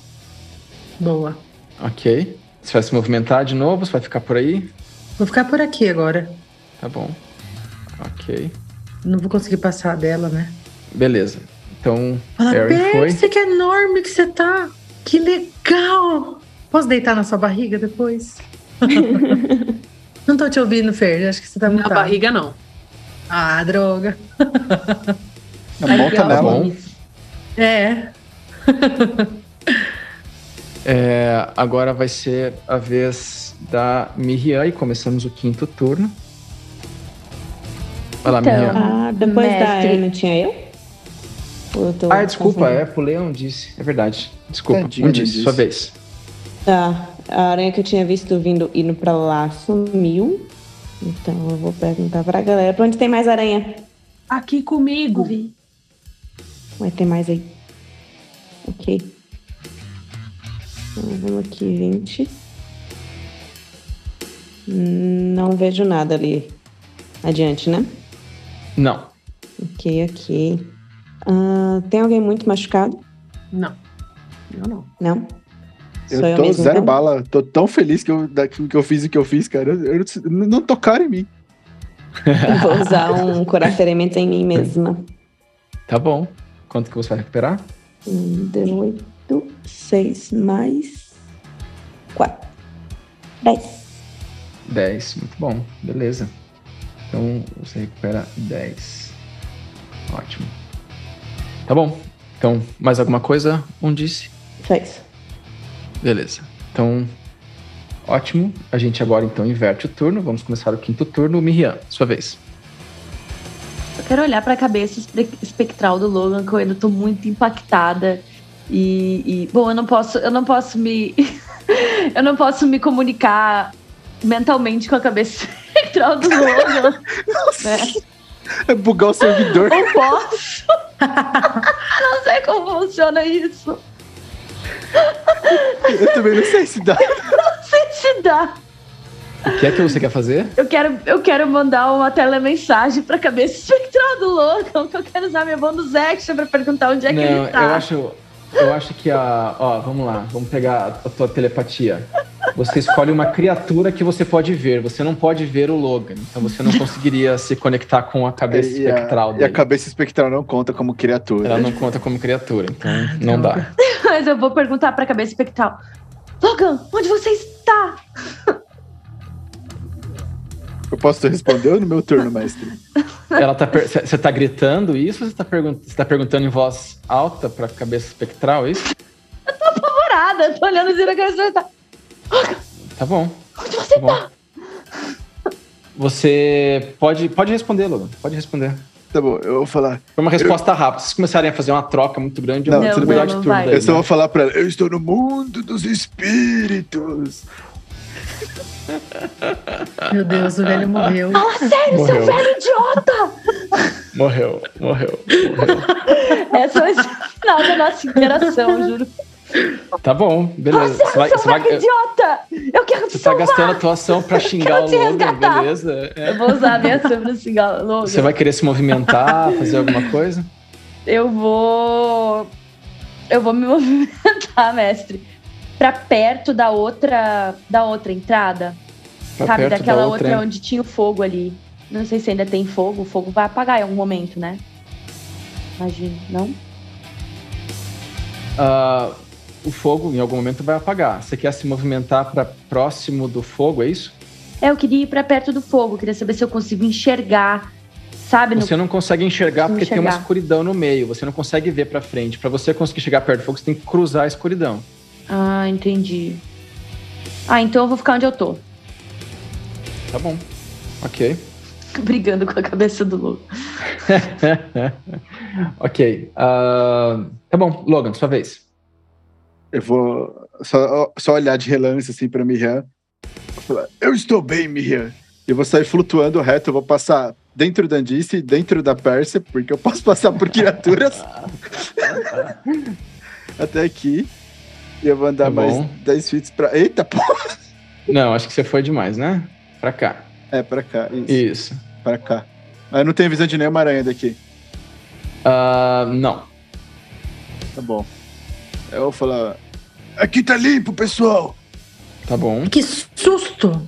S5: boa.
S1: ok. Você vai se movimentar de novo, você vai ficar por aí?
S5: Vou ficar por aqui agora.
S1: Tá bom. Ok,
S5: Não vou conseguir passar dela, né?
S1: beleza. Então,
S5: Fala,
S1: Erin foi.
S5: Percy, que é enorme que você tá! Que legal! Posso deitar na sua barriga depois? não tô te ouvindo, Fer. Acho que você tá
S3: Na
S5: muito.
S3: barriga, não.
S5: Ah, droga.
S7: Ai,
S6: Monta
S7: legal,
S1: tá
S6: nela.
S1: bom.
S7: Miss.
S5: É.
S1: É, agora vai ser a vez da Miriam e começamos o quinto turno. Vai lá,
S7: Então,
S1: Miriam.
S2: Ah, depois
S7: Mestre.
S2: da Ana tinha eu? Ou eu tô
S1: Ah, desculpa,
S2: confundindo?
S1: é, pulei um disse. É verdade. Desculpa,
S6: Tadinha
S1: um
S6: do
S1: disse,
S6: disse.
S1: sua vez. é.
S2: Tá. A aranha que eu tinha visto vindo indo pra lá sumiu. Então eu vou perguntar pra galera. Pra onde tem mais aranha?
S3: Aqui comigo.
S2: Vai ter mais aí. Ok. Então, vamos aqui, 20. Não vejo nada ali. Adiante, né?
S1: Não.
S2: Ok, ok. Ah, tem alguém muito machucado?
S3: Não. Eu não.
S2: Não?
S6: Eu
S2: Sou eu
S6: tô
S2: mesma,
S6: zero
S2: então?
S6: bala. Tô tão feliz que eu, da- que eu fiz o que eu fiz, cara. Eu, eu- não tocaram em mim.
S2: Vou usar um curaferimento em mim mesma.
S1: Tá bom. Quanto que você vai recuperar?
S2: Um, D8, 6 mais 4. 10.
S1: 10. Muito bom. Beleza. Então você recupera 10. Ótimo. Tá bom. Então, mais alguma coisa? Um disse.
S2: Só isso.
S1: Beleza. Então, ótimo. A gente agora então inverte o turno. Vamos começar o quinto turno. Miriam, sua vez.
S7: Eu quero olhar pra cabeça espe- espectral do Logan, que eu ainda tô muito impactada. E, e, bom, eu não posso, eu não posso me. eu não posso me comunicar mentalmente com a cabeça espectral do Logan. né?
S6: É bugar o servidor.
S7: Não posso. não sei como funciona isso.
S6: eu também não sei se dá.
S7: Não sei se dá.
S1: O que é que você quer fazer?
S7: Eu quero, eu quero mandar uma telemensagem pra cabeça espectral do Logan, que eu quero usar minha bonus action pra perguntar onde é que
S1: Não,
S7: ele tá.
S1: eu acho, eu acho que a. Ó, vamos lá, vamos pegar a tua telepatia. Você escolhe uma criatura que você pode ver. Você não pode ver o Logan, então você não conseguiria se conectar com a cabeça
S6: E a-
S1: espectral
S6: E
S1: dele.
S6: a cabeça espectral não conta como criatura.
S1: Ela não conta como criatura, então
S7: Ah,
S1: não dá.
S7: Mas eu vou perguntar pra cabeça espectral. Logan, onde você está?
S6: Eu posso responder ou no meu turno, mestre?
S1: Ela tá per- Você tá gritando isso ou você tá, pergun- você tá perguntando em voz alta pra cabeça espectral? é Isso?
S7: Parada, tô olhando assim na cabeça espectral.
S1: Tá bom,
S7: Onde
S1: tá
S7: você
S1: bom. Você pode, pode responder, Logan. Pode responder.
S6: Tá bom, eu vou falar.
S1: Foi uma resposta rápida. Se vocês começarem a fazer uma troca muito grande,
S6: Não,
S1: eu vou
S6: tudo
S1: mudar
S6: bem.
S1: de
S7: Não,
S1: turno
S7: vai.
S1: daí,
S6: Eu só
S1: né?
S6: vou falar pra ela. Eu estou no mundo dos espíritos.
S5: Meu Deus, o velho morreu.
S7: Fala sério,
S1: Morreu.
S7: seu velho É um idiota!
S1: Morreu, morreu.
S7: Essa é vai ser o final da nossa interação, juro.
S1: Tá bom, beleza. Você vai,
S7: seu
S1: você vai- eh,
S7: velho idiota! Eu quero um
S1: você
S7: te
S1: tá
S7: salvar!
S1: gastando a tua ação pra xingar
S7: Quero
S1: o
S7: te
S1: Logan,
S7: resgatar.
S1: beleza? É.
S7: Eu vou usar a minha sobrancelha, Logan.
S1: Você vai querer se movimentar, fazer alguma coisa?
S7: Eu vou. Eu vou me movimentar, mestre. Pra perto da outra. Da outra entrada.
S1: Pra
S7: sabe?
S1: perto
S7: Daquela
S1: da
S7: outra,
S1: outra. hein?
S7: onde tinha o fogo ali. Não sei se ainda tem fogo. O fogo vai apagar em algum momento, né? Imagino, não?
S1: Ah, o fogo em algum momento vai apagar. Você quer se movimentar pra próximo do fogo, é isso?
S7: É, eu queria ir pra perto do fogo. Queria saber se eu consigo enxergar. Sabe? No...
S1: Você não consegue enxergar
S7: Consigo
S1: porque tem uma
S7: enxergar.
S1: escuridão no meio. Você não consegue ver pra frente. Pra você conseguir chegar perto do fogo, você tem que cruzar a escuridão.
S7: Ah, entendi. Ah, então eu vou ficar onde eu tô.
S1: Tá bom. Ok.
S7: Brigando com a cabeça do louco.
S1: ok. ah, tá bom, Logan, sua vez.
S6: Eu vou só, só olhar de relance assim pra Miriam. Vou falar, eu estou bem, Miriam. Eu vou sair flutuando reto, eu vou passar dentro da Andice, dentro da Pérsia, porque eu posso passar por criaturas. Até aqui. E eu vou andar
S1: Tá
S6: mais
S1: bom.
S6: 10 feet pra. Eita, pô!
S1: Não, acho que você foi demais, né? Pra cá.
S6: É, pra cá. Isso,
S1: Isso.
S6: pra cá. Ah, eu não tenho visão de nenhuma aranha daqui.
S1: Ah, não.
S6: Tá bom. Eu vou falar. Aqui tá limpo, pessoal!
S1: Tá bom.
S5: Que susto!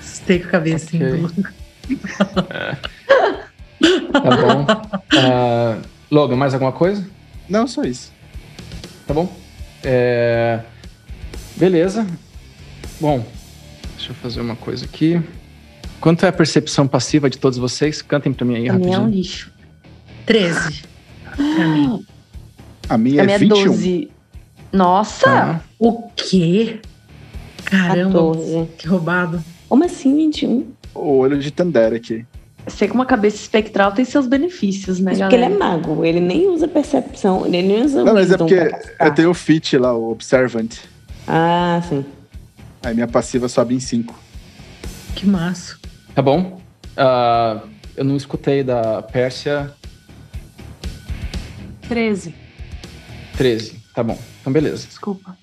S5: Assustei com a cabeça.
S1: Ok. Tá bom. Ah, Logan, mais alguma coisa?
S6: Não, só isso.
S1: Tá bom. É, Beleza. Bom, deixa eu fazer uma coisa aqui. Quanto é a percepção passiva de todos vocês? Cantem pra mim aí
S7: A minha é um
S1: rapidinho.
S7: lixo.
S5: 13. Pra mim.
S6: A minha
S7: A
S6: é
S7: minha é
S6: 21.
S7: 12. Nossa!
S1: Tá.
S5: O quê? Caramba,
S2: 14.
S5: que roubado.
S2: Como assim, 21?
S6: O olho de Tandera aqui.
S7: Sei que uma cabeça espectral tem seus benefícios, né,
S2: Mas
S7: galera?
S2: porque ele é mago, ele nem usa percepção, ele nem usa.
S6: Não, mas é
S2: wisdom
S6: porque
S2: pra castar.
S6: eu tenho o fit lá, o Observant.
S2: Ah, sim.
S6: Aí minha passiva sobe em 5.
S5: Que massa.
S1: Tá bom. Ah, eu não escutei da Pérsia
S3: 13,
S1: 13. Tá bom. Então, beleza.
S3: desculpa.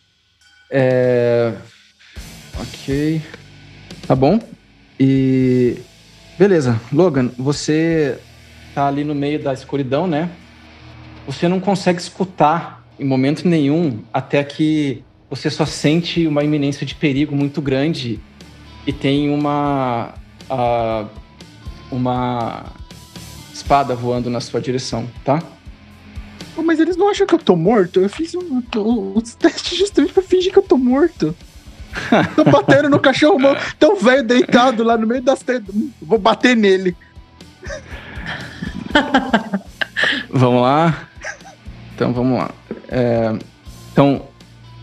S1: É... Ok. Tá bom. E. Beleza. Logan, você tá ali no meio da escuridão, né? Você não consegue escutar em momento nenhum até que você só sente uma iminência de perigo muito grande e tem uma. ah, uma espada voando na sua direção, tá?
S6: Pô, mas eles não acham que eu tô morto? Eu fiz um, um, um teste justamente pra fingir que eu tô morto. tô batendo no cachorro, mano. Tem um velho deitado lá no meio das tendas. Hum, Vou bater nele.
S1: Vamos lá. Então vamos lá. É, então,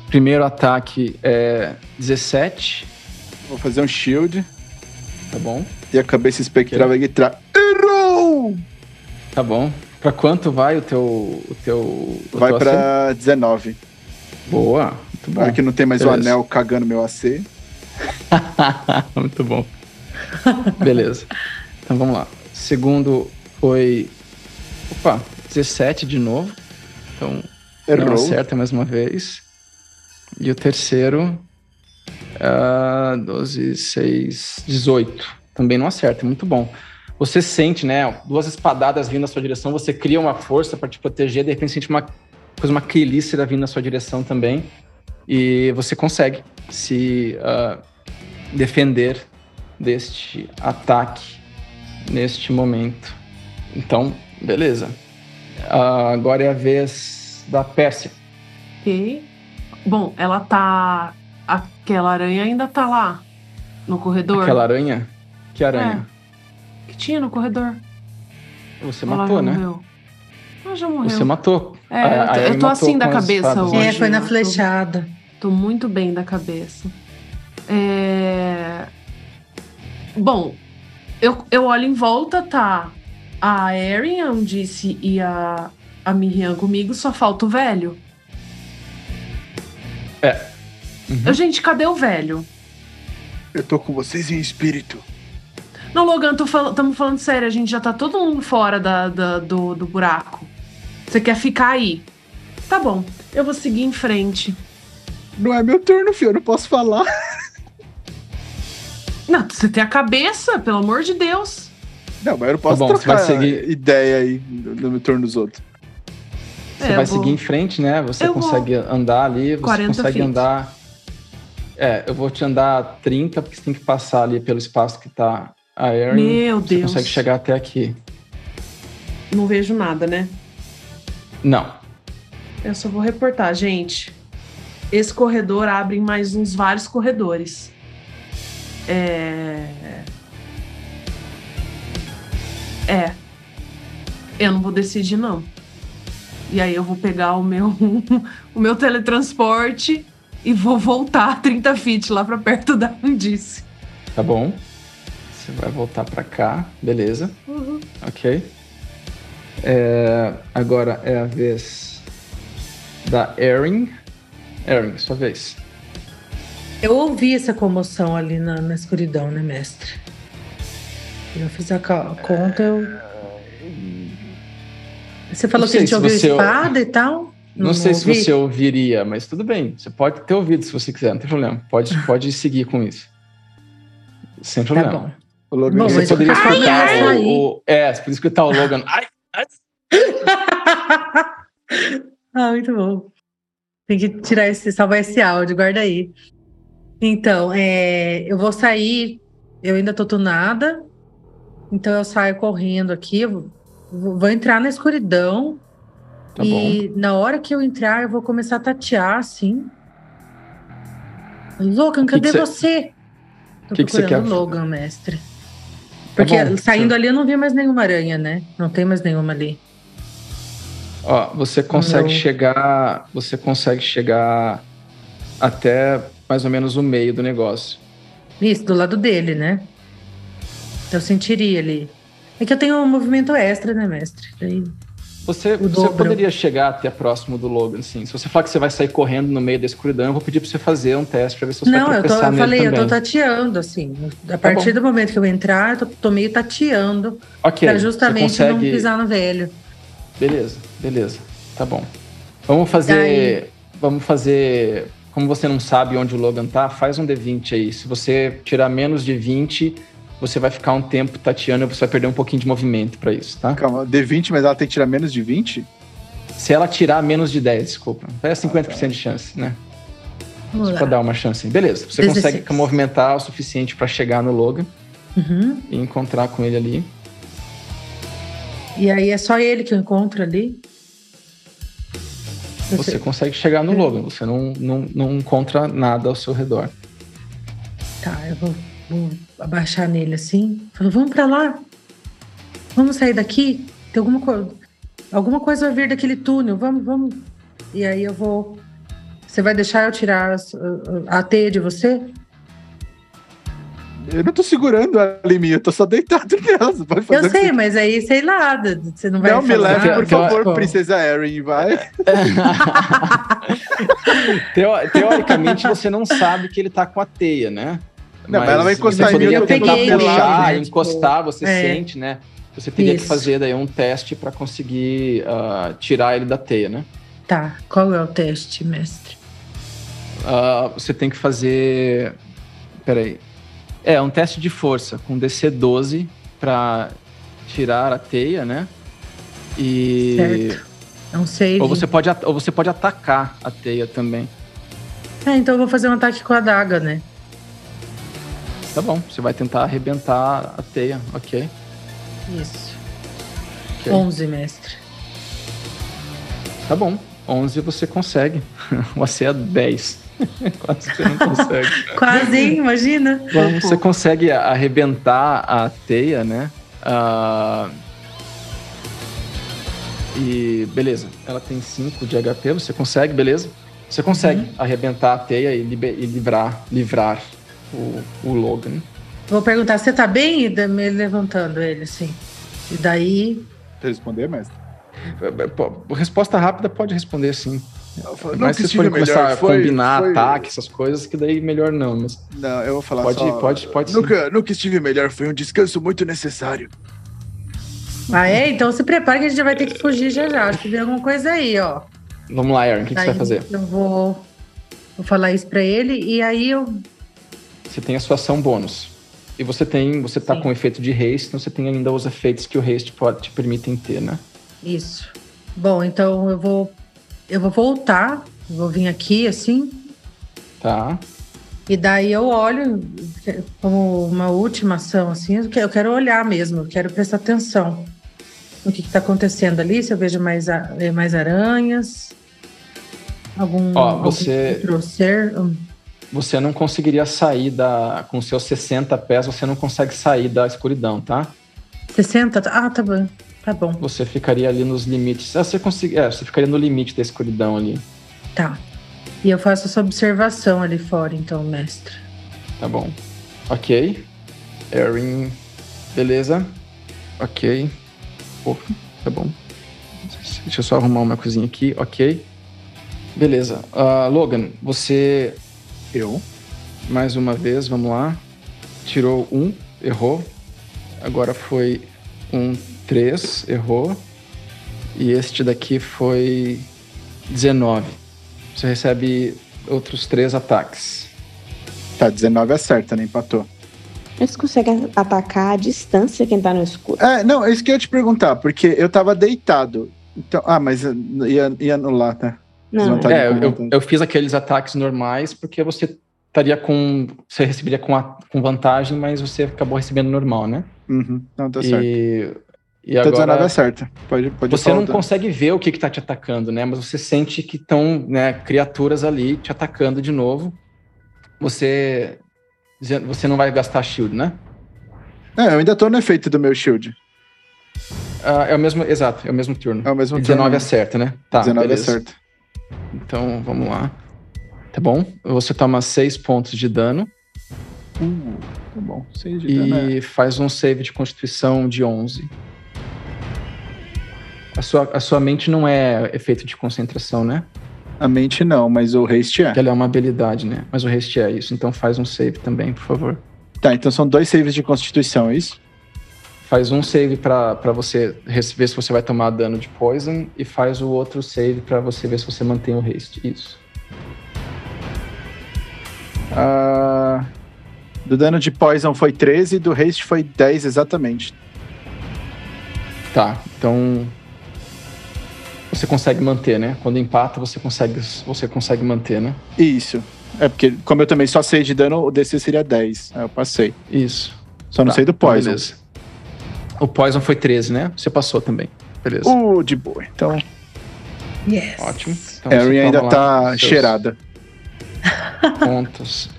S1: primeiro ataque é 17,
S6: Vou fazer um shield
S1: tá bom?
S6: e a cabeça espectral vai gritar. Errou!
S1: Tá bom. Pra quanto vai o teu. O teu o
S6: Vai
S1: teu acerto?
S6: pra 19.
S1: Boa, muito assim? bom.
S6: Agora que não tem mais o
S1: beleza.
S6: anel cagando meu AC.
S1: muito bom. Beleza. Então vamos lá. Segundo foi. Opa, 17 de novo. Então, Não
S6: Errou.
S1: acerta mais uma vez. E o terceiro. ah, 12, 6, 18. Também não acerta, é muito bom. Você sente, né? Duas espadadas vindo na sua direção, você cria uma força para te proteger, de repente sente uma coisa, uma quelícera vindo na sua direção também. E você consegue se ah, defender deste ataque neste momento. Então, beleza. Ah, agora é a vez da Pérsia.
S3: Ok. Bom, ela tá. Aquela aranha ainda tá lá no corredor.
S1: Aquela aranha? Que aranha?
S3: Que tinha no corredor.
S1: Você
S3: É. ela
S1: matou,
S3: já
S1: né?
S3: morreu. Ela já morreu.
S1: Você matou.
S3: É,
S1: A-
S3: eu
S1: a
S3: tô- eu
S1: Ellen
S3: tô
S1: matou
S3: assim da
S1: com as
S3: cabeça
S1: espadas,
S3: hoje.
S1: né?
S5: É, foi na
S3: Imagina,
S5: flechada.
S3: Tô muito bem da cabeça. É... Bom, eu, eu olho em volta, tá? A Erin, a Undice e a, a Miriam comigo, só falta o velho.
S1: É. Uhum.
S3: Eu, gente, cadê o velho?
S6: Eu tô com vocês em espírito.
S3: Não, Logan, estamos falando sério, a gente já tá todo mundo fora da, da- do, do buraco. Você quer ficar aí? Tá bom, eu vou seguir em frente.
S6: Não é meu turno, filho. Eu não posso falar.
S3: Não, você tem a cabeça, pelo amor de Deus.
S6: Não, mas eu não posso
S1: Tá bom, você
S6: trocar
S1: vai seguir-
S6: ideia aí no, no turno dos outros.
S1: Você
S3: É,
S1: vai
S3: eu vou-
S1: seguir em frente, né? Você
S3: Eu vou.
S1: consegue andar ali, você
S3: 40
S1: consegue
S3: feet.
S1: andar. É, eu vou te andar 30, porque você tem que passar ali pelo espaço que tá a Erin.
S3: Meu
S1: Você
S3: Deus.
S1: consegue chegar até aqui.
S3: Não vejo nada, né?
S1: Não.
S3: Eu só vou reportar, gente. Esse corredor abre em mais uns vários corredores. É. É. Eu não vou decidir, não. E aí eu vou pegar o meu, o meu teletransporte e vou voltar 30 feet lá pra perto da Undice.
S1: Tá bom. Você vai voltar pra cá. Beleza.
S3: Uhum.
S1: Ok. É, agora é a vez da Erin. Erwin, sua vez.
S5: Eu ouvi essa comoção ali na, na escuridão, né, mestre? Eu fiz a ca- conta, eu... Você falou
S1: Não
S5: que
S1: sei
S5: a gente
S1: se
S5: ouviu
S1: você-
S5: espada e tal?
S1: Não, sei
S5: ouvi?
S1: se você ouviria, mas tudo bem. Você pode ter ouvido se você quiser, não tem problema. Pode, pode seguir com isso. Sem
S5: Tá
S1: problema.
S5: bom.
S6: O Logan
S5: Bom,
S1: Você
S5: mas-
S1: poderia
S5: Ai,
S1: escutar
S5: ai,
S1: o,
S5: ai.
S1: o- É, você poderia escutar o Logan. Ai,
S5: ah, muito bom. Tem que tirar esse, salvar esse áudio, guarda aí. Então, é, eu vou sair, eu ainda tô tunada, então eu saio correndo aqui, eu vou- vou entrar na escuridão,
S1: tá bom.
S5: e na hora que eu entrar, eu vou começar a tatear, assim. Logan,
S1: Que que
S5: cadê
S1: cê-
S5: você? Tô
S1: que que cê
S5: procurando
S1: quer? Tá
S5: Logan, mestre. Porque
S1: bom,
S5: saindo
S1: você-
S5: ali eu não vi mais nenhuma aranha, né? Não tem mais nenhuma ali.
S1: Ó, você consegue
S5: Não.
S1: chegar. Você consegue chegar até mais ou menos o meio do negócio.
S5: Isso, do lado dele, né? Então, Eu sentiria ali. É que eu tenho um movimento extra, né, mestre? Daí-
S1: Você,
S5: O
S1: você
S5: dobro.
S1: poderia chegar até próximo do Logan, sim. Se você falar que você vai sair correndo no meio da escuridão, eu vou pedir pra você fazer um teste pra ver se você
S5: Não,
S1: vai
S5: eu, tô,
S1: tropeçar
S5: eu
S1: nele
S5: falei, eu
S1: também. Tá
S5: tô tateando, assim. A partir do momento que eu entrar, eu tô, tô meio tateando
S1: Ok,
S5: pra
S1: você
S5: justamente não
S1: consegue-
S5: pisar no velho.
S1: Beleza, beleza. Tá bom. Vamos fazer.
S5: Tá Daí-
S1: Vamos fazer. Como você não sabe onde o Logan tá, faz um D20 aí. Se você tirar menos de 20, você vai ficar um tempo tateando e você vai perder um pouquinho de movimento pra isso, tá?
S6: Calma, D20, mas ela tem que tirar menos de 20?
S1: Se ela tirar menos de 10, desculpa. É 50% de chance, né?
S5: Vamos
S1: Só
S5: lá.
S1: pra dar uma chance. aí. Beleza, você
S5: 16.
S1: consegue movimentar o suficiente pra chegar no Logan
S5: Uhum.
S1: e encontrar com ele ali.
S5: E aí é só ele que eu encontro ali. Eu
S1: Você
S5: sei-
S1: consegue chegar
S5: Uhum.
S1: no Logan, você não, não, não encontra nada ao seu redor.
S5: Tá, eu vou, vou abaixar nele assim. Falo, vamos pra lá. Vamos sair daqui. Tem alguma coisa. Alguma coisa vai vir daquele túnel. Vamos, vamos. E aí eu vou. Você vai deixar eu tirar as- a, a teia de você?
S6: Eu não tô segurando ela em mim, eu tô só deitado nela. Você pode fazer
S5: eu
S6: o que
S5: sei,
S6: você
S5: mas aí sei lá. d- Você não vai
S6: Não me
S5: falar
S6: leve,
S5: nada,
S6: por
S5: tipo,
S6: favor, Princesa Erin, vai.
S1: Teo- teoricamente, você não sabe que ele tá com a teia, né?
S6: Não, mas ela vai encostar
S1: você
S6: em mim,
S1: poderia
S6: eu tô
S1: tentar
S5: tentando
S1: puxar,
S5: pegar,
S6: tipo,
S5: né?
S1: encostar, você
S5: é.
S1: sente, né? Você teria
S5: Isso.
S1: que fazer daí um teste pra conseguir ah, tirar ele da teia, né?
S5: Tá, qual é o teste, mestre?
S1: Ah, você tem que fazer. Peraí. É, um teste de força com DC 12 pra tirar a teia, né? E.
S5: Certo. É um save.
S1: Ou você, pode, at- ou você pode atacar a teia também.
S5: É, então eu vou fazer um ataque com a daga, né?
S1: Tá bom, você vai tentar arrebentar a teia, ok.
S5: Isso.
S1: Ok.
S5: 11, mestre.
S1: Tá bom. 11 você consegue. Você é 10. Quase você não consegue.
S5: Quase, hein? Imagina.
S1: Bom, você consegue arrebentar a teia, né? Ah, E beleza. Ela tem 5 de HP, você consegue, beleza? Você consegue
S6: Uhum.
S1: arrebentar a teia e, libe- e livrar, livrar o, o Logan.
S5: Vou perguntar, você tá bem? E da- me levantando ele, assim. E daí.
S6: Responder, mestre.
S1: Pô, Resposta rápida pode responder sim.
S6: Não,
S1: Mas
S6: que
S1: se
S6: seja
S1: for começar
S6: melhor,
S1: a
S6: foi-
S1: combinar
S6: foi-
S1: ataque, essas coisas, que daí melhor não. Mas
S6: Não, eu vou falar
S1: pode,
S6: só.
S1: pode, pode sim.
S6: Nunca, nunca estive melhor, foi um descanso muito necessário.
S5: Ah, é? Então se prepara que a gente já vai ter que fugir já já. Acho que vem alguma coisa aí, ó.
S1: Vamos lá, Aaron, o que, que você vai
S5: Aí
S1: fazer?
S5: Eu vou, vou falar isso pra ele e aí eu.
S1: Você tem a sua ação bônus. E você tem, você tá
S5: Sim.
S1: com efeito de haste, então você tem ainda os efeitos que o haste pode, te permitem ter, né?
S5: Isso. Bom, então eu vou. Eu vou voltar, vou vir aqui, assim.
S1: Tá.
S5: E daí eu olho como uma última ação, assim, eu que- eu quero olhar mesmo, eu quero prestar atenção no que está acontecendo ali, se eu vejo mais, a- eh, mais aranhas, algum,
S1: Ó,
S5: algum
S1: você-
S5: outro ser. hum,
S1: Você não conseguiria sair da. Com seus 60 pés, você não consegue sair da escuridão, tá?
S5: 60? Ah, tá bom, tá bom,
S1: Você ficaria ali nos limites. Ah, você consegui... É, você ficaria no limite da escuridão ali.
S5: tá. E eu faço essa observação ali fora, então, mestre.
S1: Tá bom. Ok. Erin. Beleza. Ok. Opa, tá bom. Deixa eu só arrumar uma coisinha aqui. Ok. Beleza. Ah, Logan, você
S6: Eu?
S1: mais uma vez, vamos lá. Tirou um, errou. Agora foi um, três, errou. E este daqui foi 19. Você recebe outros três ataques.
S6: Tá, 19 acerta, né? Empatou.
S2: Eles conseguem atacar à distância quem tá no escuro.
S6: É, não, é isso que eu ia te perguntar, porque eu tava deitado. Então, ah, mas eh, ia, ia anular, tá?
S2: Não,
S6: Desvantagem. Tá
S1: é, eu,
S6: bom,
S1: eu-
S6: então.
S1: eu fiz aqueles ataques normais porque você estaria com. Você receberia com, a- com vantagem, mas você acabou recebendo normal, né?
S6: Uhum, não, tá certo.
S1: E, e
S6: Então 19
S1: agora
S6: acerta. Pode, pode
S1: você não
S6: falar, tá?
S1: consegue ver o que está te atacando, né? Mas você sente que estão né, criaturas ali te atacando de novo. Você você não vai gastar shield, né?
S6: É, eu ainda tô no efeito do meu shield.
S1: Ah, é o mesmo, exato, é o mesmo turno.
S6: É o mesmo
S1: 19
S6: turno. é
S1: acerta, né? Tá,
S6: 19
S1: beleza.
S6: acerta.
S1: Então, vamos lá. Tá bom? Você toma 6 pontos de dano
S6: Uh, tá bom. 6 de dano. é.
S1: e faz um save de constituição de 11. A sua, a sua mente não é efeito de concentração, né?
S6: A mente não, mas o haste é.
S1: Que ela é uma habilidade, né? Mas o rest é isso. Então faz um save também, por favor.
S6: Tá, então são dois saves de constituição, é isso?
S1: Faz um save pra pra você res- ver se você vai tomar dano de poison e faz o outro save pra você ver se você mantém o haste. Isso.
S6: Ah, do dano de poison foi 13, do haste foi 10 exatamente.
S1: Tá. Então você consegue manter, né? Quando empata, você consegue você consegue manter, né?
S6: Isso. É porque, como eu também só sei de dano, o DC seria 10. Aí eu passei.
S1: Isso.
S6: Só não
S1: Tá,
S6: sei do
S1: então
S6: poison.
S1: beleza. O poison foi 13, né? Você passou também. Beleza.
S6: Uh, de boa. Então,
S5: Yes.
S1: Ótimo. Então,
S6: Harry
S1: você
S6: ainda
S1: toma lá
S6: tá
S1: seus
S6: cheirada.
S1: pontos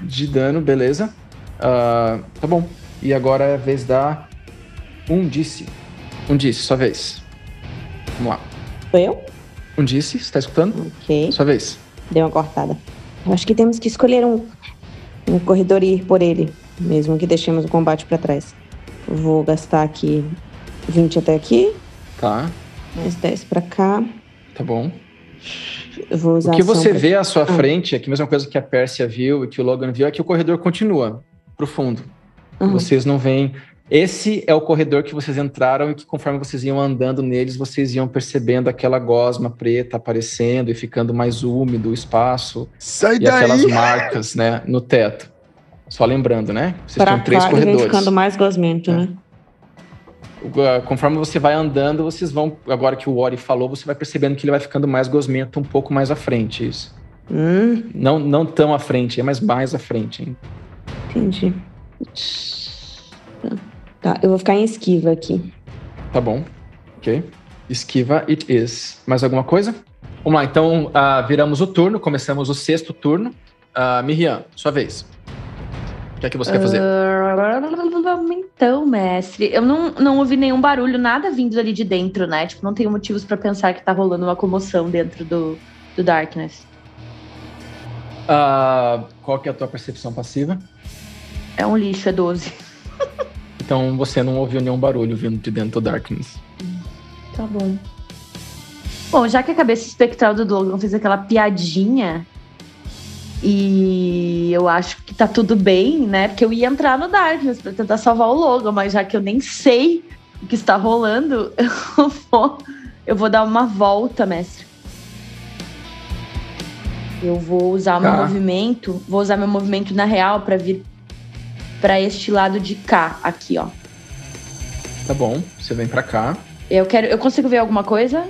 S1: de dano, beleza. Ah, tá bom. E agora é a vez da Undice. Undice, sua vez. Vamos lá.
S2: Foi eu?
S1: Undice, você tá escutando?
S2: Ok.
S1: Sua vez.
S2: Deu uma cortada. Eu acho que temos que escolher um, um corredor e ir por ele, mesmo que deixemos o combate pra trás. Vou gastar aqui 20 até aqui,
S1: Tá,
S2: mais 10 pra cá.
S1: tá bom.
S2: Eu vou usar
S1: O que
S2: ação
S1: você
S2: pra-
S1: vê à sua
S2: Ah.
S1: frente, é que a mesma coisa que a Pérsia viu e que o Logan viu, é que o corredor continua profundo.
S2: Aham.
S1: Vocês não veem. Esse é o corredor que vocês entraram e que conforme vocês iam andando neles, vocês iam percebendo aquela gosma preta aparecendo e ficando mais úmido o espaço.
S6: Sai
S1: e aquelas
S6: daí!
S1: marcas, né, no teto. Só lembrando, né? Vocês
S2: Pra
S1: têm três
S2: cá ele vem
S1: corredores.
S2: ficando mais gosmento,
S1: É.
S2: né?
S1: O- ah, Conforme você vai andando, vocês vão. Agora que o Ori falou, você vai percebendo que ele vai ficando mais gosmento um pouco mais à frente. Isso.
S2: Hum,
S1: Não, não tão à frente, é mais mais à frente. Hein?
S2: entendi. Tá, eu vou ficar em esquiva aqui.
S1: Tá bom. Ok. Esquiva it is. Mais alguma coisa? Vamos lá, então ah, viramos o turno, começamos o sexto turno. Ah, Miriam, sua vez. O que é que você quer fazer?
S7: Ah. Então, mestre, eu não, não ouvi nenhum barulho, nada vindo ali de dentro, né? Tipo, não tenho motivos pra pensar que tá rolando uma comoção dentro do, do Darkness.
S1: Ah, qual que é a tua percepção passiva?
S7: É um lixo, é 12.
S1: Então você não ouviu nenhum barulho vindo de dentro do Darkness.
S7: Tá bom. Bom, já que a cabeça espectral do Logan fez aquela piadinha. E eu acho que tá tudo bem, né? Porque eu ia entrar no Darkness pra tentar salvar o Logan, mas já que eu nem sei o que está rolando, eu vou, eu vou dar uma volta, mestre. Eu vou usar o meu
S1: Tá.
S7: movimento, vou usar meu movimento na real pra vir pra este lado de cá, aqui, ó.
S1: Tá bom, você vem pra cá.
S7: Eu quero, eu consigo ver alguma coisa?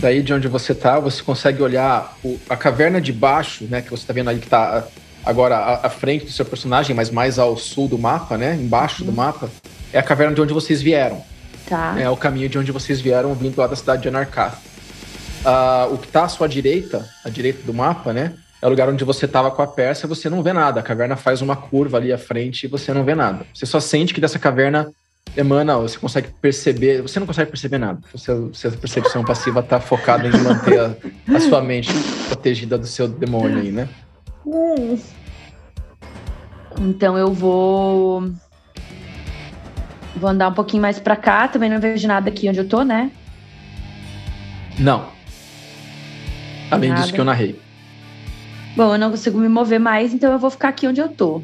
S1: Daí de onde você tá, você consegue olhar o- a caverna de baixo, né? Que você tá vendo ali que tá ah, agora à, à frente do seu personagem, mas mais ao sul do mapa, né? Embaixo do mapa. É a caverna de onde vocês vieram.
S7: Tá.
S1: É o caminho de onde vocês vieram vindo lá da cidade de Anarkath. Ah, o que tá à sua direita, à direita do mapa, né? É o lugar onde você tava com a Pérsia, você não vê nada. A caverna faz uma curva ali à frente e você não vê nada. Você só sente que dessa caverna emana, você consegue perceber, você não consegue perceber nada. Você, sua percepção passiva tá focada em manter a, a sua mente protegida do seu demônio aí, né?
S7: Então eu vou. Vou andar um pouquinho mais pra cá. Também não vejo nada aqui onde eu tô, né?
S1: Não. Além
S7: nada.
S1: disso que eu narrei.
S7: Bom, eu não consigo me mover mais, então eu vou ficar aqui onde eu tô.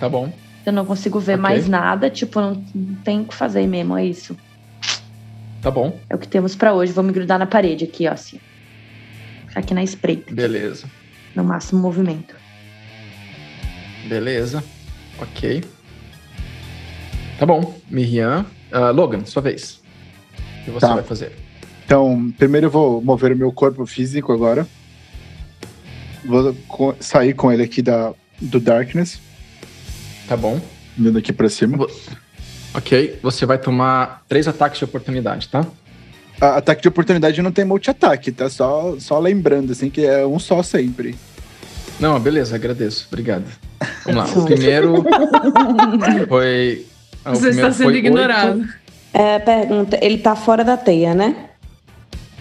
S1: Tá bom.
S7: Eu não consigo ver
S1: Ok.
S7: mais nada, tipo, não, não tem o que fazer mesmo, é isso.
S1: Tá bom.
S7: É o que temos pra hoje. Vou me grudar na parede aqui, ó, assim. Ficar aqui na espreita,
S1: Beleza.
S7: no máximo movimento.
S1: Beleza. Ok. Tá bom. Miriam. Ah, Logan, sua vez. O que você
S6: Tá.
S1: vai fazer?
S6: Então, primeiro eu vou mover o meu corpo físico agora. Vou co- sair com ele aqui da, do Darkness,
S1: Tá bom.
S6: vindo aqui pra cima.
S1: Ok. Você vai tomar três ataques de oportunidade, tá?
S6: A- ataque de oportunidade não tem multi-ataque, tá? Só, só lembrando, assim, que é um só sempre.
S1: Não, ah, beleza, agradeço. Obrigado. Vamos lá. O primeiro foi. ah, o
S3: Você está
S1: primeiro
S3: sendo
S1: foi oito.
S3: ignorado.
S2: É, pergunta, ele tá fora da teia, né?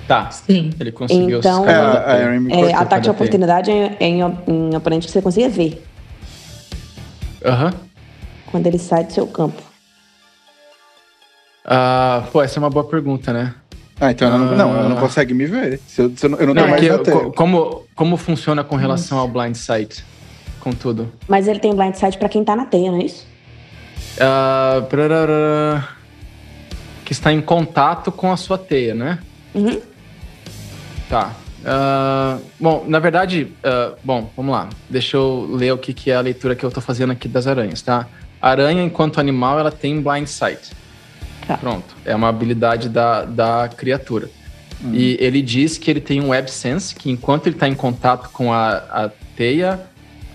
S1: Tá,
S5: Sim.
S1: ele conseguiu
S2: Então-
S6: É,
S1: escalar da
S6: a
S1: teia.
S6: Erin me
S2: É,
S6: cortou.
S2: ataque de
S1: da teia.
S2: oportunidade é em, em oponente que você consiga ver
S1: Aham.
S2: quando ele sai do seu campo.
S1: Ah, pô, essa é uma boa pergunta, né?
S6: Ah, então ela não,
S1: Ah.
S6: não, ela não consegue me ver. Se eu, se eu não- eu não tô
S1: Não,
S6: mais
S1: porque
S6: na tela.
S1: co- como, como funciona com relação ao blind sight? Contudo.
S2: Mas ele tem blind sight pra quem tá na teia, não é isso?
S1: Ah, prarará. que está em contato com a sua teia, né?
S2: Uhum.
S1: Tá. Ah, bom, na verdade, ah, bom, vamos lá. Deixa eu ler o que, que é a leitura que eu tô fazendo aqui das aranhas, tá? Aranha, enquanto animal, ela tem blind sight.
S2: Tá.
S1: Pronto. É uma habilidade da, da criatura.
S6: Hum.
S1: E ele diz que ele tem um web sense, que enquanto ele está em contato com a, a teia,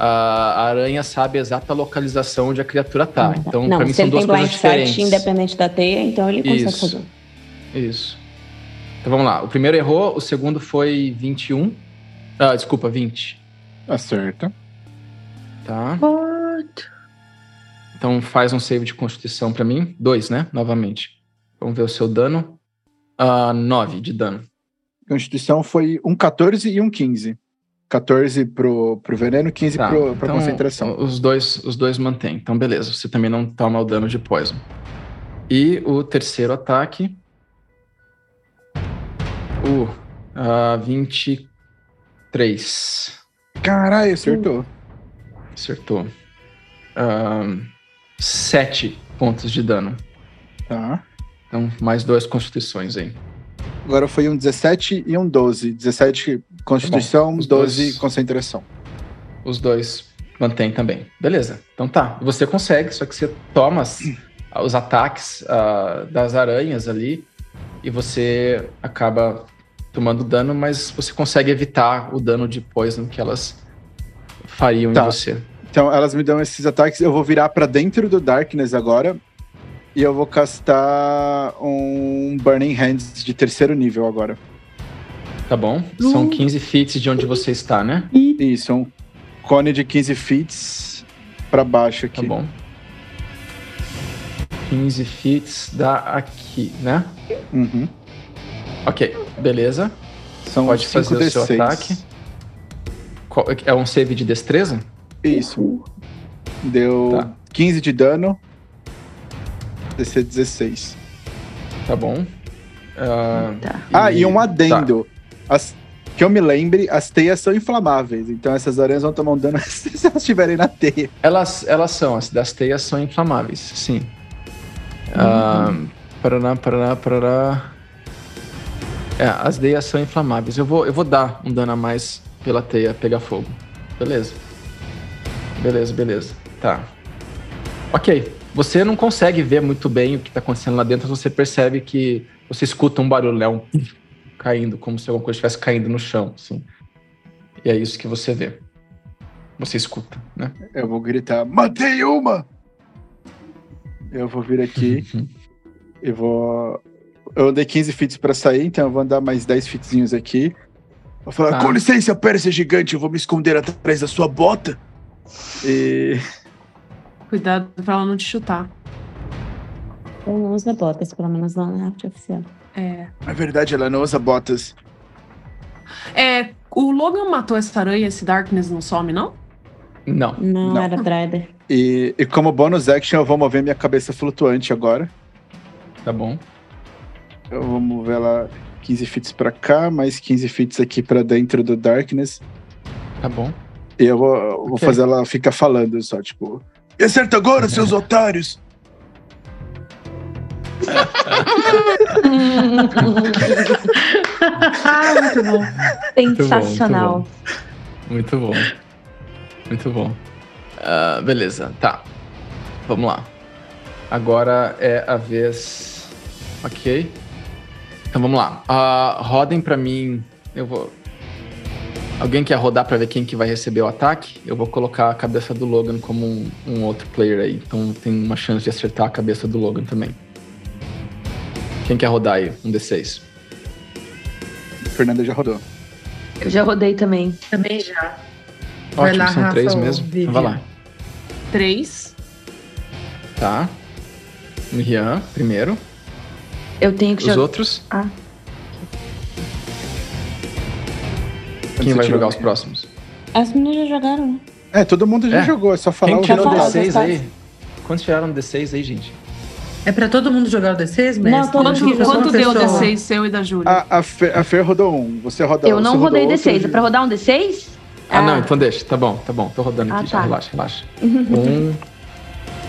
S1: a, a aranha sabe a exata localização onde a criatura tá. Então,
S2: Ah, não,
S1: pra mim
S2: se
S1: são
S2: ele
S1: duas
S2: tem
S1: coisas
S2: blind
S1: diferentes.
S2: sight independente da teia, então ele consegue
S1: Isso.
S2: fazer.
S1: Isso. Então vamos lá. O primeiro errou, o segundo foi 21. Ah, desculpa, 20.
S6: Acerta.
S1: Tá.
S7: What?
S1: Então faz um save de constituição pra mim. Dois, né? Novamente. Vamos ver o seu dano. Ah, nove de dano.
S6: Constituição foi um 14 e um 15. 14 pro, pro veneno, 15
S1: Tá.
S6: pro, pra
S1: Então,
S6: concentração.
S1: Os dois, os dois mantêm. Então beleza, você também não toma o dano de poison. E o terceiro ataque. O ah, 23.
S6: Caralho, acertou.
S1: Acertou. Ahn, sete pontos de dano.
S6: Tá.
S1: Então, mais duas constituições aí.
S6: Agora foi um 17 e um 12. 17 Constituição,
S1: Tá os
S6: 12
S1: dois-
S6: concentração.
S1: Os dois mantêm também. Beleza. Então tá. Você consegue, só que você toma as- os ataques ah, das aranhas ali e você acaba tomando dano, mas você consegue evitar o dano de poison que elas fariam
S6: Tá.
S1: em você.
S6: Então elas me dão esses ataques. Eu vou virar pra dentro do Darkness agora. E eu vou castar um Burning Hands de terceiro nível agora.
S1: Tá bom? São 15 feats de onde você está, né?
S6: Isso, um cone de 15 feet pra baixo aqui.
S1: Tá bom. 15 feats dá aqui, né?
S6: Uhum.
S1: Ok, beleza.
S6: São
S1: Pode fazer o seu
S6: 5d6.
S1: ataque. Qual- É um save de destreza?
S6: Isso. Deu
S1: Tá.
S6: 15 de dano. DC 16.
S1: Tá bom. Ah,
S7: Tá.
S6: Ah, e um adendo. As- que eu me lembre, as teias são inflamáveis. Então essas aranhas vão tomar um dano se elas estiverem na teia.
S1: Elas, elas são, as das teias são inflamáveis, sim. Ah, paraná, paraná, paraná. É, as teias são inflamáveis. Eu vou, eu vou dar um dano a mais pela teia pegar fogo. Beleza. Beleza, beleza. Tá. Ok. Você não consegue ver muito bem o que tá acontecendo lá dentro, você percebe que você escuta um barulho, né? Um caindo, como se alguma coisa estivesse caindo no chão, assim. E é isso que você vê. Você escuta, né?
S6: Eu vou gritar: Matei uma! Eu vou vir
S1: Uhum.
S6: aqui. eu vou. Eu andei 15 feats pra sair, então eu vou andar mais 10 feetzinhos aqui. Vou falar:
S1: Tá.
S6: Com licença, Pérsia gigante, eu vou me esconder atrás da sua bota. E.
S3: Cuidado pra ela não te chutar.
S2: Ou não usa botas, pelo menos não na arte oficial.
S3: É.
S6: Na verdade, ela não usa botas.
S3: É, o Logan matou essa aranha, esse Darkness não some, não?
S1: Não.
S2: Não,
S6: Não.
S2: era Drider.
S6: E, e como bônus action, eu vou mover minha cabeça flutuante agora.
S1: Tá bom.
S6: Então, Eu vou mover ela 15 fits pra cá, mais 15 fits aqui pra dentro do Darkness.
S1: Tá bom.
S6: E eu vou, eu vou
S1: Ok. É.
S6: fazer ela ficar falando só, tipo. E acerta agora, seus otários!
S3: Ah, muito bom.
S7: Sensacional.
S1: Muito bom. Muito bom. Ah, beleza, tá. Vamos lá. Agora é a vez. Ok. Então vamos lá. Ah, rodem pra mim. Eu vou. Alguém quer rodar pra ver quem que vai receber o ataque? Eu vou colocar a cabeça do Logan como um, um outro player aí. Então tem uma chance de acertar a cabeça do Logan também. Quem quer rodar aí? Um D6.
S6: Fernanda já rodou.
S7: Eu já rodei também.
S5: Também já. Vai
S1: Ótimo,
S5: lá,
S1: são
S5: Rafa,
S1: três
S5: ou
S1: mesmo. Então
S5: Vivian.
S1: vai lá.
S3: Três.
S1: Tá. Rian, primeiro.
S7: Eu tenho que
S1: Os
S7: jogar.
S1: outros?
S7: Ah.
S1: Quem
S6: Você
S1: vai
S6: tirou,
S1: jogar os
S6: né?
S1: próximos?
S2: As meninas já jogaram, né?
S6: É, todo mundo já
S1: É.
S6: jogou, é só falar
S1: Quem
S6: o
S1: tirou
S2: falar
S6: resultado.
S2: desse-
S1: D6 aí?
S2: resultados.
S1: Quantos tiraram D6 aí, gente?
S5: É pra todo mundo jogar o D6, mestre?
S2: Não, todo
S5: Eu
S3: Quanto,
S2: mundo.
S5: sou uma
S3: quanto deu o
S5: pessoa-
S3: D6 seu e da Júlia?
S6: A, a, Fer, a Fer rodou um, você roda
S7: Eu
S6: você
S7: não
S6: rodou
S7: rodei
S6: outro,
S7: D6. É
S6: Ju-
S7: pra rodar um D6?
S1: Ah, não,
S7: Ah.
S1: então deixa. Tá bom, tá bom. Tô rodando aqui
S7: Ah,
S1: já.
S7: tá.
S1: Relaxa, relaxa. Um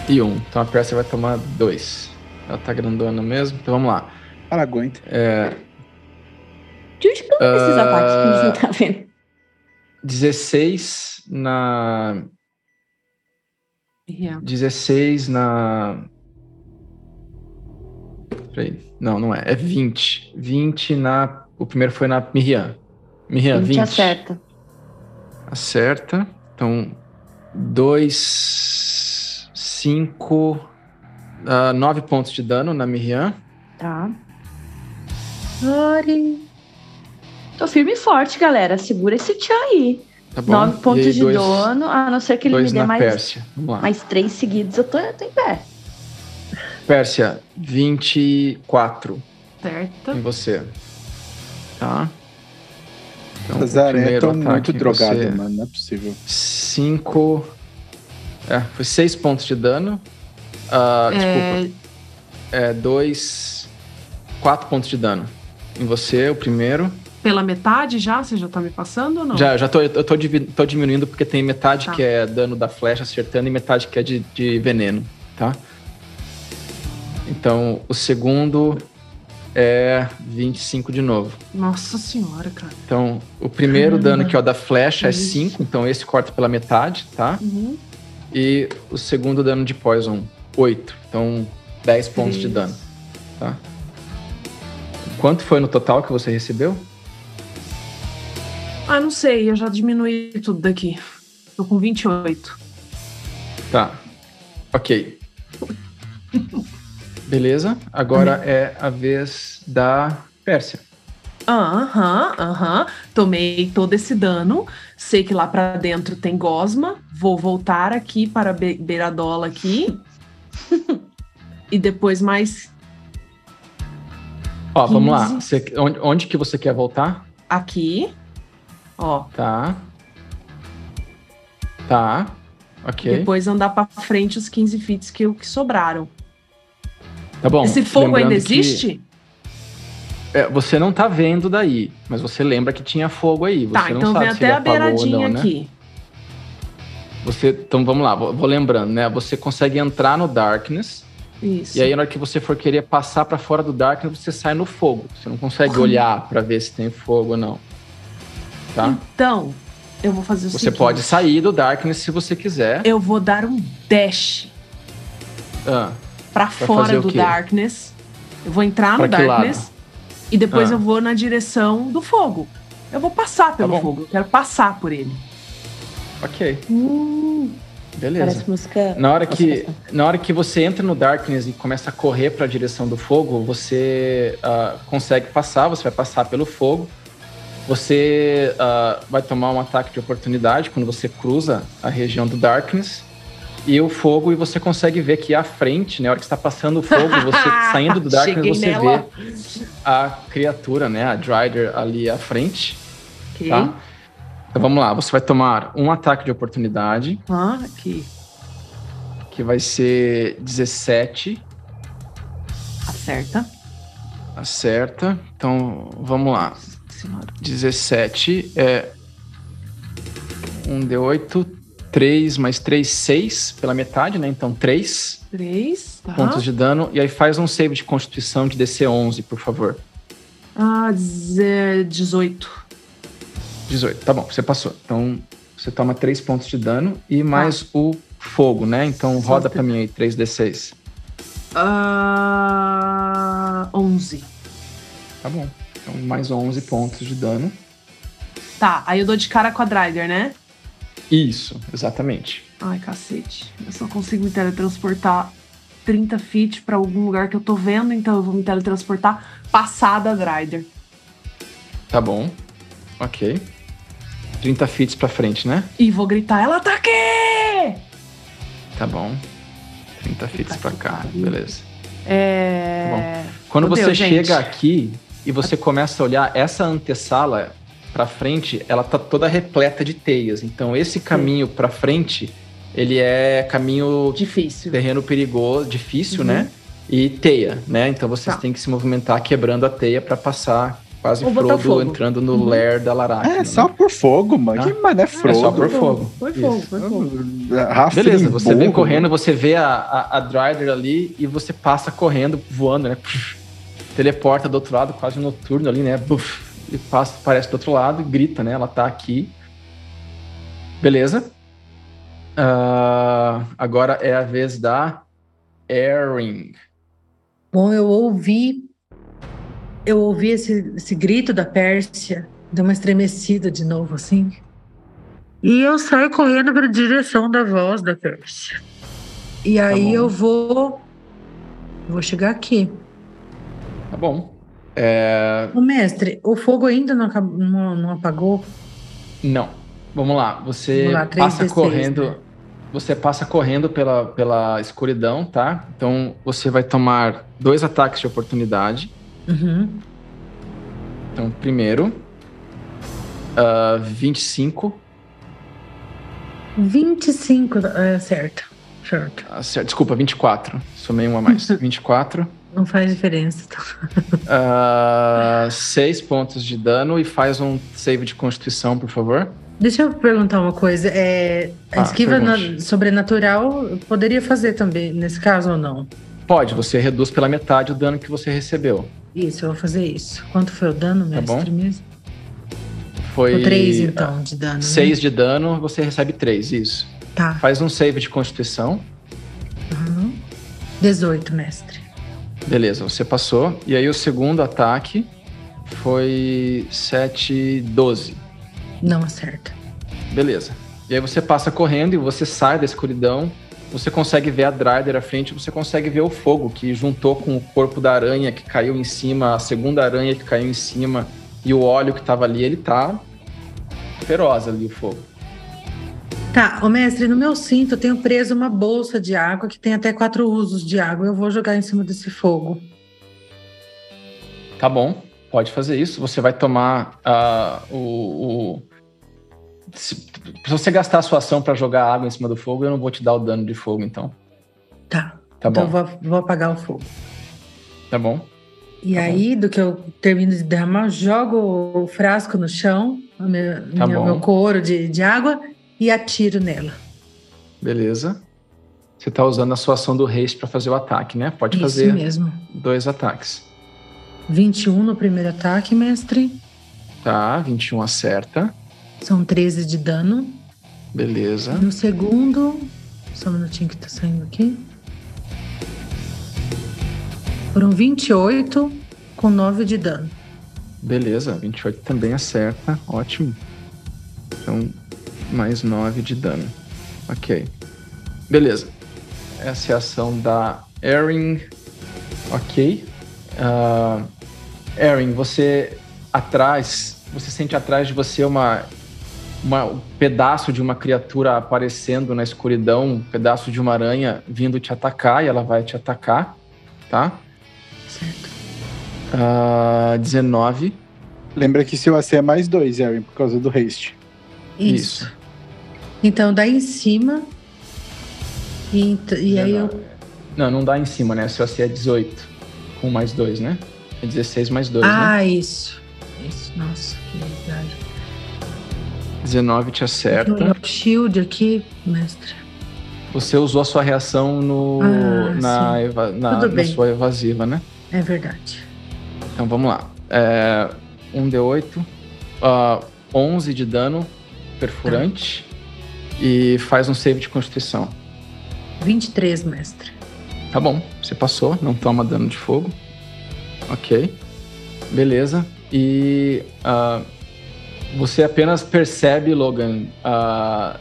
S1: e um. Então a Percy vai tomar dois. Ela tá grandona mesmo. Então vamos lá.
S6: Ah, não aguenta.
S2: De onde que eu vi esses
S1: Ah.
S2: ataques que a gente não tá vendo?
S1: 16 na.
S3: Yeah.
S1: 16 na. Peraí. Não, não é. É 20. 20 na. O primeiro foi na Miriam. Miriam, 20.
S7: Te acerta.
S1: Acerta. Então, 2, 5, 9 ah, pontos de dano na Miriam.
S7: Tá.
S5: Sorry.
S7: Tô firme e forte, galera. Segura esse tchan aí.
S1: Tá bom?
S7: Nove
S1: E aí,
S7: pontos de
S1: dois-
S7: dono, a não ser que ele me
S1: dois
S7: dê
S1: na
S7: mais,
S1: Pérsia. Vamos lá.
S7: mais três seguidos. Eu tô, eu tô em pé.
S1: Pérsia, 24
S3: Certa.
S1: em você. Tá? Então,
S6: Essas aranhas estão é muito drogadas,
S1: drogado
S6: mano, não é possível.
S1: 5. É, foi 6 pontos de dano. Ah, Desculpa.
S3: É,
S1: É, dois. 4 pontos de dano. Em você, o primeiro.
S3: pela metade já? Você já tá me passando ou não?
S1: Já, já tô, eu tô, divi- tô diminuindo porque tem metade
S3: Tá.
S1: que é dano da flecha acertando e metade que é de, de veneno, tá? Então, o segundo é 25 de novo.
S3: Nossa senhora, cara.
S1: Então, o primeiro
S5: Caramba.
S1: dano que é o da flecha é
S3: Isso. Uhum.
S1: 5, então esse corta pela metade, tá? E o segundo dano de poison, 8. Então, 10 pontos de
S3: Três.
S1: dano. tá? Quanto foi no total que você recebeu?
S3: Ah, não sei, eu já diminuí tudo daqui. Tô com 28.
S1: Tá. Ok. Beleza. Agora
S3: Uhum.
S1: é a vez da Pérsia.
S3: Aham, aham. Tomei todo esse dano. Sei que lá pra dentro tem gosma. Vou voltar aqui para a be beiradola aqui. e depois mais
S1: Ó, vamos lá.
S3: 15.
S1: Você- onde, onde que você quer voltar?
S3: aqui. Ó,
S1: Tá. Tá. Ok.
S3: depois andar pra frente os 15 fits que, que sobraram.
S1: tá bom.
S3: Esse fogo ainda
S1: Lembrando que-
S3: existe?
S1: é, você não tá vendo daí, mas você lembra que tinha fogo aí. Você
S3: Tá,
S1: não
S3: então
S1: sabe
S3: vem
S1: se ele
S3: até a
S1: apagou ou
S3: beiradinha
S1: não, né?
S3: aqui.
S1: Você, então vamos lá, vou, vou lembrando, né? Você consegue entrar no Darkness,
S3: Isso.
S1: e aí na hora que você for querer passar pra fora do Darkness, você sai no fogo. Você não consegue olhar pra ver se tem fogo ou não. Tá?
S3: Então, eu vou fazer o
S1: Você
S3: seguinte.
S1: pode sair do Darkness se você quiser.
S3: Eu vou dar um dash
S1: Ah,
S3: pra
S1: Vai fazer
S3: fora
S1: o
S3: do
S1: quê?
S3: Darkness. Eu vou entrar
S1: Pra
S3: no
S1: que
S3: Darkness e depois
S1: Ah. Tá
S3: eu vou na direção do fogo. Eu vou passar pelo
S1: bom.
S3: fogo, eu quero passar por ele.
S1: ok,
S2: Hum,
S1: beleza.
S2: parece música.
S1: Na hora, que,
S2: Nossa,
S1: na hora que você entra no Darkness e começa a correr para a direção do fogo, você ah, consegue passar, você vai passar pelo fogo. Você ah, vai tomar um ataque de oportunidade quando você cruza a região do Darkness. E o fogo, e você consegue ver que à frente, né, na hora que está passando o fogo, você saindo do Darkness, você
S3: Cheguei nela.
S1: vê a criatura, né, a Dryder ali à frente.
S3: Ok.
S1: Tá? Então vamos lá, você vai tomar um ataque de oportunidade,
S3: Ah, aqui.
S1: que vai ser 17.
S3: Acerta.
S1: Acerta. tá Então, vamos lá. 17 é 1 d 8, 3 mais 3, 6 pela metade, né? Então 3
S3: Três, tá?
S1: pontos de dano. E aí faz um save de constituição de DC 11, por favor.
S3: Ah, deze- 18.
S1: 18, tá bom, você passou. Então você toma 3 pontos de dano e mais o fogo, né? Então roda pra mim aí 3d6.
S3: Ah, 11.
S1: Tá bom. Então mais 11 pontos de dano.
S3: Tá, aí eu dou de cara com a Drider, né?
S1: Isso, exatamente.
S3: Ai, cacete. Eu só consigo me teletransportar 30 feet pra algum lugar que eu tô vendo, então eu vou me teletransportar passada a Drider.
S1: Tá bom. Ok. 30 feet pra frente, né?
S3: E vou gritar, ela tá aqui!
S1: Tá bom. 30 feet pra cá, beleza. Tá
S3: É...
S1: Quando
S3: Meu
S1: você
S3: Deus,
S1: chega
S3: gente.
S1: aqui e você começa a olhar essa antessala pra frente, ela tá toda repleta de teias. Então esse caminho pra frente, ele é caminho
S3: Difícil.
S1: terreno perigoso, difícil, né? E teia, né? Então vocês
S3: Uhum. Tá.
S1: têm que se movimentar quebrando a teia pra passar quase
S3: Ou botar
S1: Frodo
S3: fogo. Uhum.
S1: entrando no ler da Laracna.
S6: É,
S1: né?
S6: só por fogo, mano.
S1: Ah,
S6: Que mané
S1: é
S6: Frodo.
S1: só por fogo.
S3: Foi fogo,
S1: Isso.
S3: foi fogo.
S6: Rafa,
S1: Beleza, você vem
S6: Assim, burro.
S1: correndo, você vê a, a, a Drider ali e você passa correndo, voando, né? Puf. teleporta do outro lado, quase noturno ali, né? Buf. e passa, aparece do outro lado e grita, né? Ela tá aqui. Beleza. Ah, agora é a vez da Erin.
S5: Bom, eu ouvi, eu ouvi esse, esse grito da Pérsia, deu uma estremecida de novo, assim. E eu saio correndo para a direção da voz da Pérsia. E aí
S1: Tá bom.
S5: eu vou, eu vou chegar aqui.
S1: Tá bom. É,
S5: Ô, mestre, o fogo ainda não, acab- não- não apagou?
S1: Não. Vamos lá. Você
S5: Vamos lá, três
S1: passa
S5: D6,
S1: correndo.
S5: né?
S1: Você passa correndo pela, pela escuridão, tá? Então você vai tomar dois ataques de oportunidade.
S5: Uhum.
S1: Então, primeiro. ah, 25.
S5: 25, é certo, certo.
S1: ah, cer- Desculpa, 24. Somei um a mais. 24.
S5: Não faz diferença. Tá?
S1: 6 Ah, pontos de dano e faz um save de constituição, por favor.
S5: Deixa eu perguntar uma coisa. É, a
S1: Ah,
S5: esquiva na-
S1: pergunte.
S5: sobrenatural eu poderia fazer também, nesse caso ou não?
S1: Pode, você reduz pela metade o dano que você recebeu.
S5: Isso, eu vou fazer isso. Quanto foi o dano,
S1: Tá
S5: mestre?
S1: bom.
S5: mesmo?
S1: Foi.
S5: O 3, então, de dano. né?
S1: 6 de dano, você recebe 3, isso.
S5: Tá.
S1: Faz um save de constituição.
S5: Uhum. 18, mestre.
S1: Beleza, você passou. E aí o segundo ataque foi 7, 12.
S5: Não acerta.
S1: Beleza. E aí você passa correndo e você sai da escuridão. Você consegue ver a Drider à frente, você consegue ver o fogo que juntou com o corpo da aranha que caiu em cima, a segunda aranha que caiu em cima e o óleo que tava ali, ele tá feroz ali o fogo.
S5: Tá, ô mestre, no meu cinto eu tenho preso uma bolsa de água que tem até quatro usos de água. Eu vou jogar em cima desse fogo.
S1: Tá bom, pode fazer isso. Você vai tomar ah, o. o- Se, se você gastar a sua ação pra jogar água em cima do fogo, eu não vou te dar o dano de fogo, então.
S5: Tá.
S1: Tá
S5: então
S1: bom,
S5: eu vou, vou apagar o fogo.
S1: tá bom.
S5: E
S1: Tá bom.
S5: aí, do que eu termino de derramar, eu jogo o frasco no chão, o meu,
S1: Tá
S5: minha-
S1: bom.
S5: meu couro de, de água, e atiro nela.
S1: Beleza. Você tá usando a sua ação do haste pra fazer o ataque, né? Pode
S5: Isso
S1: fazer
S5: mesmo.
S1: dois ataques.
S5: 21 no primeiro ataque, mestre.
S1: Tá, 21 acerta.
S5: São 13 de dano.
S1: Beleza.
S5: No segundo. Só um minutinho que tá saindo aqui. Foram 28 com 9 de dano.
S1: Beleza, 28 também acerta. Ótimo. Então, mais 9 de dano. Ok. Beleza. Essa é a ação da Erin. Ok. Ah, Erin, você atrás, você sente atrás de você uma, uma- um pedaço de uma criatura aparecendo na escuridão, um pedaço de uma aranha vindo te atacar e ela vai te atacar, tá?
S5: Certo.
S1: Ah, 19.
S6: Lembra que seu AC é mais dois, Erin, por causa do haste.
S5: Isso. Então, daí em cima. E, ent- e aí eu.
S1: Não, não dá em cima, né? Se você é 18 com mais 2, né? É 16 mais 2, né?
S5: ah, isso. Isso, nossa, que verdade.
S1: 19 te
S5: Tem
S1: acerta.
S5: um shield aqui, mestre.
S1: Você usou a sua reação no,
S5: Ah,
S1: na,
S5: sim.
S1: eva- na-
S5: Tudo
S1: na
S5: bem.
S1: sua evasiva, né?
S5: É verdade.
S1: Então vamos lá. É, um D8, ah, 11 de dano perfurante
S5: Tá.
S1: e faz um save de constituição.
S5: 23, mestre.
S1: Tá bom, você passou, não toma dano de fogo. Ok. Beleza. E ah, você apenas percebe, Logan, ah,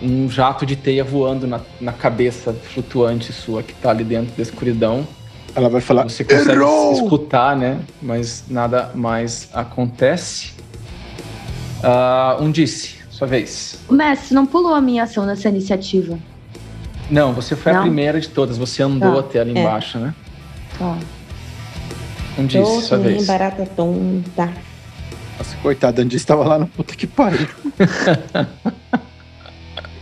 S1: um jato de teia voando na, na cabeça flutuante sua que tá ali dentro da escuridão.
S6: Ela vai falar.
S1: Você consegue
S6: Errou!
S1: escutar, né? Mas nada mais acontece. Ah, um disse, sua vez.
S7: Mestre, não pulou a minha ação nessa iniciativa.
S1: Não, você foi a
S7: Não?
S1: primeira de todas. Você andou
S2: Tá,
S1: até ali
S2: é.
S1: embaixo, né?
S7: Tá.
S1: Um disse,
S2: Tô
S1: sua vez.
S2: barata tonta.
S6: Nossa, coitada, Andy estava lá na puta que pariu.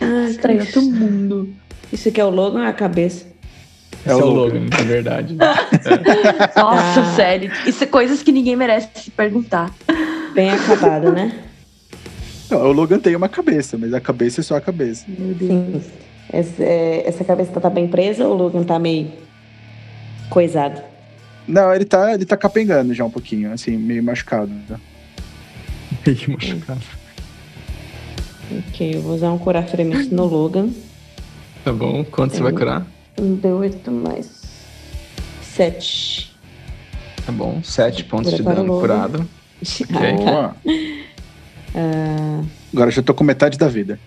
S2: Ah,
S7: Estranho
S2: cara,
S7: todo mundo.
S2: Isso aqui é o Logan ou é a cabeça?
S1: Esse é o Logan, é verdade.
S7: Nossa,
S2: Ah.
S7: sério. Isso é coisas que ninguém merece se perguntar.
S2: Bem acabado, né?
S6: Não, o Logan tem uma cabeça, mas a cabeça é só a cabeça.
S7: Meu
S2: Sim. Essa, é, essa cabeça tá bem presa ou o Logan tá meio coisado?
S6: Não, ele tá, ele tá capengando já um pouquinho, assim, meio machucado. né?
S1: Meio machucado.
S2: Ok, eu vou usar um curar ferimentos no Logan.
S1: Tá bom, quanto você vai curar?
S2: Um D8 mais 7.
S1: Tá bom, 7 pontos de
S2: Agora para o
S1: dano
S2: Logan.
S1: curado. Ok.
S6: Boa. Agora eu já tô com metade da vida.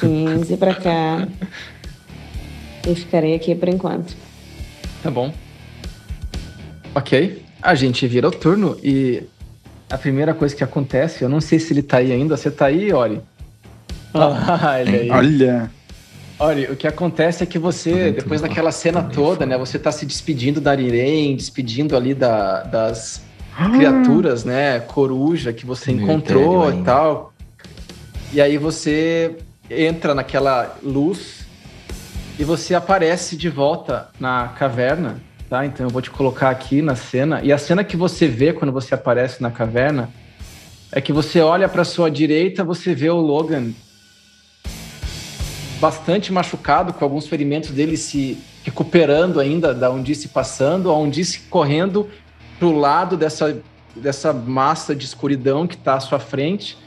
S2: 15 pra cá. E ficarei aqui por enquanto.
S1: Tá bom. Ok, a gente vira o turno e a primeira coisa que acontece, eu não sei se ele tá aí ainda, você tá aí, Ori? Ah, ele aí.
S6: Olha,
S1: Olha, o que acontece é que você,
S4: Dentro
S1: depois
S4: do
S1: daquela cena
S4: barco,
S1: toda, né? Você tá se despedindo da Irene, despedindo ali da- das criaturas, né? Coruja que você
S4: Meu
S1: encontrou
S4: Deus,
S1: e
S4: hein?
S1: tal. E aí você entra naquela luz e você aparece de volta na caverna, tá? Então eu vou te colocar aqui na cena. E a cena que você vê quando você aparece na caverna é que você olha para sua direita, você vê o Logan bastante machucado, com alguns ferimentos dele se recuperando ainda da Undice passando, a Undice correndo pro lado dessa, dessa massa de escuridão que tá à sua frente,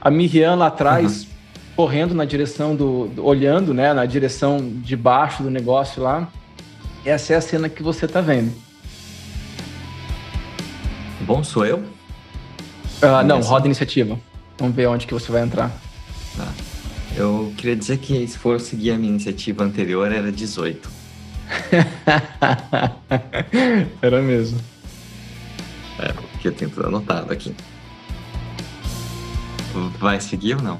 S1: a Miriam lá atrás correndo na direção do, do- olhando, né, na direção de baixo do negócio lá. Essa é a cena que você tá vendo.
S4: Bom, sou eu?
S1: Ah, não,
S4: Beleza.
S1: roda a iniciativa. Vamos ver onde que você vai entrar.
S4: Eu queria dizer que se for seguir a minha iniciativa anterior, era 18.
S1: Era mesmo.
S4: que eu tenho tudo anotado aqui. Vai seguir ou não?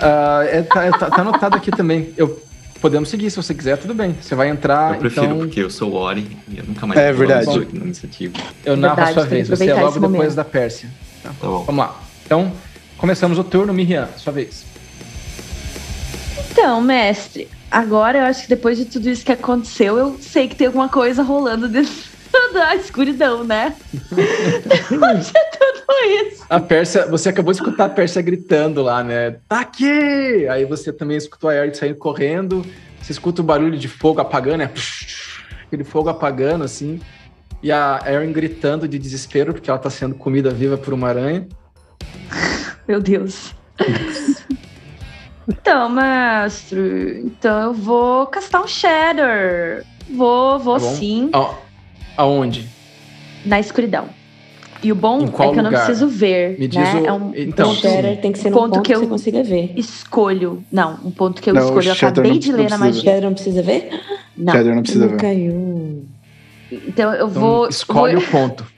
S1: Ah, é, tá, é, tá- tá anotado aqui também. Eu, podemos seguir se você quiser, tudo bem. Você vai entrar,
S4: eu prefiro,
S1: então
S4: porque eu sou o Ori e eu nunca mais
S6: Ah, É
S4: vou
S6: verdade.
S4: 18 na iniciativa.
S1: eu narro
S7: Verdade,
S1: a sua
S7: tem
S1: vez.
S7: que
S1: Você é
S7: aproveitar
S1: logo
S7: esse
S1: depois
S7: momento.
S1: da Pérsia.
S4: Tá bom.
S1: Vamos lá. Então, começamos o turno, Miriam, sua vez.
S7: Então, mestre, agora eu acho que depois de tudo isso que aconteceu, eu sei que tem alguma coisa rolando dentro da escuridão, né? depois de tudo isso.
S1: A Pérsia, você acabou de escutar a Pérsia gritando lá, né? Tá aqui! Aí você também escutou a Eric saindo correndo. Você escuta o barulho de fogo apagando, né? Aquele fogo apagando, assim. E a Erin gritando de desespero, porque ela tá sendo comida viva por uma aranha.
S7: Meu Deus. então, mestre, então eu vou castar um Shatter. Vou, vou
S1: Tá bom.
S7: sim,
S1: A- Aonde?
S7: na escuridão. E o bom
S1: Em
S7: é que
S1: qual
S7: eu não
S1: lugar?
S7: preciso ver,
S1: Me diz
S7: né?
S1: o-
S7: É um
S1: Então,
S2: o
S7: ponto um
S2: Shatter tem que ser no
S7: Ponto
S2: ponto,
S7: que
S2: que,
S7: eu-
S2: você consiga ver.
S7: escolho. Não, um ponto que eu
S6: Não, o
S7: escolho. Eu
S6: Shatter
S7: acabei
S6: não-
S7: de
S6: não
S7: ler na
S6: precisa ver.
S2: O
S7: magia.
S2: Shatter não precisa ver?
S7: Não.
S6: Shadow não precisa
S2: não
S6: ver.
S2: caiu.
S7: Então eu
S1: Então,
S7: vou.
S1: escolhe
S7: vou... Tá.
S1: o ponto.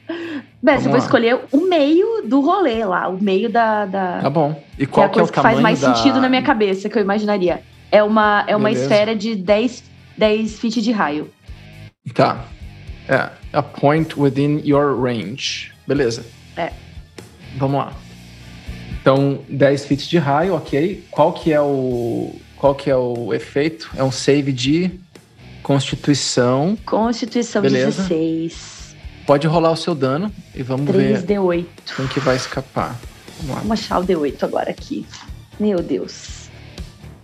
S7: Bem, eu
S1: Vamos
S7: vou
S1: lá.
S7: escolher o meio do rolê lá, o meio da. da...
S1: Tá bom. E
S7: que é
S1: qual
S7: a
S1: que é o
S7: coisa que
S1: tamanho
S7: faz mais
S1: da-
S7: sentido na minha cabeça, que eu imaginaria. É uma, é uma
S1: Beleza.
S7: esfera de 10, 10 feet de raio.
S1: Tá. É, a point within your range. Beleza.
S7: É.
S1: Vamos lá. Então, 10 feet de raio, ok. Qual que é o. Qual que é o efeito? É um save de Constituição.
S7: Constituição
S1: Beleza.
S7: 16.
S1: Pode rolar o seu dano e vamos ver
S7: 3D8.
S1: quem que vai escapar. Vamos lá.
S7: Vamos achar o D8 agora aqui. Meu Deus.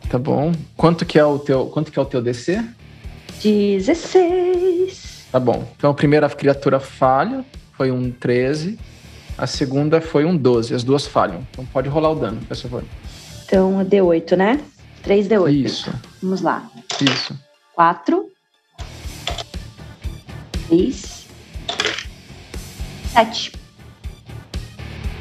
S1: Tá bom. Quanto que é o teu, quanto que é o teu DC?
S7: 16.
S1: Tá bom. Então a primeira criatura falha, foi um 13. A segunda foi um 12. As duas falham. Então pode rolar o dano, por favor.
S7: Então, D8, né? 3D8.
S1: Isso,
S7: Vamos lá.
S1: isso.
S7: 4. 6. 7.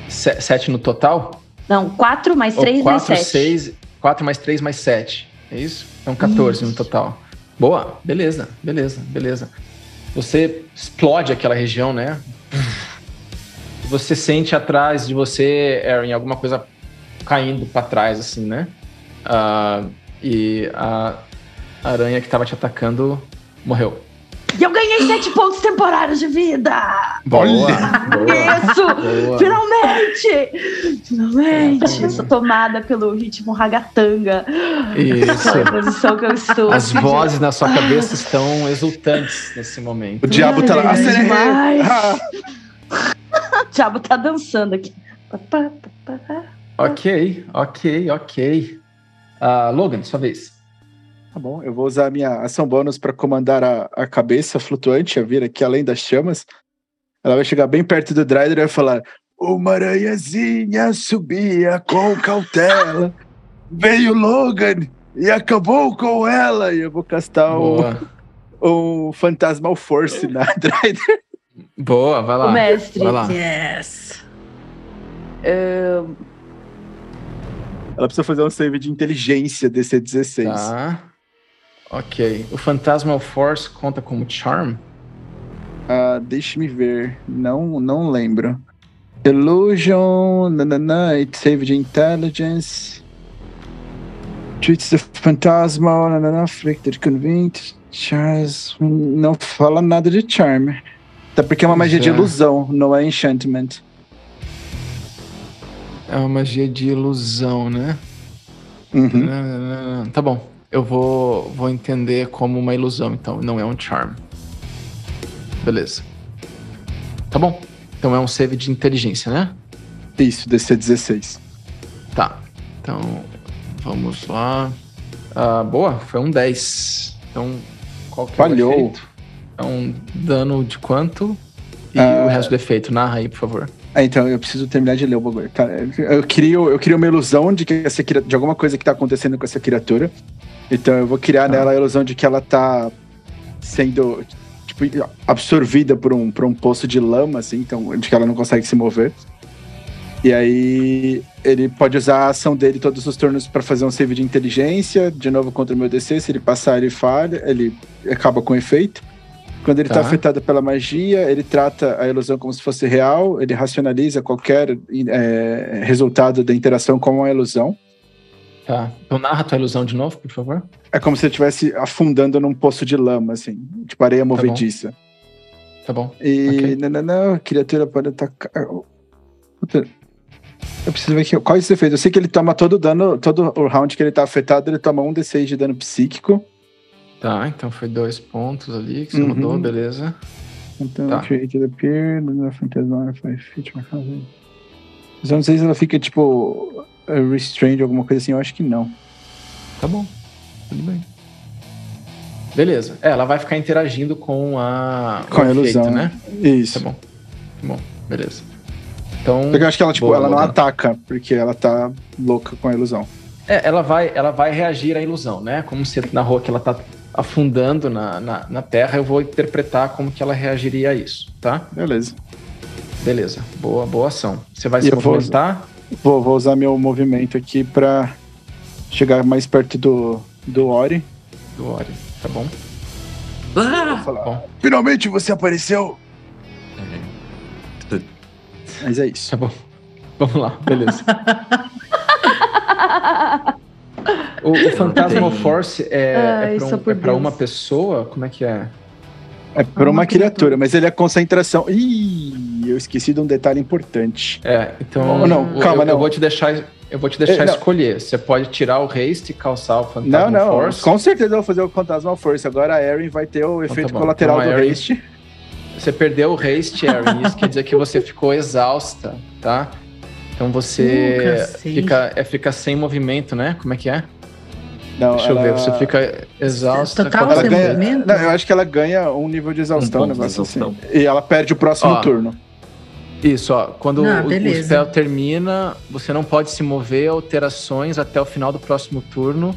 S1: Se- sete no total?
S7: Não, 4 mais
S1: Ou
S7: 3 mais
S1: 4,
S7: 7.
S1: 6, 4 mais 3 mais 7. É isso? Então 14 no
S7: Isso.
S1: total. Boa, beleza, beleza, beleza. Você explode aquela região, né? Você sente atrás de você, Erin, alguma coisa caindo pra trás, assim, né? Ah, e a aranha que tava te atacando morreu.
S7: E eu ganhei 7 pontos temporários de vida!
S1: Boa,
S7: Isso!
S1: boa, boa.
S7: Finalmente!
S1: É.
S7: Finalmente! Eu sou tomada pelo ritmo ragatanga.
S1: Isso.
S7: Essa posição que eu estou.
S1: As vozes na sua cabeça estão exultantes nesse momento.
S6: O diabo tá lá. Ah,
S7: Ai,
S5: Nossa, né?
S7: demais. O diabo tá dançando aqui. Pá, pá, pá, pá.
S1: Ok, ok, ok. Ah, Logan, sua vez.
S6: Tá bom, eu vou usar a minha ação bônus para comandar a, a cabeça flutuante a vir aqui além das chamas. Ela vai chegar bem perto do Dryder e vai falar: Uma aranhazinha subia com cautela. Veio Logan e acabou com ela. E eu vou castar um,
S1: Boa.
S6: um Fantasmal Force na Dryder.
S1: Boa, vai
S7: O
S1: lá.
S7: mestre.
S1: Vai lá.
S5: Yes.
S6: Ela precisa fazer um save de inteligência DC-16.
S1: Tá. Ok. O Phantasmal Force conta como Charm?
S6: Ah, Deixe-me ver. Não, não lembro. Illusion. Nanana, it save the intelligence. Treats the fantasma. Nanana, afflicted, convinced. Charles. Não fala nada de charm. Até porque é uma magia de
S1: Já.
S6: ilusão, não é enchantment.
S1: É uma magia de ilusão, né? Hum?
S6: Uhum.
S1: Tá bom. Eu vou, vou entender como uma ilusão, então. Não é um charm. Beleza. Tá bom. Então é um save de inteligência, né?
S6: Isso, DC-16.
S1: Tá. Então, vamos lá. Ah, boa, foi um 10. Então, qual que é
S6: Falhou.
S1: o efeito? É um dano de quanto? E
S6: Ah.
S1: o resto do efeito, narra aí, por favor.
S6: Ah, então eu preciso terminar de ler o bagulho. Tá, eu, crio, eu crio uma ilusão de, que essa, cria- de alguma coisa que tá acontecendo com essa criatura. Então eu vou criar nela a ilusão de que ela tá sendo tipo, absorvida por um, por um poço de lama, assim, então, de que ela não consegue se mover. E aí ele pode usar a ação dele todos os turnos pra fazer um save de inteligência, de novo contra o meu DC. Se ele passar, ele falha, ele acaba com o efeito. Quando ele tá.
S1: Tá.
S6: afetado pela magia, ele trata a ilusão como se fosse real, ele racionaliza qualquer eh, resultado da interação como uma ilusão.
S1: Tá. Então, narra tua ilusão de novo, por favor.
S6: É como se ele estivesse afundando num poço de lama, assim, tipo areia
S1: bom.
S6: movediça.
S1: Tá bom.
S6: E
S1: Ok.
S6: não, não, não, a criatura pode atacar. Puta. Eu preciso ver aqui quais os efeitos. Eu sei que ele toma todo o dano, todo o round que ele tá afetado, ele toma um D6 de dano psíquico.
S1: Tá, então foi dois pontos ali que você
S6: Uhum.
S1: mudou, beleza.
S6: Então,
S1: Tá.
S6: created a peer, no meu fantasma, five feet, uma casa. Mas eu não sei se ela fica, tipo, restrained, alguma coisa assim, eu acho que não.
S1: Tá bom. Tudo bem. Beleza. É, ela vai ficar interagindo com a.
S6: Com
S1: o
S6: a ilusão,
S1: efeito, Tá
S6: Isso.
S1: bom. Tá bom, beleza. Então.
S6: Porque eu acho que ela, tipo,
S1: Boa,
S6: ela não
S1: boa.
S6: ataca, porque ela tá louca com a ilusão.
S1: É, ela vai, ela vai reagir à ilusão, né? Como se na rua que ela tá afundando na, na, na terra, eu vou interpretar como que ela reagiria a isso, tá?
S6: Beleza.
S1: Beleza. Boa, boa ação. Você vai se
S6: E eu vou-
S1: movimentar?
S6: Vou, vou usar meu movimento aqui pra chegar mais perto do, do Ori.
S1: Do Ori, tá bom?
S4: Ah!
S6: Falar,
S1: Bom.
S6: Finalmente você apareceu! Mas é isso.
S1: Tá bom. Vamos lá, beleza. o, o Fantasma
S4: Tem.
S1: Force é,
S7: Ai,
S1: é pra um-
S7: só Ah, por
S1: é pra
S7: Deus.
S1: uma pessoa? Como é que é?
S6: É por uma criatura, mas ele é concentração. Ih, eu esqueci de um detalhe importante.
S1: É, então.
S6: Ou não,
S1: eu-
S6: calma,
S1: eu,
S6: não.
S1: Eu vou te deixar. Eu vou te deixar
S6: Eh, não.
S1: escolher. Você pode tirar o haste e calçar o
S6: Não,
S1: Fantasma
S6: não.
S1: Force.
S6: Com certeza eu vou fazer o Fantasma Force. Agora a Erin vai ter o efeito
S1: tá bom.
S6: colateral
S1: Então,
S6: do
S1: a Erin-
S6: haste.
S1: Você perdeu o haste, Erin. Isso quer dizer que você ficou exausta, tá? Então
S5: Nunca
S1: você
S5: sei.
S1: fica, é, fica sem movimento, né? Como é que é?
S6: Não,
S1: Deixa
S6: ela-
S1: eu ver. Você fica exausta.
S5: Total
S1: quando-
S6: Ela
S5: sem
S6: ganha...
S5: movimento?
S6: Não, eu acho que ela ganha um nível de exaustão,
S4: Um
S6: um
S4: ponto de
S6: negócio
S4: exaustão.
S6: assim. E ela perde o próximo
S1: Ó.
S6: turno.
S1: Isso, ó. Quando
S5: Ah,
S1: o-
S5: beleza.
S1: o spell termina, você não pode se mover alterações até o final do próximo turno,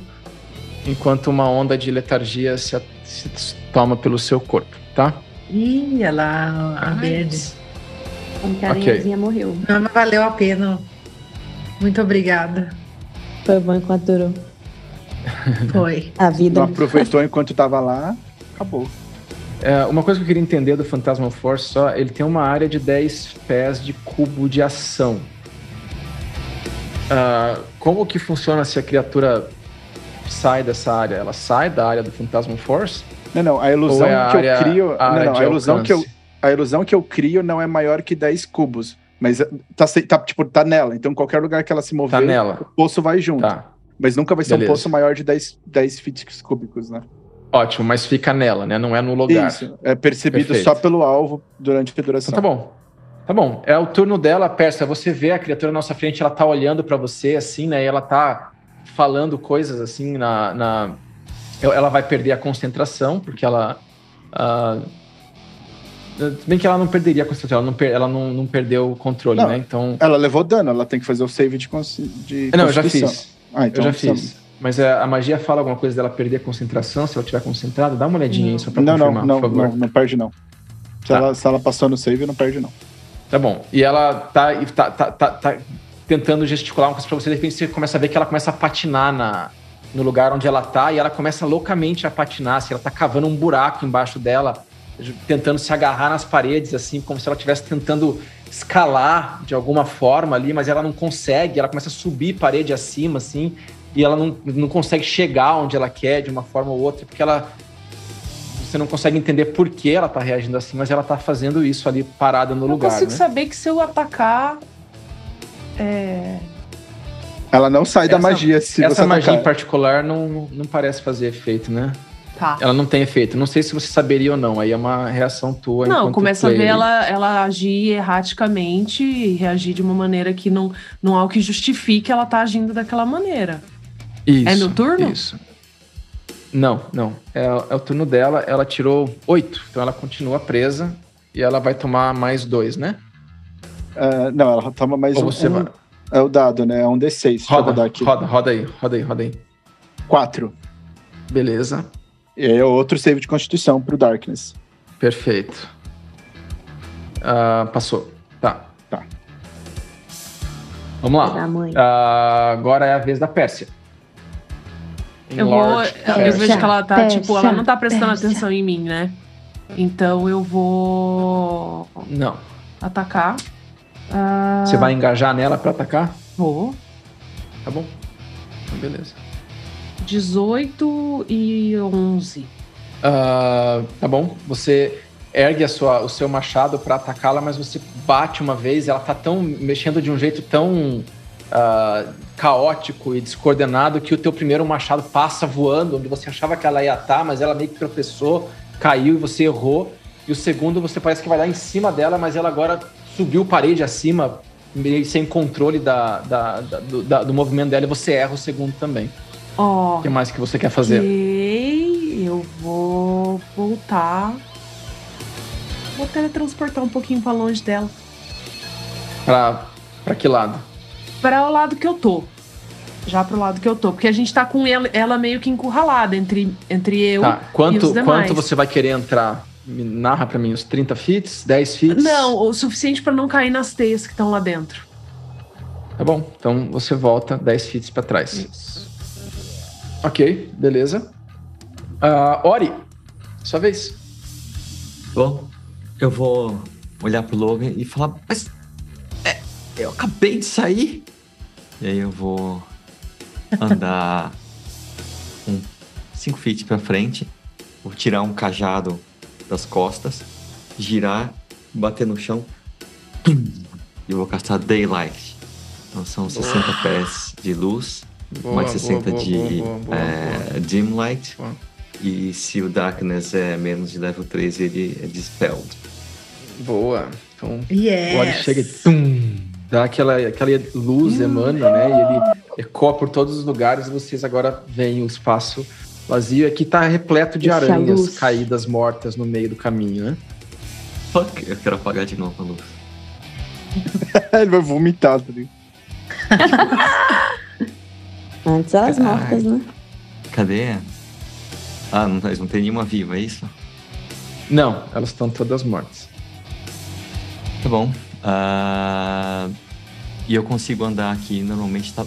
S1: enquanto uma onda de letargia se, a- se toma pelo seu corpo, tá?
S5: Ih, olha lá, a é verde.
S7: A aranhazinha morreu.
S5: Não, não valeu a pena. Muito obrigada.
S2: Foi bom enquanto durou.
S5: Foi.
S2: A
S6: Não
S2: vida.
S6: aproveitou enquanto tava lá, acabou.
S1: É, uma coisa que eu queria entender do Phantasmal Force só, ele tem uma área de 10 pés de cubo de ação. Ah, como que funciona se a criatura sai dessa área? Ela sai da área do Phantasmal Force?
S6: Não, não, a
S1: Ou
S6: ilusão
S1: é a
S6: que
S1: área,
S6: eu crio.
S1: a área
S6: não, não,
S1: de
S6: a ilusão, que eu,
S1: alcance?
S6: a ilusão que eu crio não é maior que 10 cubos. Mas eh, tá, se- tá, tipo, tá nela. Então, qualquer lugar que ela se mover,
S1: Tá nela.
S6: o poço vai junto.
S1: Tá.
S6: Mas nunca vai ser
S1: Beleza.
S6: um poço maior de 10, 10 feet cúbicos, né?
S1: Ótimo, mas fica nela, né? Não é no lugar.
S6: Isso. É percebido
S1: Perfeito.
S6: só pelo alvo durante a
S1: Então
S6: duração.
S1: tá bom. Tá bom. É o turno dela, Persa. Você vê a criatura na nossa frente, ela tá olhando pra você, assim, né? E ela tá falando coisas assim na. na- El- Ela vai perder a concentração, porque ela. ah, tudo bem que ela não perderia a concentração, ela não, per- ela não, não perdeu o controle,
S6: Não.
S1: né? Então.
S6: Ela levou dano, ela tem que fazer o save de, consci... de
S1: É, Não, eu já
S6: constituição.
S1: fiz.
S6: Ah,
S1: Eu
S6: então
S1: já
S6: precisa-
S1: fiz. Mas é, a magia fala alguma coisa dela perder a concentração, se ela estiver concentrada, dá uma olhadinha aí só pra
S6: Não, não,
S1: confirmar,
S6: não,
S1: por favor.
S6: não, não perde não. Se,
S1: Tá.
S6: ela, se ela passou no save, não perde não.
S1: Tá bom. E ela tá, e tá, tá, tá, tá tentando gesticular uma coisa pra você, de repente você começa a ver que ela começa a patinar na, no lugar onde ela tá, e ela começa loucamente a patinar, assim, ela tá cavando um buraco embaixo dela, ju- tentando se agarrar nas paredes, assim, como se ela estivesse tentando escalar de alguma forma ali, mas ela não consegue, ela começa a subir parede acima, assim, e ela não, não consegue chegar onde ela quer de uma forma ou outra, porque ela você não consegue entender por que ela tá reagindo assim, mas ela tá fazendo isso ali parada no
S8: Eu
S1: lugar,
S8: consigo
S1: né?
S8: saber que se eu atacar. É,
S6: Ela não sai da
S1: Essa-
S6: magia se
S1: Essa
S6: você
S1: magia em
S6: atacar.
S1: particular não, não parece fazer efeito, né?
S8: tá.
S1: Ela não tem efeito. Não sei se você saberia ou não. Aí é uma reação tua.
S8: Não,
S1: enquanto
S8: começa a ver
S1: player.
S8: ela, ela agir erraticamente e reagir de uma maneira que não, não há o que justifique ela estar agindo daquela maneira.
S1: Isso,
S8: É meu turno?
S1: Isso. Não, não. É, é o turno dela. Ela tirou oito. Então ela continua presa. E ela vai tomar mais dois, né?
S6: Ah, não, ela toma mais
S1: Ou
S6: um,
S1: você
S6: um-
S1: vai.
S6: É o dado, né? É um D6 pra
S1: Roda,
S6: rodar aqui.
S1: roda, roda aí, roda aí, roda aí.
S6: Quatro.
S1: Beleza.
S6: E aí é outro save de constituição pro Darkness.
S1: Perfeito. Ah, passou. Tá.
S6: Tá.
S1: Vamos lá.
S7: Da mãe.
S1: Ah, agora é a vez da Pérsia.
S8: Eu vou.
S1: Enlarge
S8: Eu,
S1: Pérsia.
S8: vejo que ela tá,
S7: Persa,
S8: tipo, ela não tá prestando
S7: persa.
S8: atenção em mim, né? Então eu vou
S1: Não.
S8: atacar.
S1: Você vai engajar nela pra atacar?
S8: Vou.
S1: Tá bom. Então, beleza.
S8: 18 e 11.
S1: Ah, tá bom. Você ergue a sua, o seu machado pra atacá-la, mas você bate uma vez. Ela tá tão mexendo de um jeito tão ah, caótico e descoordenado que o teu primeiro machado passa voando, onde você achava que ela ia estar, mas ela meio que tropeçou, caiu e você errou. E o segundo você parece que vai dar em cima dela, mas ela agora subiu parede acima, meio sem controle da, da- da- do, da- do movimento dela, e você erra o segundo também.
S8: Ó,
S1: O que mais que você quer fazer?
S8: ok. Eu vou voltar. Vou teletransportar um pouquinho pra longe dela.
S1: Pra, pra que lado?
S8: Pra o lado que eu tô. Já pro lado que eu tô. Porque a gente tá com ela, ela meio que encurralada entre, entre eu.
S1: Tá,
S8: e os
S1: quanto,
S8: demais.
S1: quanto você vai querer entrar? Me narra pra mim, os 30 fits, 10 fits?
S8: Não, o suficiente pra não cair nas teias que estão lá dentro.
S1: Tá bom, então você volta 10 fits pra trás. Ok, beleza. Ah, Ori, sua vez.
S4: Bom, eu vou olhar pro Logan e falar, mas é, eu acabei de sair. E aí eu vou andar um, cinco feet pra frente, vou tirar um cajado das costas, girar, bater no chão, tum, e vou castar Daylight. Então são 60 pés de luz,
S9: Boa,
S4: mais 60
S9: boa, boa,
S4: de
S9: boa, boa, boa,
S4: eh, dim light.
S9: Boa.
S4: E se o Darkness é menos de level 3, ele é dispelled.
S9: Boa. Então,
S5: Yes.
S1: O óleo chega e tum, dá aquela, aquela luz emana, né? E ele ecoa por todos os lugares. Vocês agora veem o espaço vazio. Aqui tá repleto de
S7: Essa
S1: aranhas
S7: luz.
S1: caídas mortas no meio do caminho, né?
S4: Fuck, eu quero apagar de novo a luz.
S6: Ele vai vomitar, tá ligado?
S2: Antes elas
S4: Caralho.
S2: mortas, né?
S4: Cadê? Ah, não, mas não tem nenhuma viva, é isso?
S1: Não, elas estão todas mortas.
S4: Tá bom. Ah, e eu consigo andar aqui normalmente, tá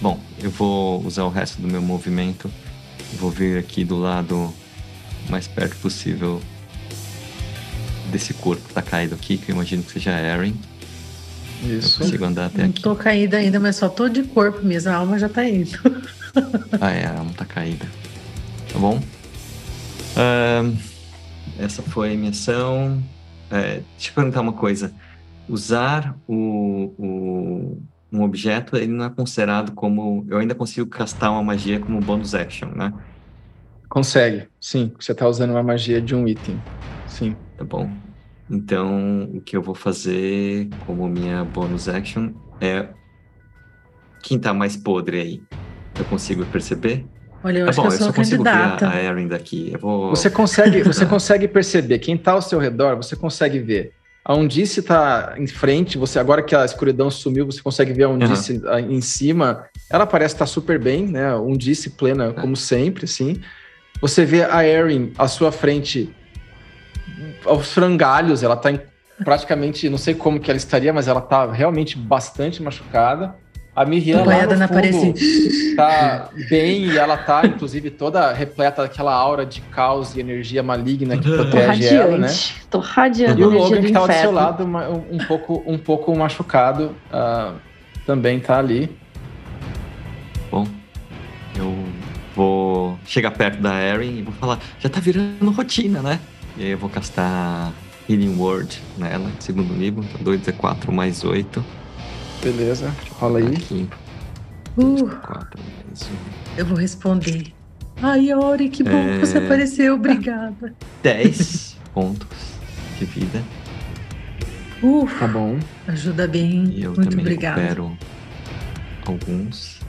S4: bom. Eu vou usar o resto do meu movimento. Vou vir aqui do lado mais perto possível desse corpo que tá caído aqui, que eu imagino que seja Eren. Eu
S9: isso.
S4: consigo andar até
S5: Não
S4: aqui.
S5: tô caída ainda, mas só tô de corpo mesmo. A alma já tá indo.
S4: Ah, é, ela não tá caída. Tá bom? Ahn, essa foi a minha ação. É, deixa eu perguntar uma coisa. Usar o, o- um objeto, ele não é considerado como. Eu ainda consigo castar uma magia como bonus action, né?
S1: Consegue, sim. Você tá usando uma magia de um item. Sim.
S4: Tá bom? Então, o que eu vou fazer como minha bonus action é. Quem tá mais podre aí? Eu consigo perceber?
S5: Olha, eu
S4: tá
S5: acho
S4: bom,
S5: que eu sou
S4: só consigo ver a,
S5: candidata.
S4: a Erin daqui. Eu vou.
S1: Você consegue, você consegue perceber quem tá ao seu redor, você consegue ver. A Undice tá em frente, você agora que a escuridão sumiu, você consegue ver a Undice ah, em cima. Ela parece estar super bem, né? Undice plena, como sempre, sim. Você vê a Erin à sua frente aos frangalhos, ela tá em- praticamente, não sei como que ela estaria, mas ela tá realmente bastante machucada. A Miriam lá
S5: Apoiada
S1: no
S5: na
S1: fundo,
S5: parede, assim.
S1: tá bem e ela tá, inclusive, toda repleta daquela aura de caos e energia maligna que
S7: Tô
S1: protege ela, né?
S7: radiante. Tô radiante.
S1: E o
S7: energia
S1: Logan,
S7: do
S1: que tava do seu
S7: inferno.
S1: lado, ma- um um pouco, um pouco machucado, ah, também tá ali.
S4: Bom, eu vou chegar perto da Erin e vou falar, já tá virando rotina, né? E aí eu vou castar Healing Word nela, segundo nível, então 2d4 mais 8.
S1: Beleza, rola aí.
S4: Aqui,
S5: Uh,
S4: 4 mais
S5: eu vou responder. Ai, Ori, que bom
S4: É.
S5: que você apareceu. Obrigada.
S4: 1. 10 pontos de vida.
S5: Ufa,
S1: Tá bom.
S5: ajuda bem.
S4: E eu
S5: Muito
S4: também
S5: obrigada.
S4: recupero alguns.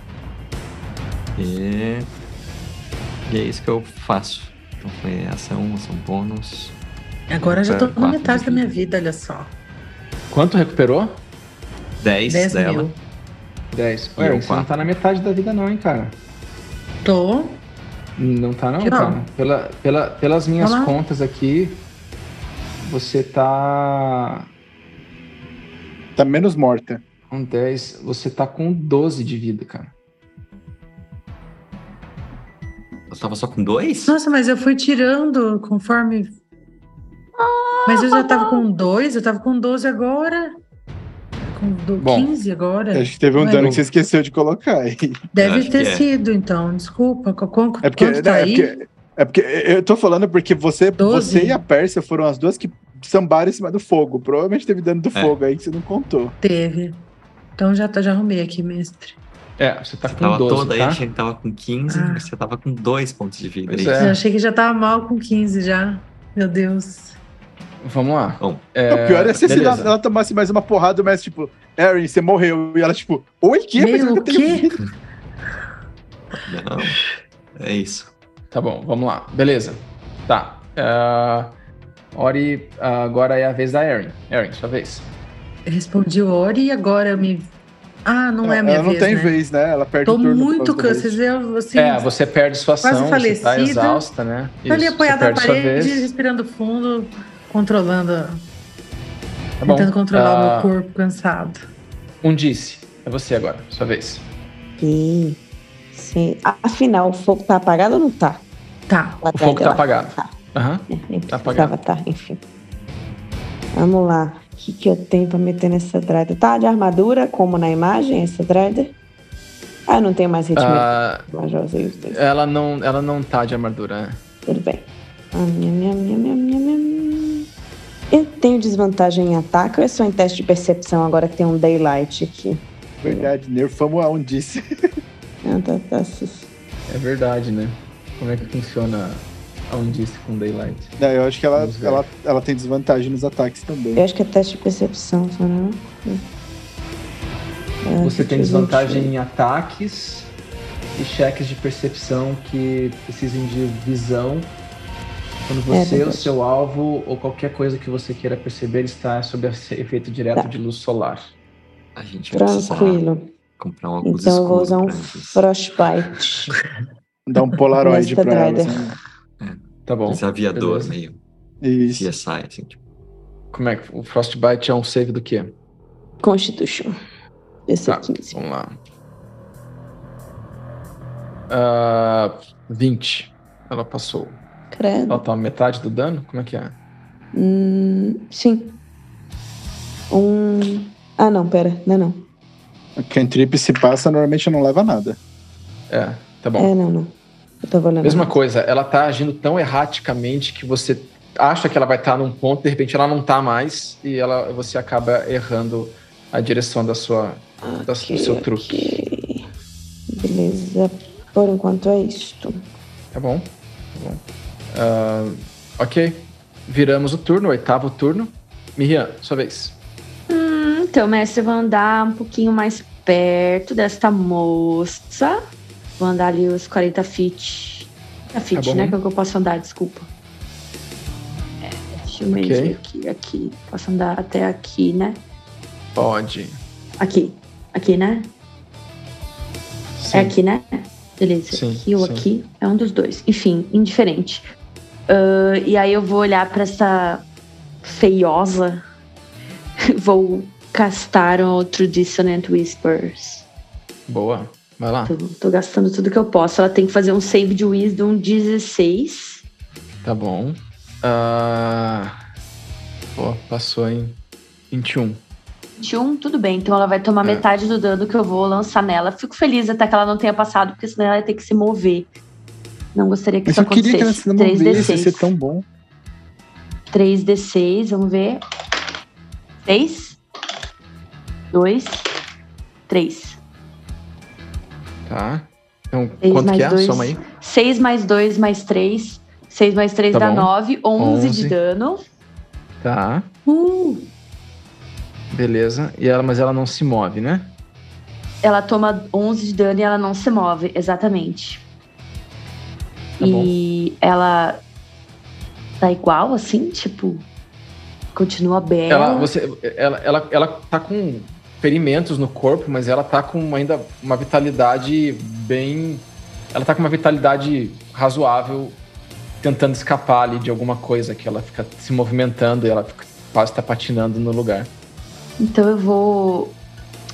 S4: E... e é isso que eu faço. Então foi ação, ação bônus.
S5: Agora eu já tô
S4: recupero
S5: na
S4: quatro
S5: metade
S4: de
S5: da minha vida, olha só.
S1: Quanto recuperou?
S4: 10,
S5: 10
S4: dela.
S5: mil.
S1: 10.
S4: E
S1: Ué, você
S4: eu
S1: não
S4: quatro.
S1: tá na metade da vida não, hein, cara?
S5: Tô.
S1: Não tá não,
S5: Que não.
S1: cara. Pela, pela, pelas minhas
S5: Olá.
S1: contas aqui, você tá...
S6: Tá menos morta.
S1: Com 10, você tá com 12 de vida, cara.
S4: Eu tava só com 2?
S5: Nossa, mas eu fui tirando conforme. Mas eu já tava com dois, eu tava com 12 agora. Com do...
S1: Bom,
S5: 15 agora.
S6: Acho que teve um
S5: Ué,
S6: dano
S5: não.
S6: que você esqueceu de colocar aí.
S4: acho
S5: Deve
S4: que
S5: ter
S4: é.
S5: sido, então. Desculpa. qu- Quanto,
S6: É porque,
S5: quanto
S6: não,
S5: tá
S6: é
S5: aí?
S6: porque, é porque eu tô falando porque você,
S5: Doze.
S6: você e a Pérsia foram as duas que sambaram em cima do fogo. Provavelmente teve
S1: É.
S6: dano do fogo aí que você não contou.
S5: Teve. Então já, tá- já arrumei aqui, mestre.
S1: É, você tá
S4: Você
S1: com
S4: tava
S1: 12,
S4: toda aí,
S1: tá?
S4: achei que tava com 15,
S5: Ah.
S4: mas você tava com 2 pontos de vida.
S1: Pois
S4: isso.
S1: É.
S5: Eu achei que já tava mal com 15 já. Meu Deus.
S1: Vamos lá.
S4: Bom.
S6: o pior é se se
S1: beleza.
S6: ela, ela tomasse mais uma porrada, mas tipo, Erin, você morreu. E ela, tipo, oi, que? Mas eu
S5: Meu,
S6: nunca
S5: o
S6: tenho
S5: quê?
S4: Não, é isso.
S1: Tá bom, vamos lá. Beleza. Tá. Ah, Ori, ah, agora é a vez da Erin. Erin, sua vez.
S5: Eu respondi o Ori e agora eu me. Ah, não é a
S6: ela
S5: minha
S6: não
S5: vez,
S6: tem
S5: né?
S6: vez, né? Ela perde
S5: Tô
S6: o turno. por
S5: muito
S6: causa da vez.
S5: cansada. Eu, assim,
S1: é, você perde sua ação,
S5: quase
S1: você tá
S5: falecida.
S1: exausta, né?
S5: Tá ali
S1: Isso,
S5: apoiada
S1: você
S5: na
S1: perde sua
S5: parede,
S1: vez.
S5: respirando fundo, controlando,
S1: Tá bom.
S5: tentando controlar
S1: Ah,
S5: o meu corpo cansado.
S1: Um disse. É você agora, sua vez.
S2: E, sim. Afinal, o fogo tá apagado ou não tá?
S5: Tá.
S2: Lá
S1: O fogo tá
S2: dela.
S1: apagado. Aham.
S2: É, nem
S1: Tá
S2: precisava tá, enfim. Vamos lá. O que, que eu tenho pra meter nessa Drider? Tá de armadura, como na imagem, essa Drider? Ah, eu não tenho mais ritmo.
S1: Ah,
S2: Mas já usei os dois.
S1: ela, não, ela não tá de armadura. né?
S2: Tudo bem. Ah, minha, minha, minha, minha, minha, minha. Eu tenho desvantagem em ataque ou é só em teste de percepção agora que tem um daylight aqui?
S6: Verdade, nerfamos a Undice.
S2: Ah, tá, tá. sus-
S9: É verdade, né? Como é que funciona a
S1: um
S9: undice com Daylight?
S6: Não, eu acho que ela,
S9: Vamos ver.
S6: ela, ela tem desvantagem nos ataques também.
S2: Eu acho que é teste de percepção, só não. Ah,
S9: Você tem
S2: 28.
S9: desvantagem em ataques e cheques de percepção que precisem de visão. Quando você, o
S2: É verdade.
S9: seu alvo ou qualquer coisa que você queira perceber está sob esse efeito direto
S2: Tá.
S9: de luz solar.
S4: A gente vai precisar
S2: Tranquilo.
S4: comprar um óculos
S2: Então eu vou
S4: escuro
S2: usar um
S4: pra isso.
S2: Frostbite.
S6: Dá um Polaroid
S2: Nesta
S6: pra ela.
S2: driver.
S6: assim.
S9: Tá bom.
S4: Esse aviador
S9: beleza.
S4: meio
S6: Isso.
S4: CSI, assim, tipo.
S1: Como é que o Frostbite é um save do quê?
S2: Constitution. Esse
S1: Tá.
S2: é 15.
S1: Vamos lá. Ah, 20. Ela passou.
S2: Credo.
S1: Ela tá metade do dano? Como é que é?
S2: Hum, sim. Um. Ah, não, pera. Não, não.
S6: O cantrip se passa, normalmente não leva nada.
S1: É, tá bom.
S2: É, não, não. Eu tava olhando.
S1: Mesma coisa, ela tá agindo tão erraticamente que você acha que ela vai estar num ponto, de repente ela não tá mais e ela, você acaba errando a direção da sua. da- do
S2: Ok,
S1: seu truque.
S2: ok. Beleza. Por enquanto é isto.
S1: Tá bom? Tá bom. Ah, ok. Viramos o turno, oitavo turno. Miriam, sua vez.
S7: Hum, Então, mestre, eu vou andar um pouquinho mais perto desta moça. Vou andar ali os 40 feet. 40 feet,
S1: Tá bom.
S7: né? Que é o que eu posso andar, desculpa. É, deixa eu
S1: Ok.
S7: mesmo aqui, aqui. Posso andar até aqui, né?
S1: Pode.
S7: Aqui. Aqui, né?
S1: Sim.
S7: É aqui, né? Beleza.
S1: Sim,
S7: aqui ou
S1: sim.
S7: aqui. É um dos dois. Enfim, indiferente. Ah, e aí eu vou olhar pra essa feiosa. vou castar um outro Dissonant Whispers.
S1: Boa. Vai lá.
S7: Tô, tô gastando tudo que eu posso. Ela tem que fazer um save de Wisdom 16.
S1: Tá bom. Ah, Pô, passou em 21.
S7: 21, tudo bem. Então ela vai tomar
S1: É.
S7: metade do dano que eu vou lançar nela. Fico feliz até que ela não tenha passado, porque senão ela ia ter que se mover. Não gostaria que
S6: Mas
S7: isso
S6: eu queria que ela se
S7: acontecesse.
S6: movesse, ia ser
S7: 3D6.
S6: tão bom.
S7: 3D6, vamos ver. 6. 2. 3.
S1: Tá. Então,
S7: Seis
S1: quanto
S7: mais
S1: que é?
S7: dois.
S1: Soma aí.
S7: 6 mais 2 mais 3. 6 mais 3
S1: Tá
S7: dá
S1: bom.
S7: 9. 11
S1: Onze.
S7: de dano.
S1: Tá.
S6: Uh!
S1: Beleza. E ela, mas ela não se move, né?
S7: Ela toma 11 de dano e ela não se move, exatamente.
S1: Tá bom.
S7: e ela tá igual, assim, tipo, continua bem.
S1: Ela, você, ela, ela, ela tá com ferimentos no corpo, mas ela tá com ainda uma vitalidade bem. Ela tá com uma vitalidade razoável, tentando escapar ali de alguma coisa que ela fica se movimentando e ela fica- quase tá patinando no lugar.
S7: Então eu vou.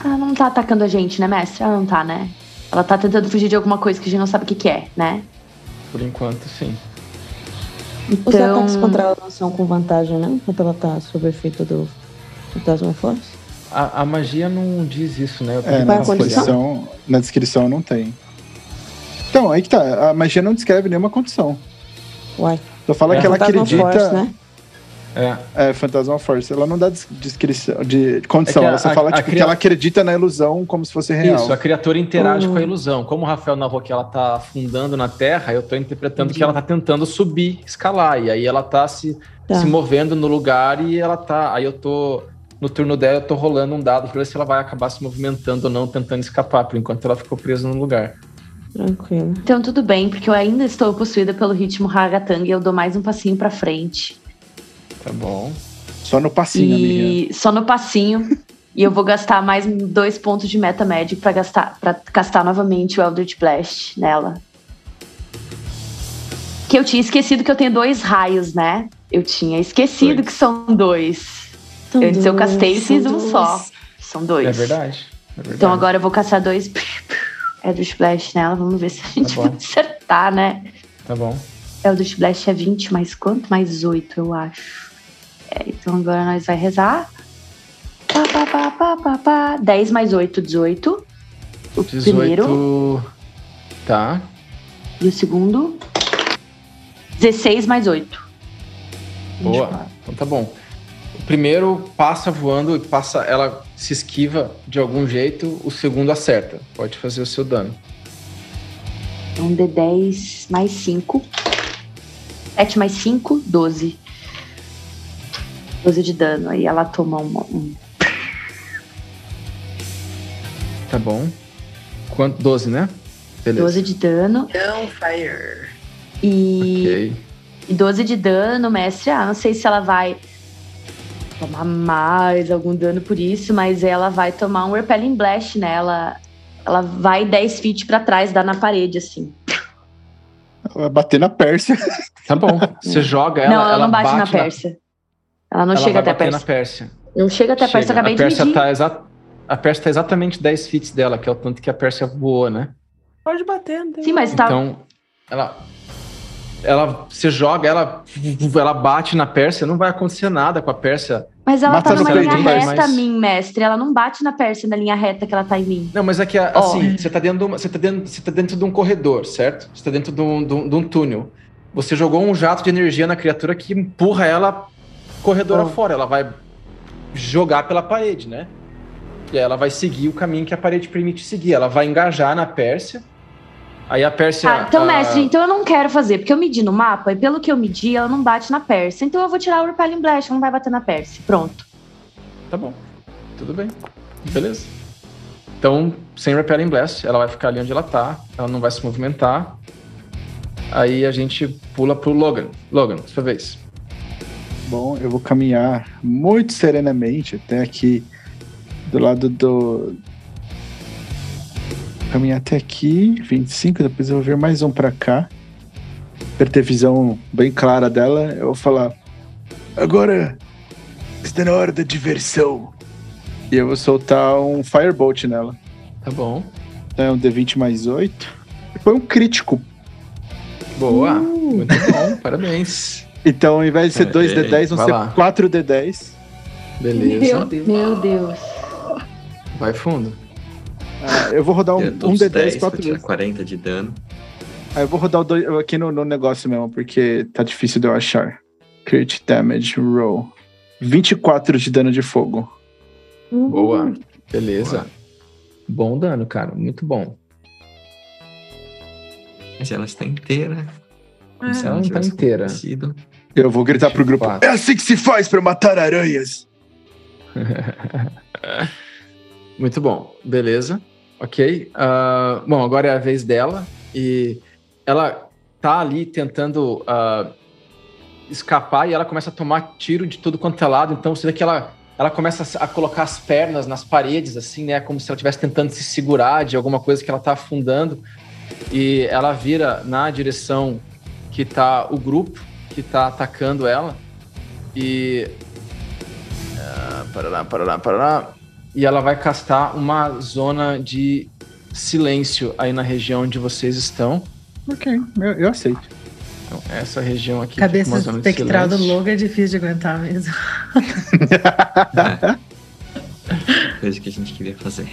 S7: Ela não tá atacando a gente, né, mestre? Ela não tá, né? Ela tá tentando fugir de alguma coisa que a gente não sabe o que, que é, né?
S1: Por enquanto, sim.
S2: Os
S7: Então,
S2: ataques contra ela não são com vantagem, né? Enquanto ela tá sob o efeito do Fantasma Force.
S1: A, a magia não diz isso, né? Eu
S6: É,
S1: tenho
S2: Qual
S6: na
S2: é a
S1: que olhar.
S6: descrição, na descrição não tem. Então, aí que tá. A magia não descreve nenhuma condição.
S2: Uai.
S6: Só fala
S1: É,
S6: que ela
S2: Fantasma
S6: acredita.
S2: Force, né?
S1: É.
S6: É, Fantasma Force. Ela não dá des- descrição de condição.
S1: É que a-
S6: ela só
S1: a-
S6: fala
S1: a
S6: tipo, que
S1: cria-
S6: ela acredita na ilusão como se fosse É real.
S1: Isso, a criatura interage
S2: Hum.
S1: com a ilusão. Como o Rafael narrou que ela tá afundando na terra, eu tô interpretando que ela tá tentando subir, escalar. E aí ela tá se,
S2: Tá.
S1: se movendo no lugar e ela tá. Aí eu tô. No turno dela, eu tô rolando um dado pra ver se ela vai acabar se movimentando ou não, tentando escapar. Por enquanto ela ficou presa no lugar.
S2: Tranquilo.
S7: Então tudo bem, porque eu ainda estou possuída pelo ritmo Hagatang e eu dou mais um passinho pra frente.
S1: Tá bom.
S6: Só no passinho, amiga.
S7: e só no passinho. e eu vou gastar mais dois pontos de meta médio pra gastar para gastar novamente o Eldritch Blast nela. Que eu tinha esquecido que eu tenho dois raios, né? Eu tinha esquecido
S1: Dois.
S7: que são dois.
S2: São
S7: Antes eu
S2: dois,
S7: castei e
S2: são
S7: fiz um só.
S2: dois.
S7: São dois.
S1: É verdade. É verdade.
S7: Então agora eu vou caçar dois Eldritch Blast nela. Vamos ver se a gente
S1: Tá bom.
S7: vai acertar, né?
S1: Tá bom.
S7: Eldritch Blast é 20, mais quanto? Mais 8, eu acho. É, então agora nós vai rezar. Pá, pá, pá, pá, pá, pá. 10 mais 8, 18. O
S1: 18.
S7: primeiro.
S1: Tá.
S7: E o segundo. 16 mais 8.
S1: Boa. Então tá bom. O primeiro passa voando e passa, ela se esquiva de algum jeito, o segundo acerta. Pode fazer o seu dano.
S7: Um D10 mais 5. 7 mais 5, 12. 12 de dano. Aí ela toma uma- um.
S1: Tá bom. Quanto? 12, né? Beleza.
S7: 12 de dano.
S5: Não, fire.
S7: E.
S1: Ok.
S7: E 12 de dano, mestre. Ah, não sei se ela vai tomar mais algum dano por isso, mas ela vai tomar um Repelling Blast nela. Ela vai 10 feet pra trás, dá na parede, assim.
S6: Vai bater na Pérsia.
S1: Tá bom. Você joga ela.
S7: não, ela, não bate, na
S1: Pérsia.
S7: Pérsia. Ela não
S1: ela
S7: chega
S1: vai
S7: até a
S1: bater
S7: Pérsia.
S1: na Pérsia.
S7: Não chega até a Pérsia, eu
S1: Chega.
S7: acabei
S1: a Pérsia
S7: de medir.
S1: tá exa- A Pérsia tá exatamente 10 feet dela, que é o tanto que a Pérsia voou, né?
S8: Pode bater, não tem
S7: Sim, mas tá.
S1: Então, ela. Ela se joga, ela, ela bate na Pérsia, não vai acontecer nada com a Pérsia.
S7: mas ela
S6: mata
S7: tá
S6: no
S7: numa
S6: peito,
S7: linha
S6: mas-
S7: reta a mim, mestre. Ela não bate na Pérsia na linha reta que ela tá em mim.
S1: Não, mas é que
S7: Ó.
S1: assim, você tá dentro de uma- você tá dentro, você tá dentro de um corredor, certo? Você tá dentro de um, de um- de um túnel. Você jogou um jato de energia na criatura que empurra ela corredor
S7: Ó.
S1: afora. Ela vai jogar pela parede, né? E aí ela vai seguir o caminho que a parede permite seguir. Ela vai engajar na Pérsia. Aí a Pérsia.
S7: Ah, então,
S1: ah,
S7: mestre, então eu não quero fazer, porque eu medi no mapa e pelo que eu medi, ela não bate na Pérsia. Então eu vou tirar o Repelling Blast, ela não vai bater na Pérsia. Pronto.
S1: Tá bom. Tudo bem. Beleza. Então, sem Repelling Blast, ela vai ficar ali onde ela tá. Ela não vai se movimentar. Aí a gente pula pro Logan. Logan, sua vez.
S6: Bom, eu vou caminhar muito serenamente até aqui do lado do. Caminhar até aqui, 25, depois eu vou ver mais um pra cá. Pra ter visão bem clara dela, eu vou falar. Agora está na hora da diversão. E eu vou soltar um firebolt nela.
S1: Tá bom.
S6: Então é um D20 mais 8. E Foi um crítico.
S1: Boa. Muito bom. Parabéns.
S6: Então, ao invés de ser
S4: É,
S6: 2D10, vão
S1: vai
S6: ser
S1: lá.
S6: 4D10.
S1: Beleza.
S7: Meu Deus.
S1: Vai fundo.
S6: Ah, eu vou
S1: Então,
S6: rodar um,
S4: Tira
S6: um
S4: todos
S6: D10
S4: pra
S6: 4
S4: tirar
S6: vezes.
S4: 40 de dano.
S6: Ah, eu vou rodar o dois, aqui no, no negócio mesmo, porque tá difícil de eu achar. Crit Damage Roll. 24 de dano de fogo.
S1: Boa. Beleza. Bom dano, cara. Muito bom.
S4: Mas ela está inteira. Como
S8: É.
S4: se
S1: Ela não tá
S4: tivesse
S1: inteira.
S4: acontecido.
S6: Eu vou gritar pro grupo.
S1: 24.
S6: É assim que se faz pra matar aranhas!
S1: Muito bom, beleza. Ok. Ah, bom, agora é a vez dela e ela tá ali tentando ah, escapar e ela começa a tomar tiro de tudo quanto é lado. Então você vê que ela, ela começa a colocar as pernas nas paredes, assim, né? Como se ela estivesse tentando se segurar de alguma coisa que ela tá afundando. E ela vira na direção que tá o grupo que tá atacando ela. E. Ah, parará, parará, parará e ela vai castar uma zona de silêncio aí na região onde vocês estão.
S6: Ok, eu, eu aceito.
S1: Então, essa região aqui fica
S5: Cabeça
S1: uma zona de
S5: espectral do
S1: silêncio.
S5: logo é difícil de aguentar mesmo.
S4: Coisa que a gente queria fazer.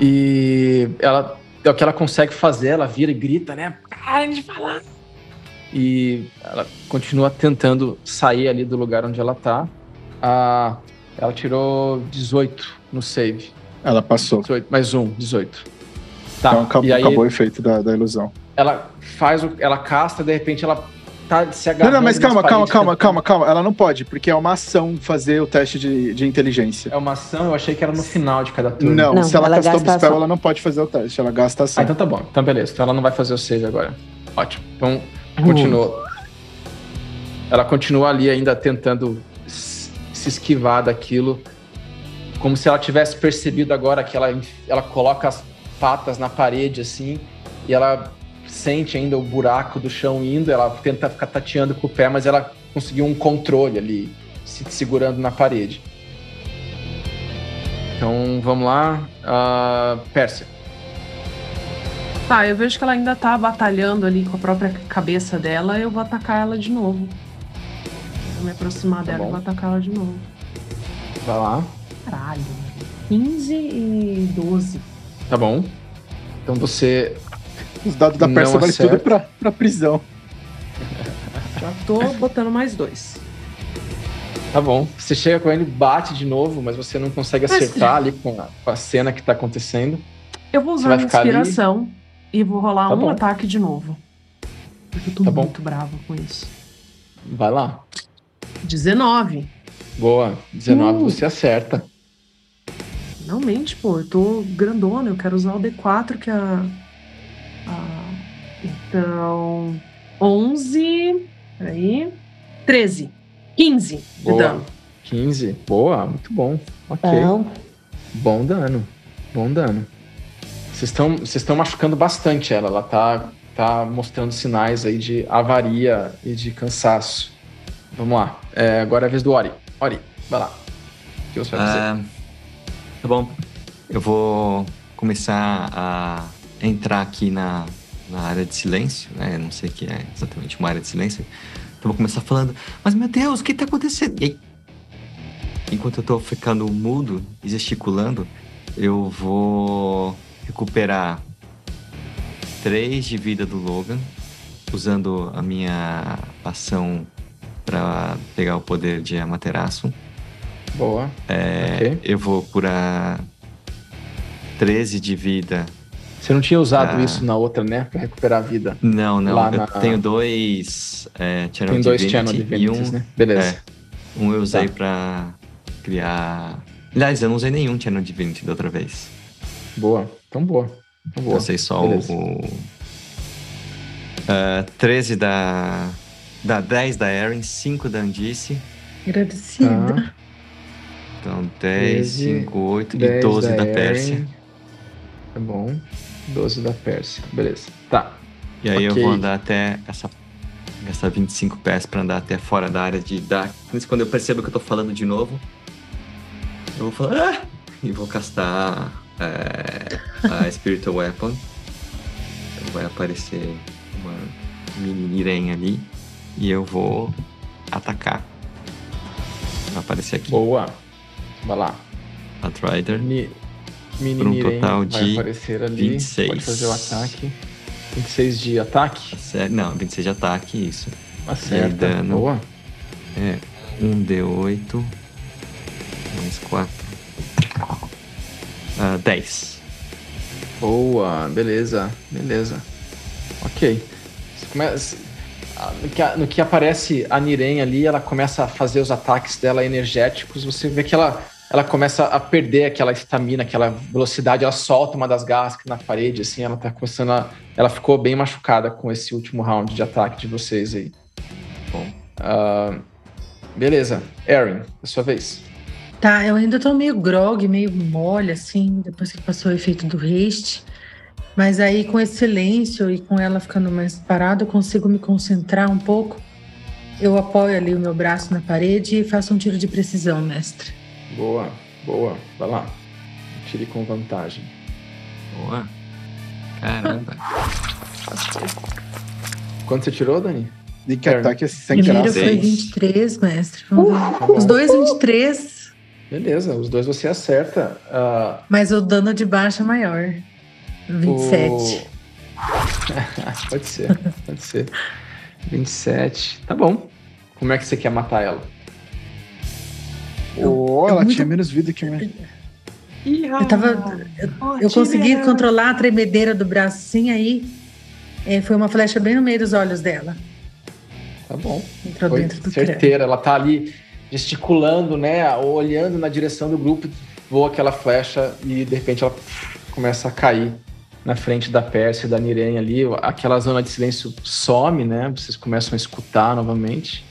S1: E ela é o que ela consegue fazer, ela vira e grita, né? Para de falar. E ela continua tentando sair ali do lugar onde ela tá. Ah, ela tirou 18 no save.
S6: Ela passou.
S1: 18, mais um, 18. Tá,
S6: então acabou,
S1: e aí
S6: acabou o efeito da, da ilusão.
S1: ela faz o. Ela casta, de repente ela tá se
S6: Não,
S1: agarrando.
S6: não, mas
S1: nas paredes,
S6: calma, calma,
S1: tá
S6: calma,
S1: tentando-
S6: calma, calma. Ela não pode, porque é uma ação fazer o teste de, de inteligência.
S1: É uma ação, eu achei que era no final de cada turno.
S6: Não,
S2: Não,
S6: se ela,
S2: ela
S6: castou
S2: gasta a
S6: o spell,
S2: ação.
S6: ela não pode fazer o teste. Ela gasta a ação.
S1: Ah, então tá bom. Então beleza. Então ela não vai fazer o save agora. Ótimo. Então continua. Ela continua ali ainda tentando s- se esquivar daquilo. Como se ela tivesse percebido agora que ela, enf- ela coloca as patas na parede assim e ela sente ainda o buraco do chão indo. Ela tenta ficar tateando com o pé, mas ela conseguiu um controle ali, se segurando na parede. Então vamos lá. Ah, Pérsia.
S8: Tá, eu vejo que ela ainda tá batalhando ali com a própria cabeça dela, eu vou atacar ela de novo. Vou me aproximar
S1: Tá
S8: dela
S1: bom.
S8: e vou atacar ela de novo.
S1: Vai lá.
S8: Caralho. 15 e 12.
S1: Tá bom. Então você.
S6: Os dados da
S1: Não é.
S6: Pérsia valem
S1: acerta.
S6: tudo pra, pra prisão.
S3: Já tô botando mais dois.
S1: Tá bom. Você chega com ele, bate de novo, mas você não consegue
S3: Mas-
S1: acertar ali com a, com a cena que tá acontecendo.
S3: Eu vou
S1: Você
S3: usar
S1: vai
S3: minha
S1: ficar ali?
S3: inspiração e vou rolar
S1: Tá
S3: um
S1: bom.
S3: ataque de novo. Porque eu tô
S1: Tá bom.
S3: muito brava com isso.
S1: Vai lá.
S3: 19.
S1: Boa. 19,
S3: Uh.
S1: você acerta.
S3: Finalmente, pô, eu tô grandona, eu quero usar o D4 que a. a- então. 11. Peraí. 13. 15 de
S1: Boa.
S3: dano.
S1: 15. Boa, muito bom. Ok.
S2: Bom.
S1: Bom dano. Bom dano. Vocês estão vocês estão machucando bastante ela. Ela tá, tá mostrando sinais aí de avaria e de cansaço. Vamos lá. É, agora é a vez do Ori. Ori, vai lá. O que você vai fazer?
S4: Ah, tá bom. Eu vou começar a entrar aqui na, na área de silêncio, né? Eu não sei o que é exatamente uma área de silêncio. Então eu vou começar falando, mas meu Deus, o que tá acontecendo? E aí, enquanto eu tô ficando mudo e gesticulando, eu vou recuperar três de vida do Logan, usando a minha ação para pegar o poder de Amaterasu.
S1: Boa.
S4: É,
S1: Ok.
S4: Eu vou curar 13 de vida.
S1: Você não tinha usado
S4: Ah.
S1: isso na outra, né? Pra recuperar a vida.
S4: Não, não.
S1: Lá
S4: eu
S1: na-
S4: tenho dois é, Channel
S1: Tem dois
S4: Divinity
S1: Channel
S4: e
S1: Divinities,
S4: um,
S1: né? Tá. Beleza.
S4: um eu usei pra criar. Aliás, eu não usei nenhum Channel Divinity da outra vez.
S1: Boa. Então boa. Então boa.
S4: Eu usei só
S1: Beleza.
S4: o. ah, 13 da. Da 10 da Erin, 5 da Andice.
S5: Agradecida.
S1: Tá.
S4: Então 10,
S1: 13,
S4: 5, 8 e
S1: 10
S4: 12 da,
S1: Eren.
S4: Pérsia.
S1: Tá bom. 12 da Pérsia. Beleza. Tá.
S4: E aí eu
S1: Ok.
S4: vou andar até essa. Gastar 25 pés pra andar até fora da área de dar. Quando eu percebo que eu tô falando de novo, eu vou falar. Ah! E vou castar é, a Spiritual Weapon. Então vai aparecer uma mini Irem ali. E eu vou atacar. Vai aparecer aqui.
S1: Boa. Vai lá.
S4: A Trider.
S1: Mi, mini
S4: Por um
S1: Miren
S4: total
S1: vai
S4: de
S1: aparecer ali.
S4: 26.
S1: Pode fazer o ataque. 26 de ataque. Tá
S4: Acer- Tá Não, 26 de ataque, isso.
S1: Acerta.
S4: dano.
S1: Boa.
S4: É, 1d8 mais 4. Ah, 10.
S1: Boa. Beleza. Beleza. Ok. Você começa. ah, No que, a- no que aparece a Niren ali, ela começa a fazer os ataques dela energéticos. Você vê que ela, ela começa a perder aquela estamina, aquela velocidade. Ela solta uma das garras na parede, assim. Ela tá começando a. Ela ficou bem machucada com esse último round de ataque de vocês aí.
S4: Bom.
S1: Ah, beleza. Erin, é sua vez.
S5: Tá, eu ainda tô meio grog, meio mole, assim, depois que passou o efeito do haste. Mas aí, com esse silêncio e com ela ficando mais parada, eu consigo me concentrar um pouco. Eu apoio ali o meu braço na parede e faço um tiro de precisão, mestre.
S1: Boa, boa. Vai lá. Tire com vantagem.
S4: Boa. Caramba.
S1: Quanto você tirou, Dani?
S6: E que
S1: Erin.
S6: ataque é sem
S5: Primeiro
S6: graça.
S4: Seis.
S5: foi 23, mestre. Vamos ver.
S1: Tá bom.
S5: Os dois 23,
S1: Beleza, os dois você acerta. Ah,
S5: mas o dano de baixa é maior. 27. Ah.
S1: o- pode ser, pode ser. 27. Tá bom. Como é que você quer matar ela?
S6: Oh, ela
S5: muito-
S6: tinha menos vida que eu.
S3: Ih,
S5: Eu tava-
S3: tá
S5: Eu consegui controlar a tremedeira do braço assim, aí é, foi uma flecha bem no meio dos olhos dela.
S1: Tá bom.
S5: Entrou
S1: Foi
S5: dentro do crânio.
S1: certeira, ela tá ali gesticulando, né? Olhando na direção do grupo, voa aquela flecha e de repente ela começa a cair na frente da Pérsia, da Niren ali. Aquela zona de silêncio some, né? Vocês começam a escutar novamente.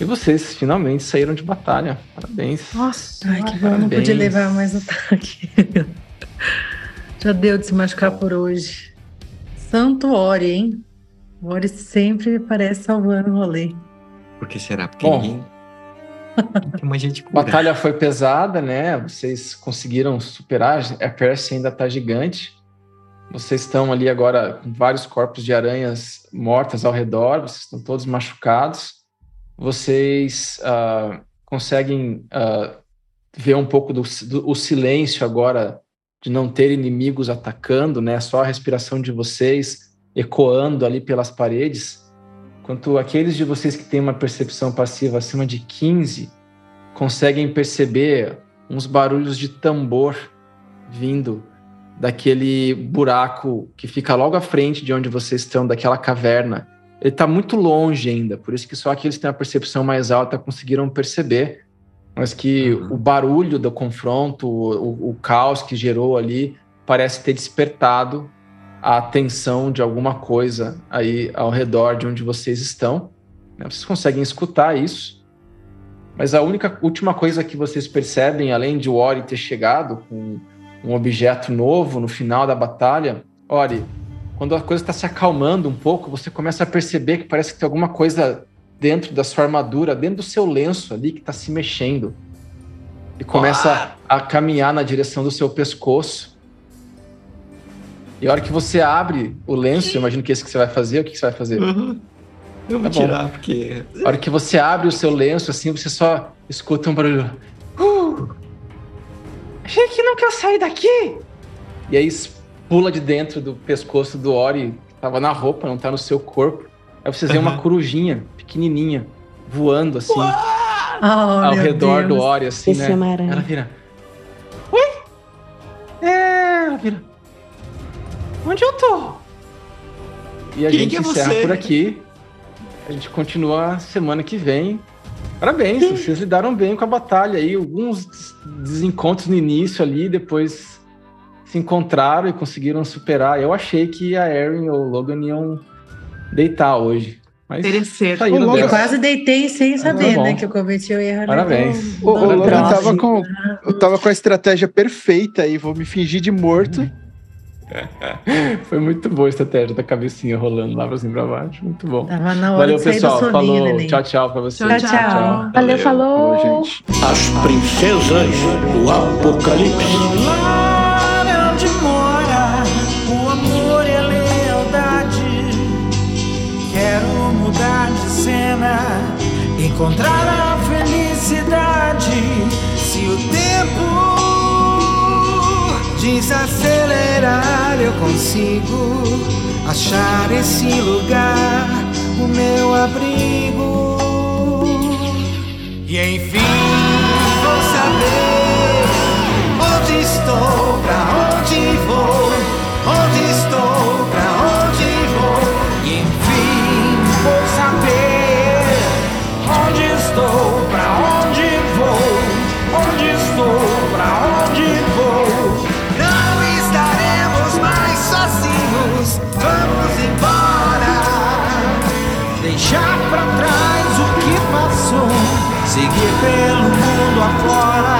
S1: E vocês finalmente saíram de batalha. Parabéns.
S3: Nossa,
S5: Ai, que bom, não
S1: Parabéns.
S5: podia levar mais ataque. Já deu de se machucar por hoje. Santo Ori, hein? O Ori sempre parece salvando o rolê.
S4: Por que será? Porque
S1: Bom.
S4: ninguém. Tem uma gente
S1: A
S4: cura.
S1: batalha foi pesada, né? Vocês conseguiram superar. A Percy ainda tá gigante. Vocês estão ali agora com vários corpos de aranhas mortas ao redor. Vocês estão todos machucados. Vocês ah, conseguem ah, ver um pouco do, do- o silêncio agora de não ter inimigos atacando, né? Só a respiração de vocês ecoando ali pelas paredes. Quando Quanto aqueles de vocês que têm uma percepção passiva acima de 15 conseguem perceber uns barulhos de tambor vindo daquele buraco que fica logo à frente de onde vocês estão, daquela caverna. Ele está muito longe ainda, por isso que só aqueles que têm a percepção mais alta conseguiram perceber, mas que o barulho do confronto, o, o caos que gerou ali, parece ter despertado a atenção de alguma coisa aí ao redor de onde vocês estão. né? Vocês conseguem escutar isso. Mas a única última coisa que vocês percebem, além de o Ori ter chegado com um objeto novo no final da batalha, Ori, quando a coisa está se acalmando um pouco, você começa a perceber que parece que tem alguma coisa dentro da sua armadura, dentro do seu lenço ali que está se mexendo. E começa a caminhar na direção do seu pescoço. E a hora que você abre o lenço, eu imagino que é isso que você vai fazer, o que que você vai fazer?
S4: Uhum. Eu vou
S1: Tá bom.
S4: tirar, porque.
S1: A hora que você abre o seu lenço, assim, você só escuta um barulho. "Uh! achei que não quer sair daqui! E aí s- pula de dentro do pescoço do Ori, que tava na roupa, não tá no seu corpo. Aí vocês veem uma
S4: Aham.
S1: corujinha, pequenininha, voando, assim,
S5: Oh,
S1: ao
S5: meu
S1: redor
S5: Deus.
S1: do Ori, assim,
S2: Esse é
S1: né?
S2: uma
S1: Ela
S2: aranha.
S1: vira. Oi? É, ela vira. Onde eu tô? E a
S4: Quem
S1: gente
S4: que é
S1: encerra
S4: você?
S1: por aqui. A gente continua semana que vem. Parabéns, vocês lidaram bem com a batalha aí. Alguns des- desencontros no início ali, depois se encontraram e conseguiram superar. Eu achei que a Erin ou o Logan iam deitar hoje. Mas
S3: Perecer.
S1: tá indo
S6: Ô, Logan,
S5: Eu
S1: dessa.
S5: quase deitei sem saber,
S1: bom.
S5: né? Que eu cometi o erro. né?
S1: Parabéns.
S6: O, o
S5: Dando
S6: Logan
S5: troço.
S6: tava com, eu tava com a estratégia perfeita aí, vou me fingir de morto.
S1: Foi muito boa a estratégia da cabecinha rolando lá pra cima e pra baixo. Muito bom.
S5: Tava na hora
S1: Valeu,
S5: de sair
S1: pessoal.
S5: do soninho,
S1: Falou.
S5: neném.
S1: Tchau, tchau pra vocês.
S5: Tchau, tchau.
S7: Valeu, falou!
S6: Ô, gente.
S10: As princesas do apocalipse.
S11: Lá é onde mora o amor e a lealdade. Quero mudar de cena, encontrar a felicidade. Se o tempo desacelerar, eu consigo achar esse lugar, o meu abrigo. E enfim vou saber onde estou, pra onde vou, onde estou, pra onde vou. E enfim vou saber onde estou, pra onde vou, onde estou, pra onde vou. Não estaremos mais sozinhos, vamos embora deixar pra trás o que passou, seguir pelo mundo afora.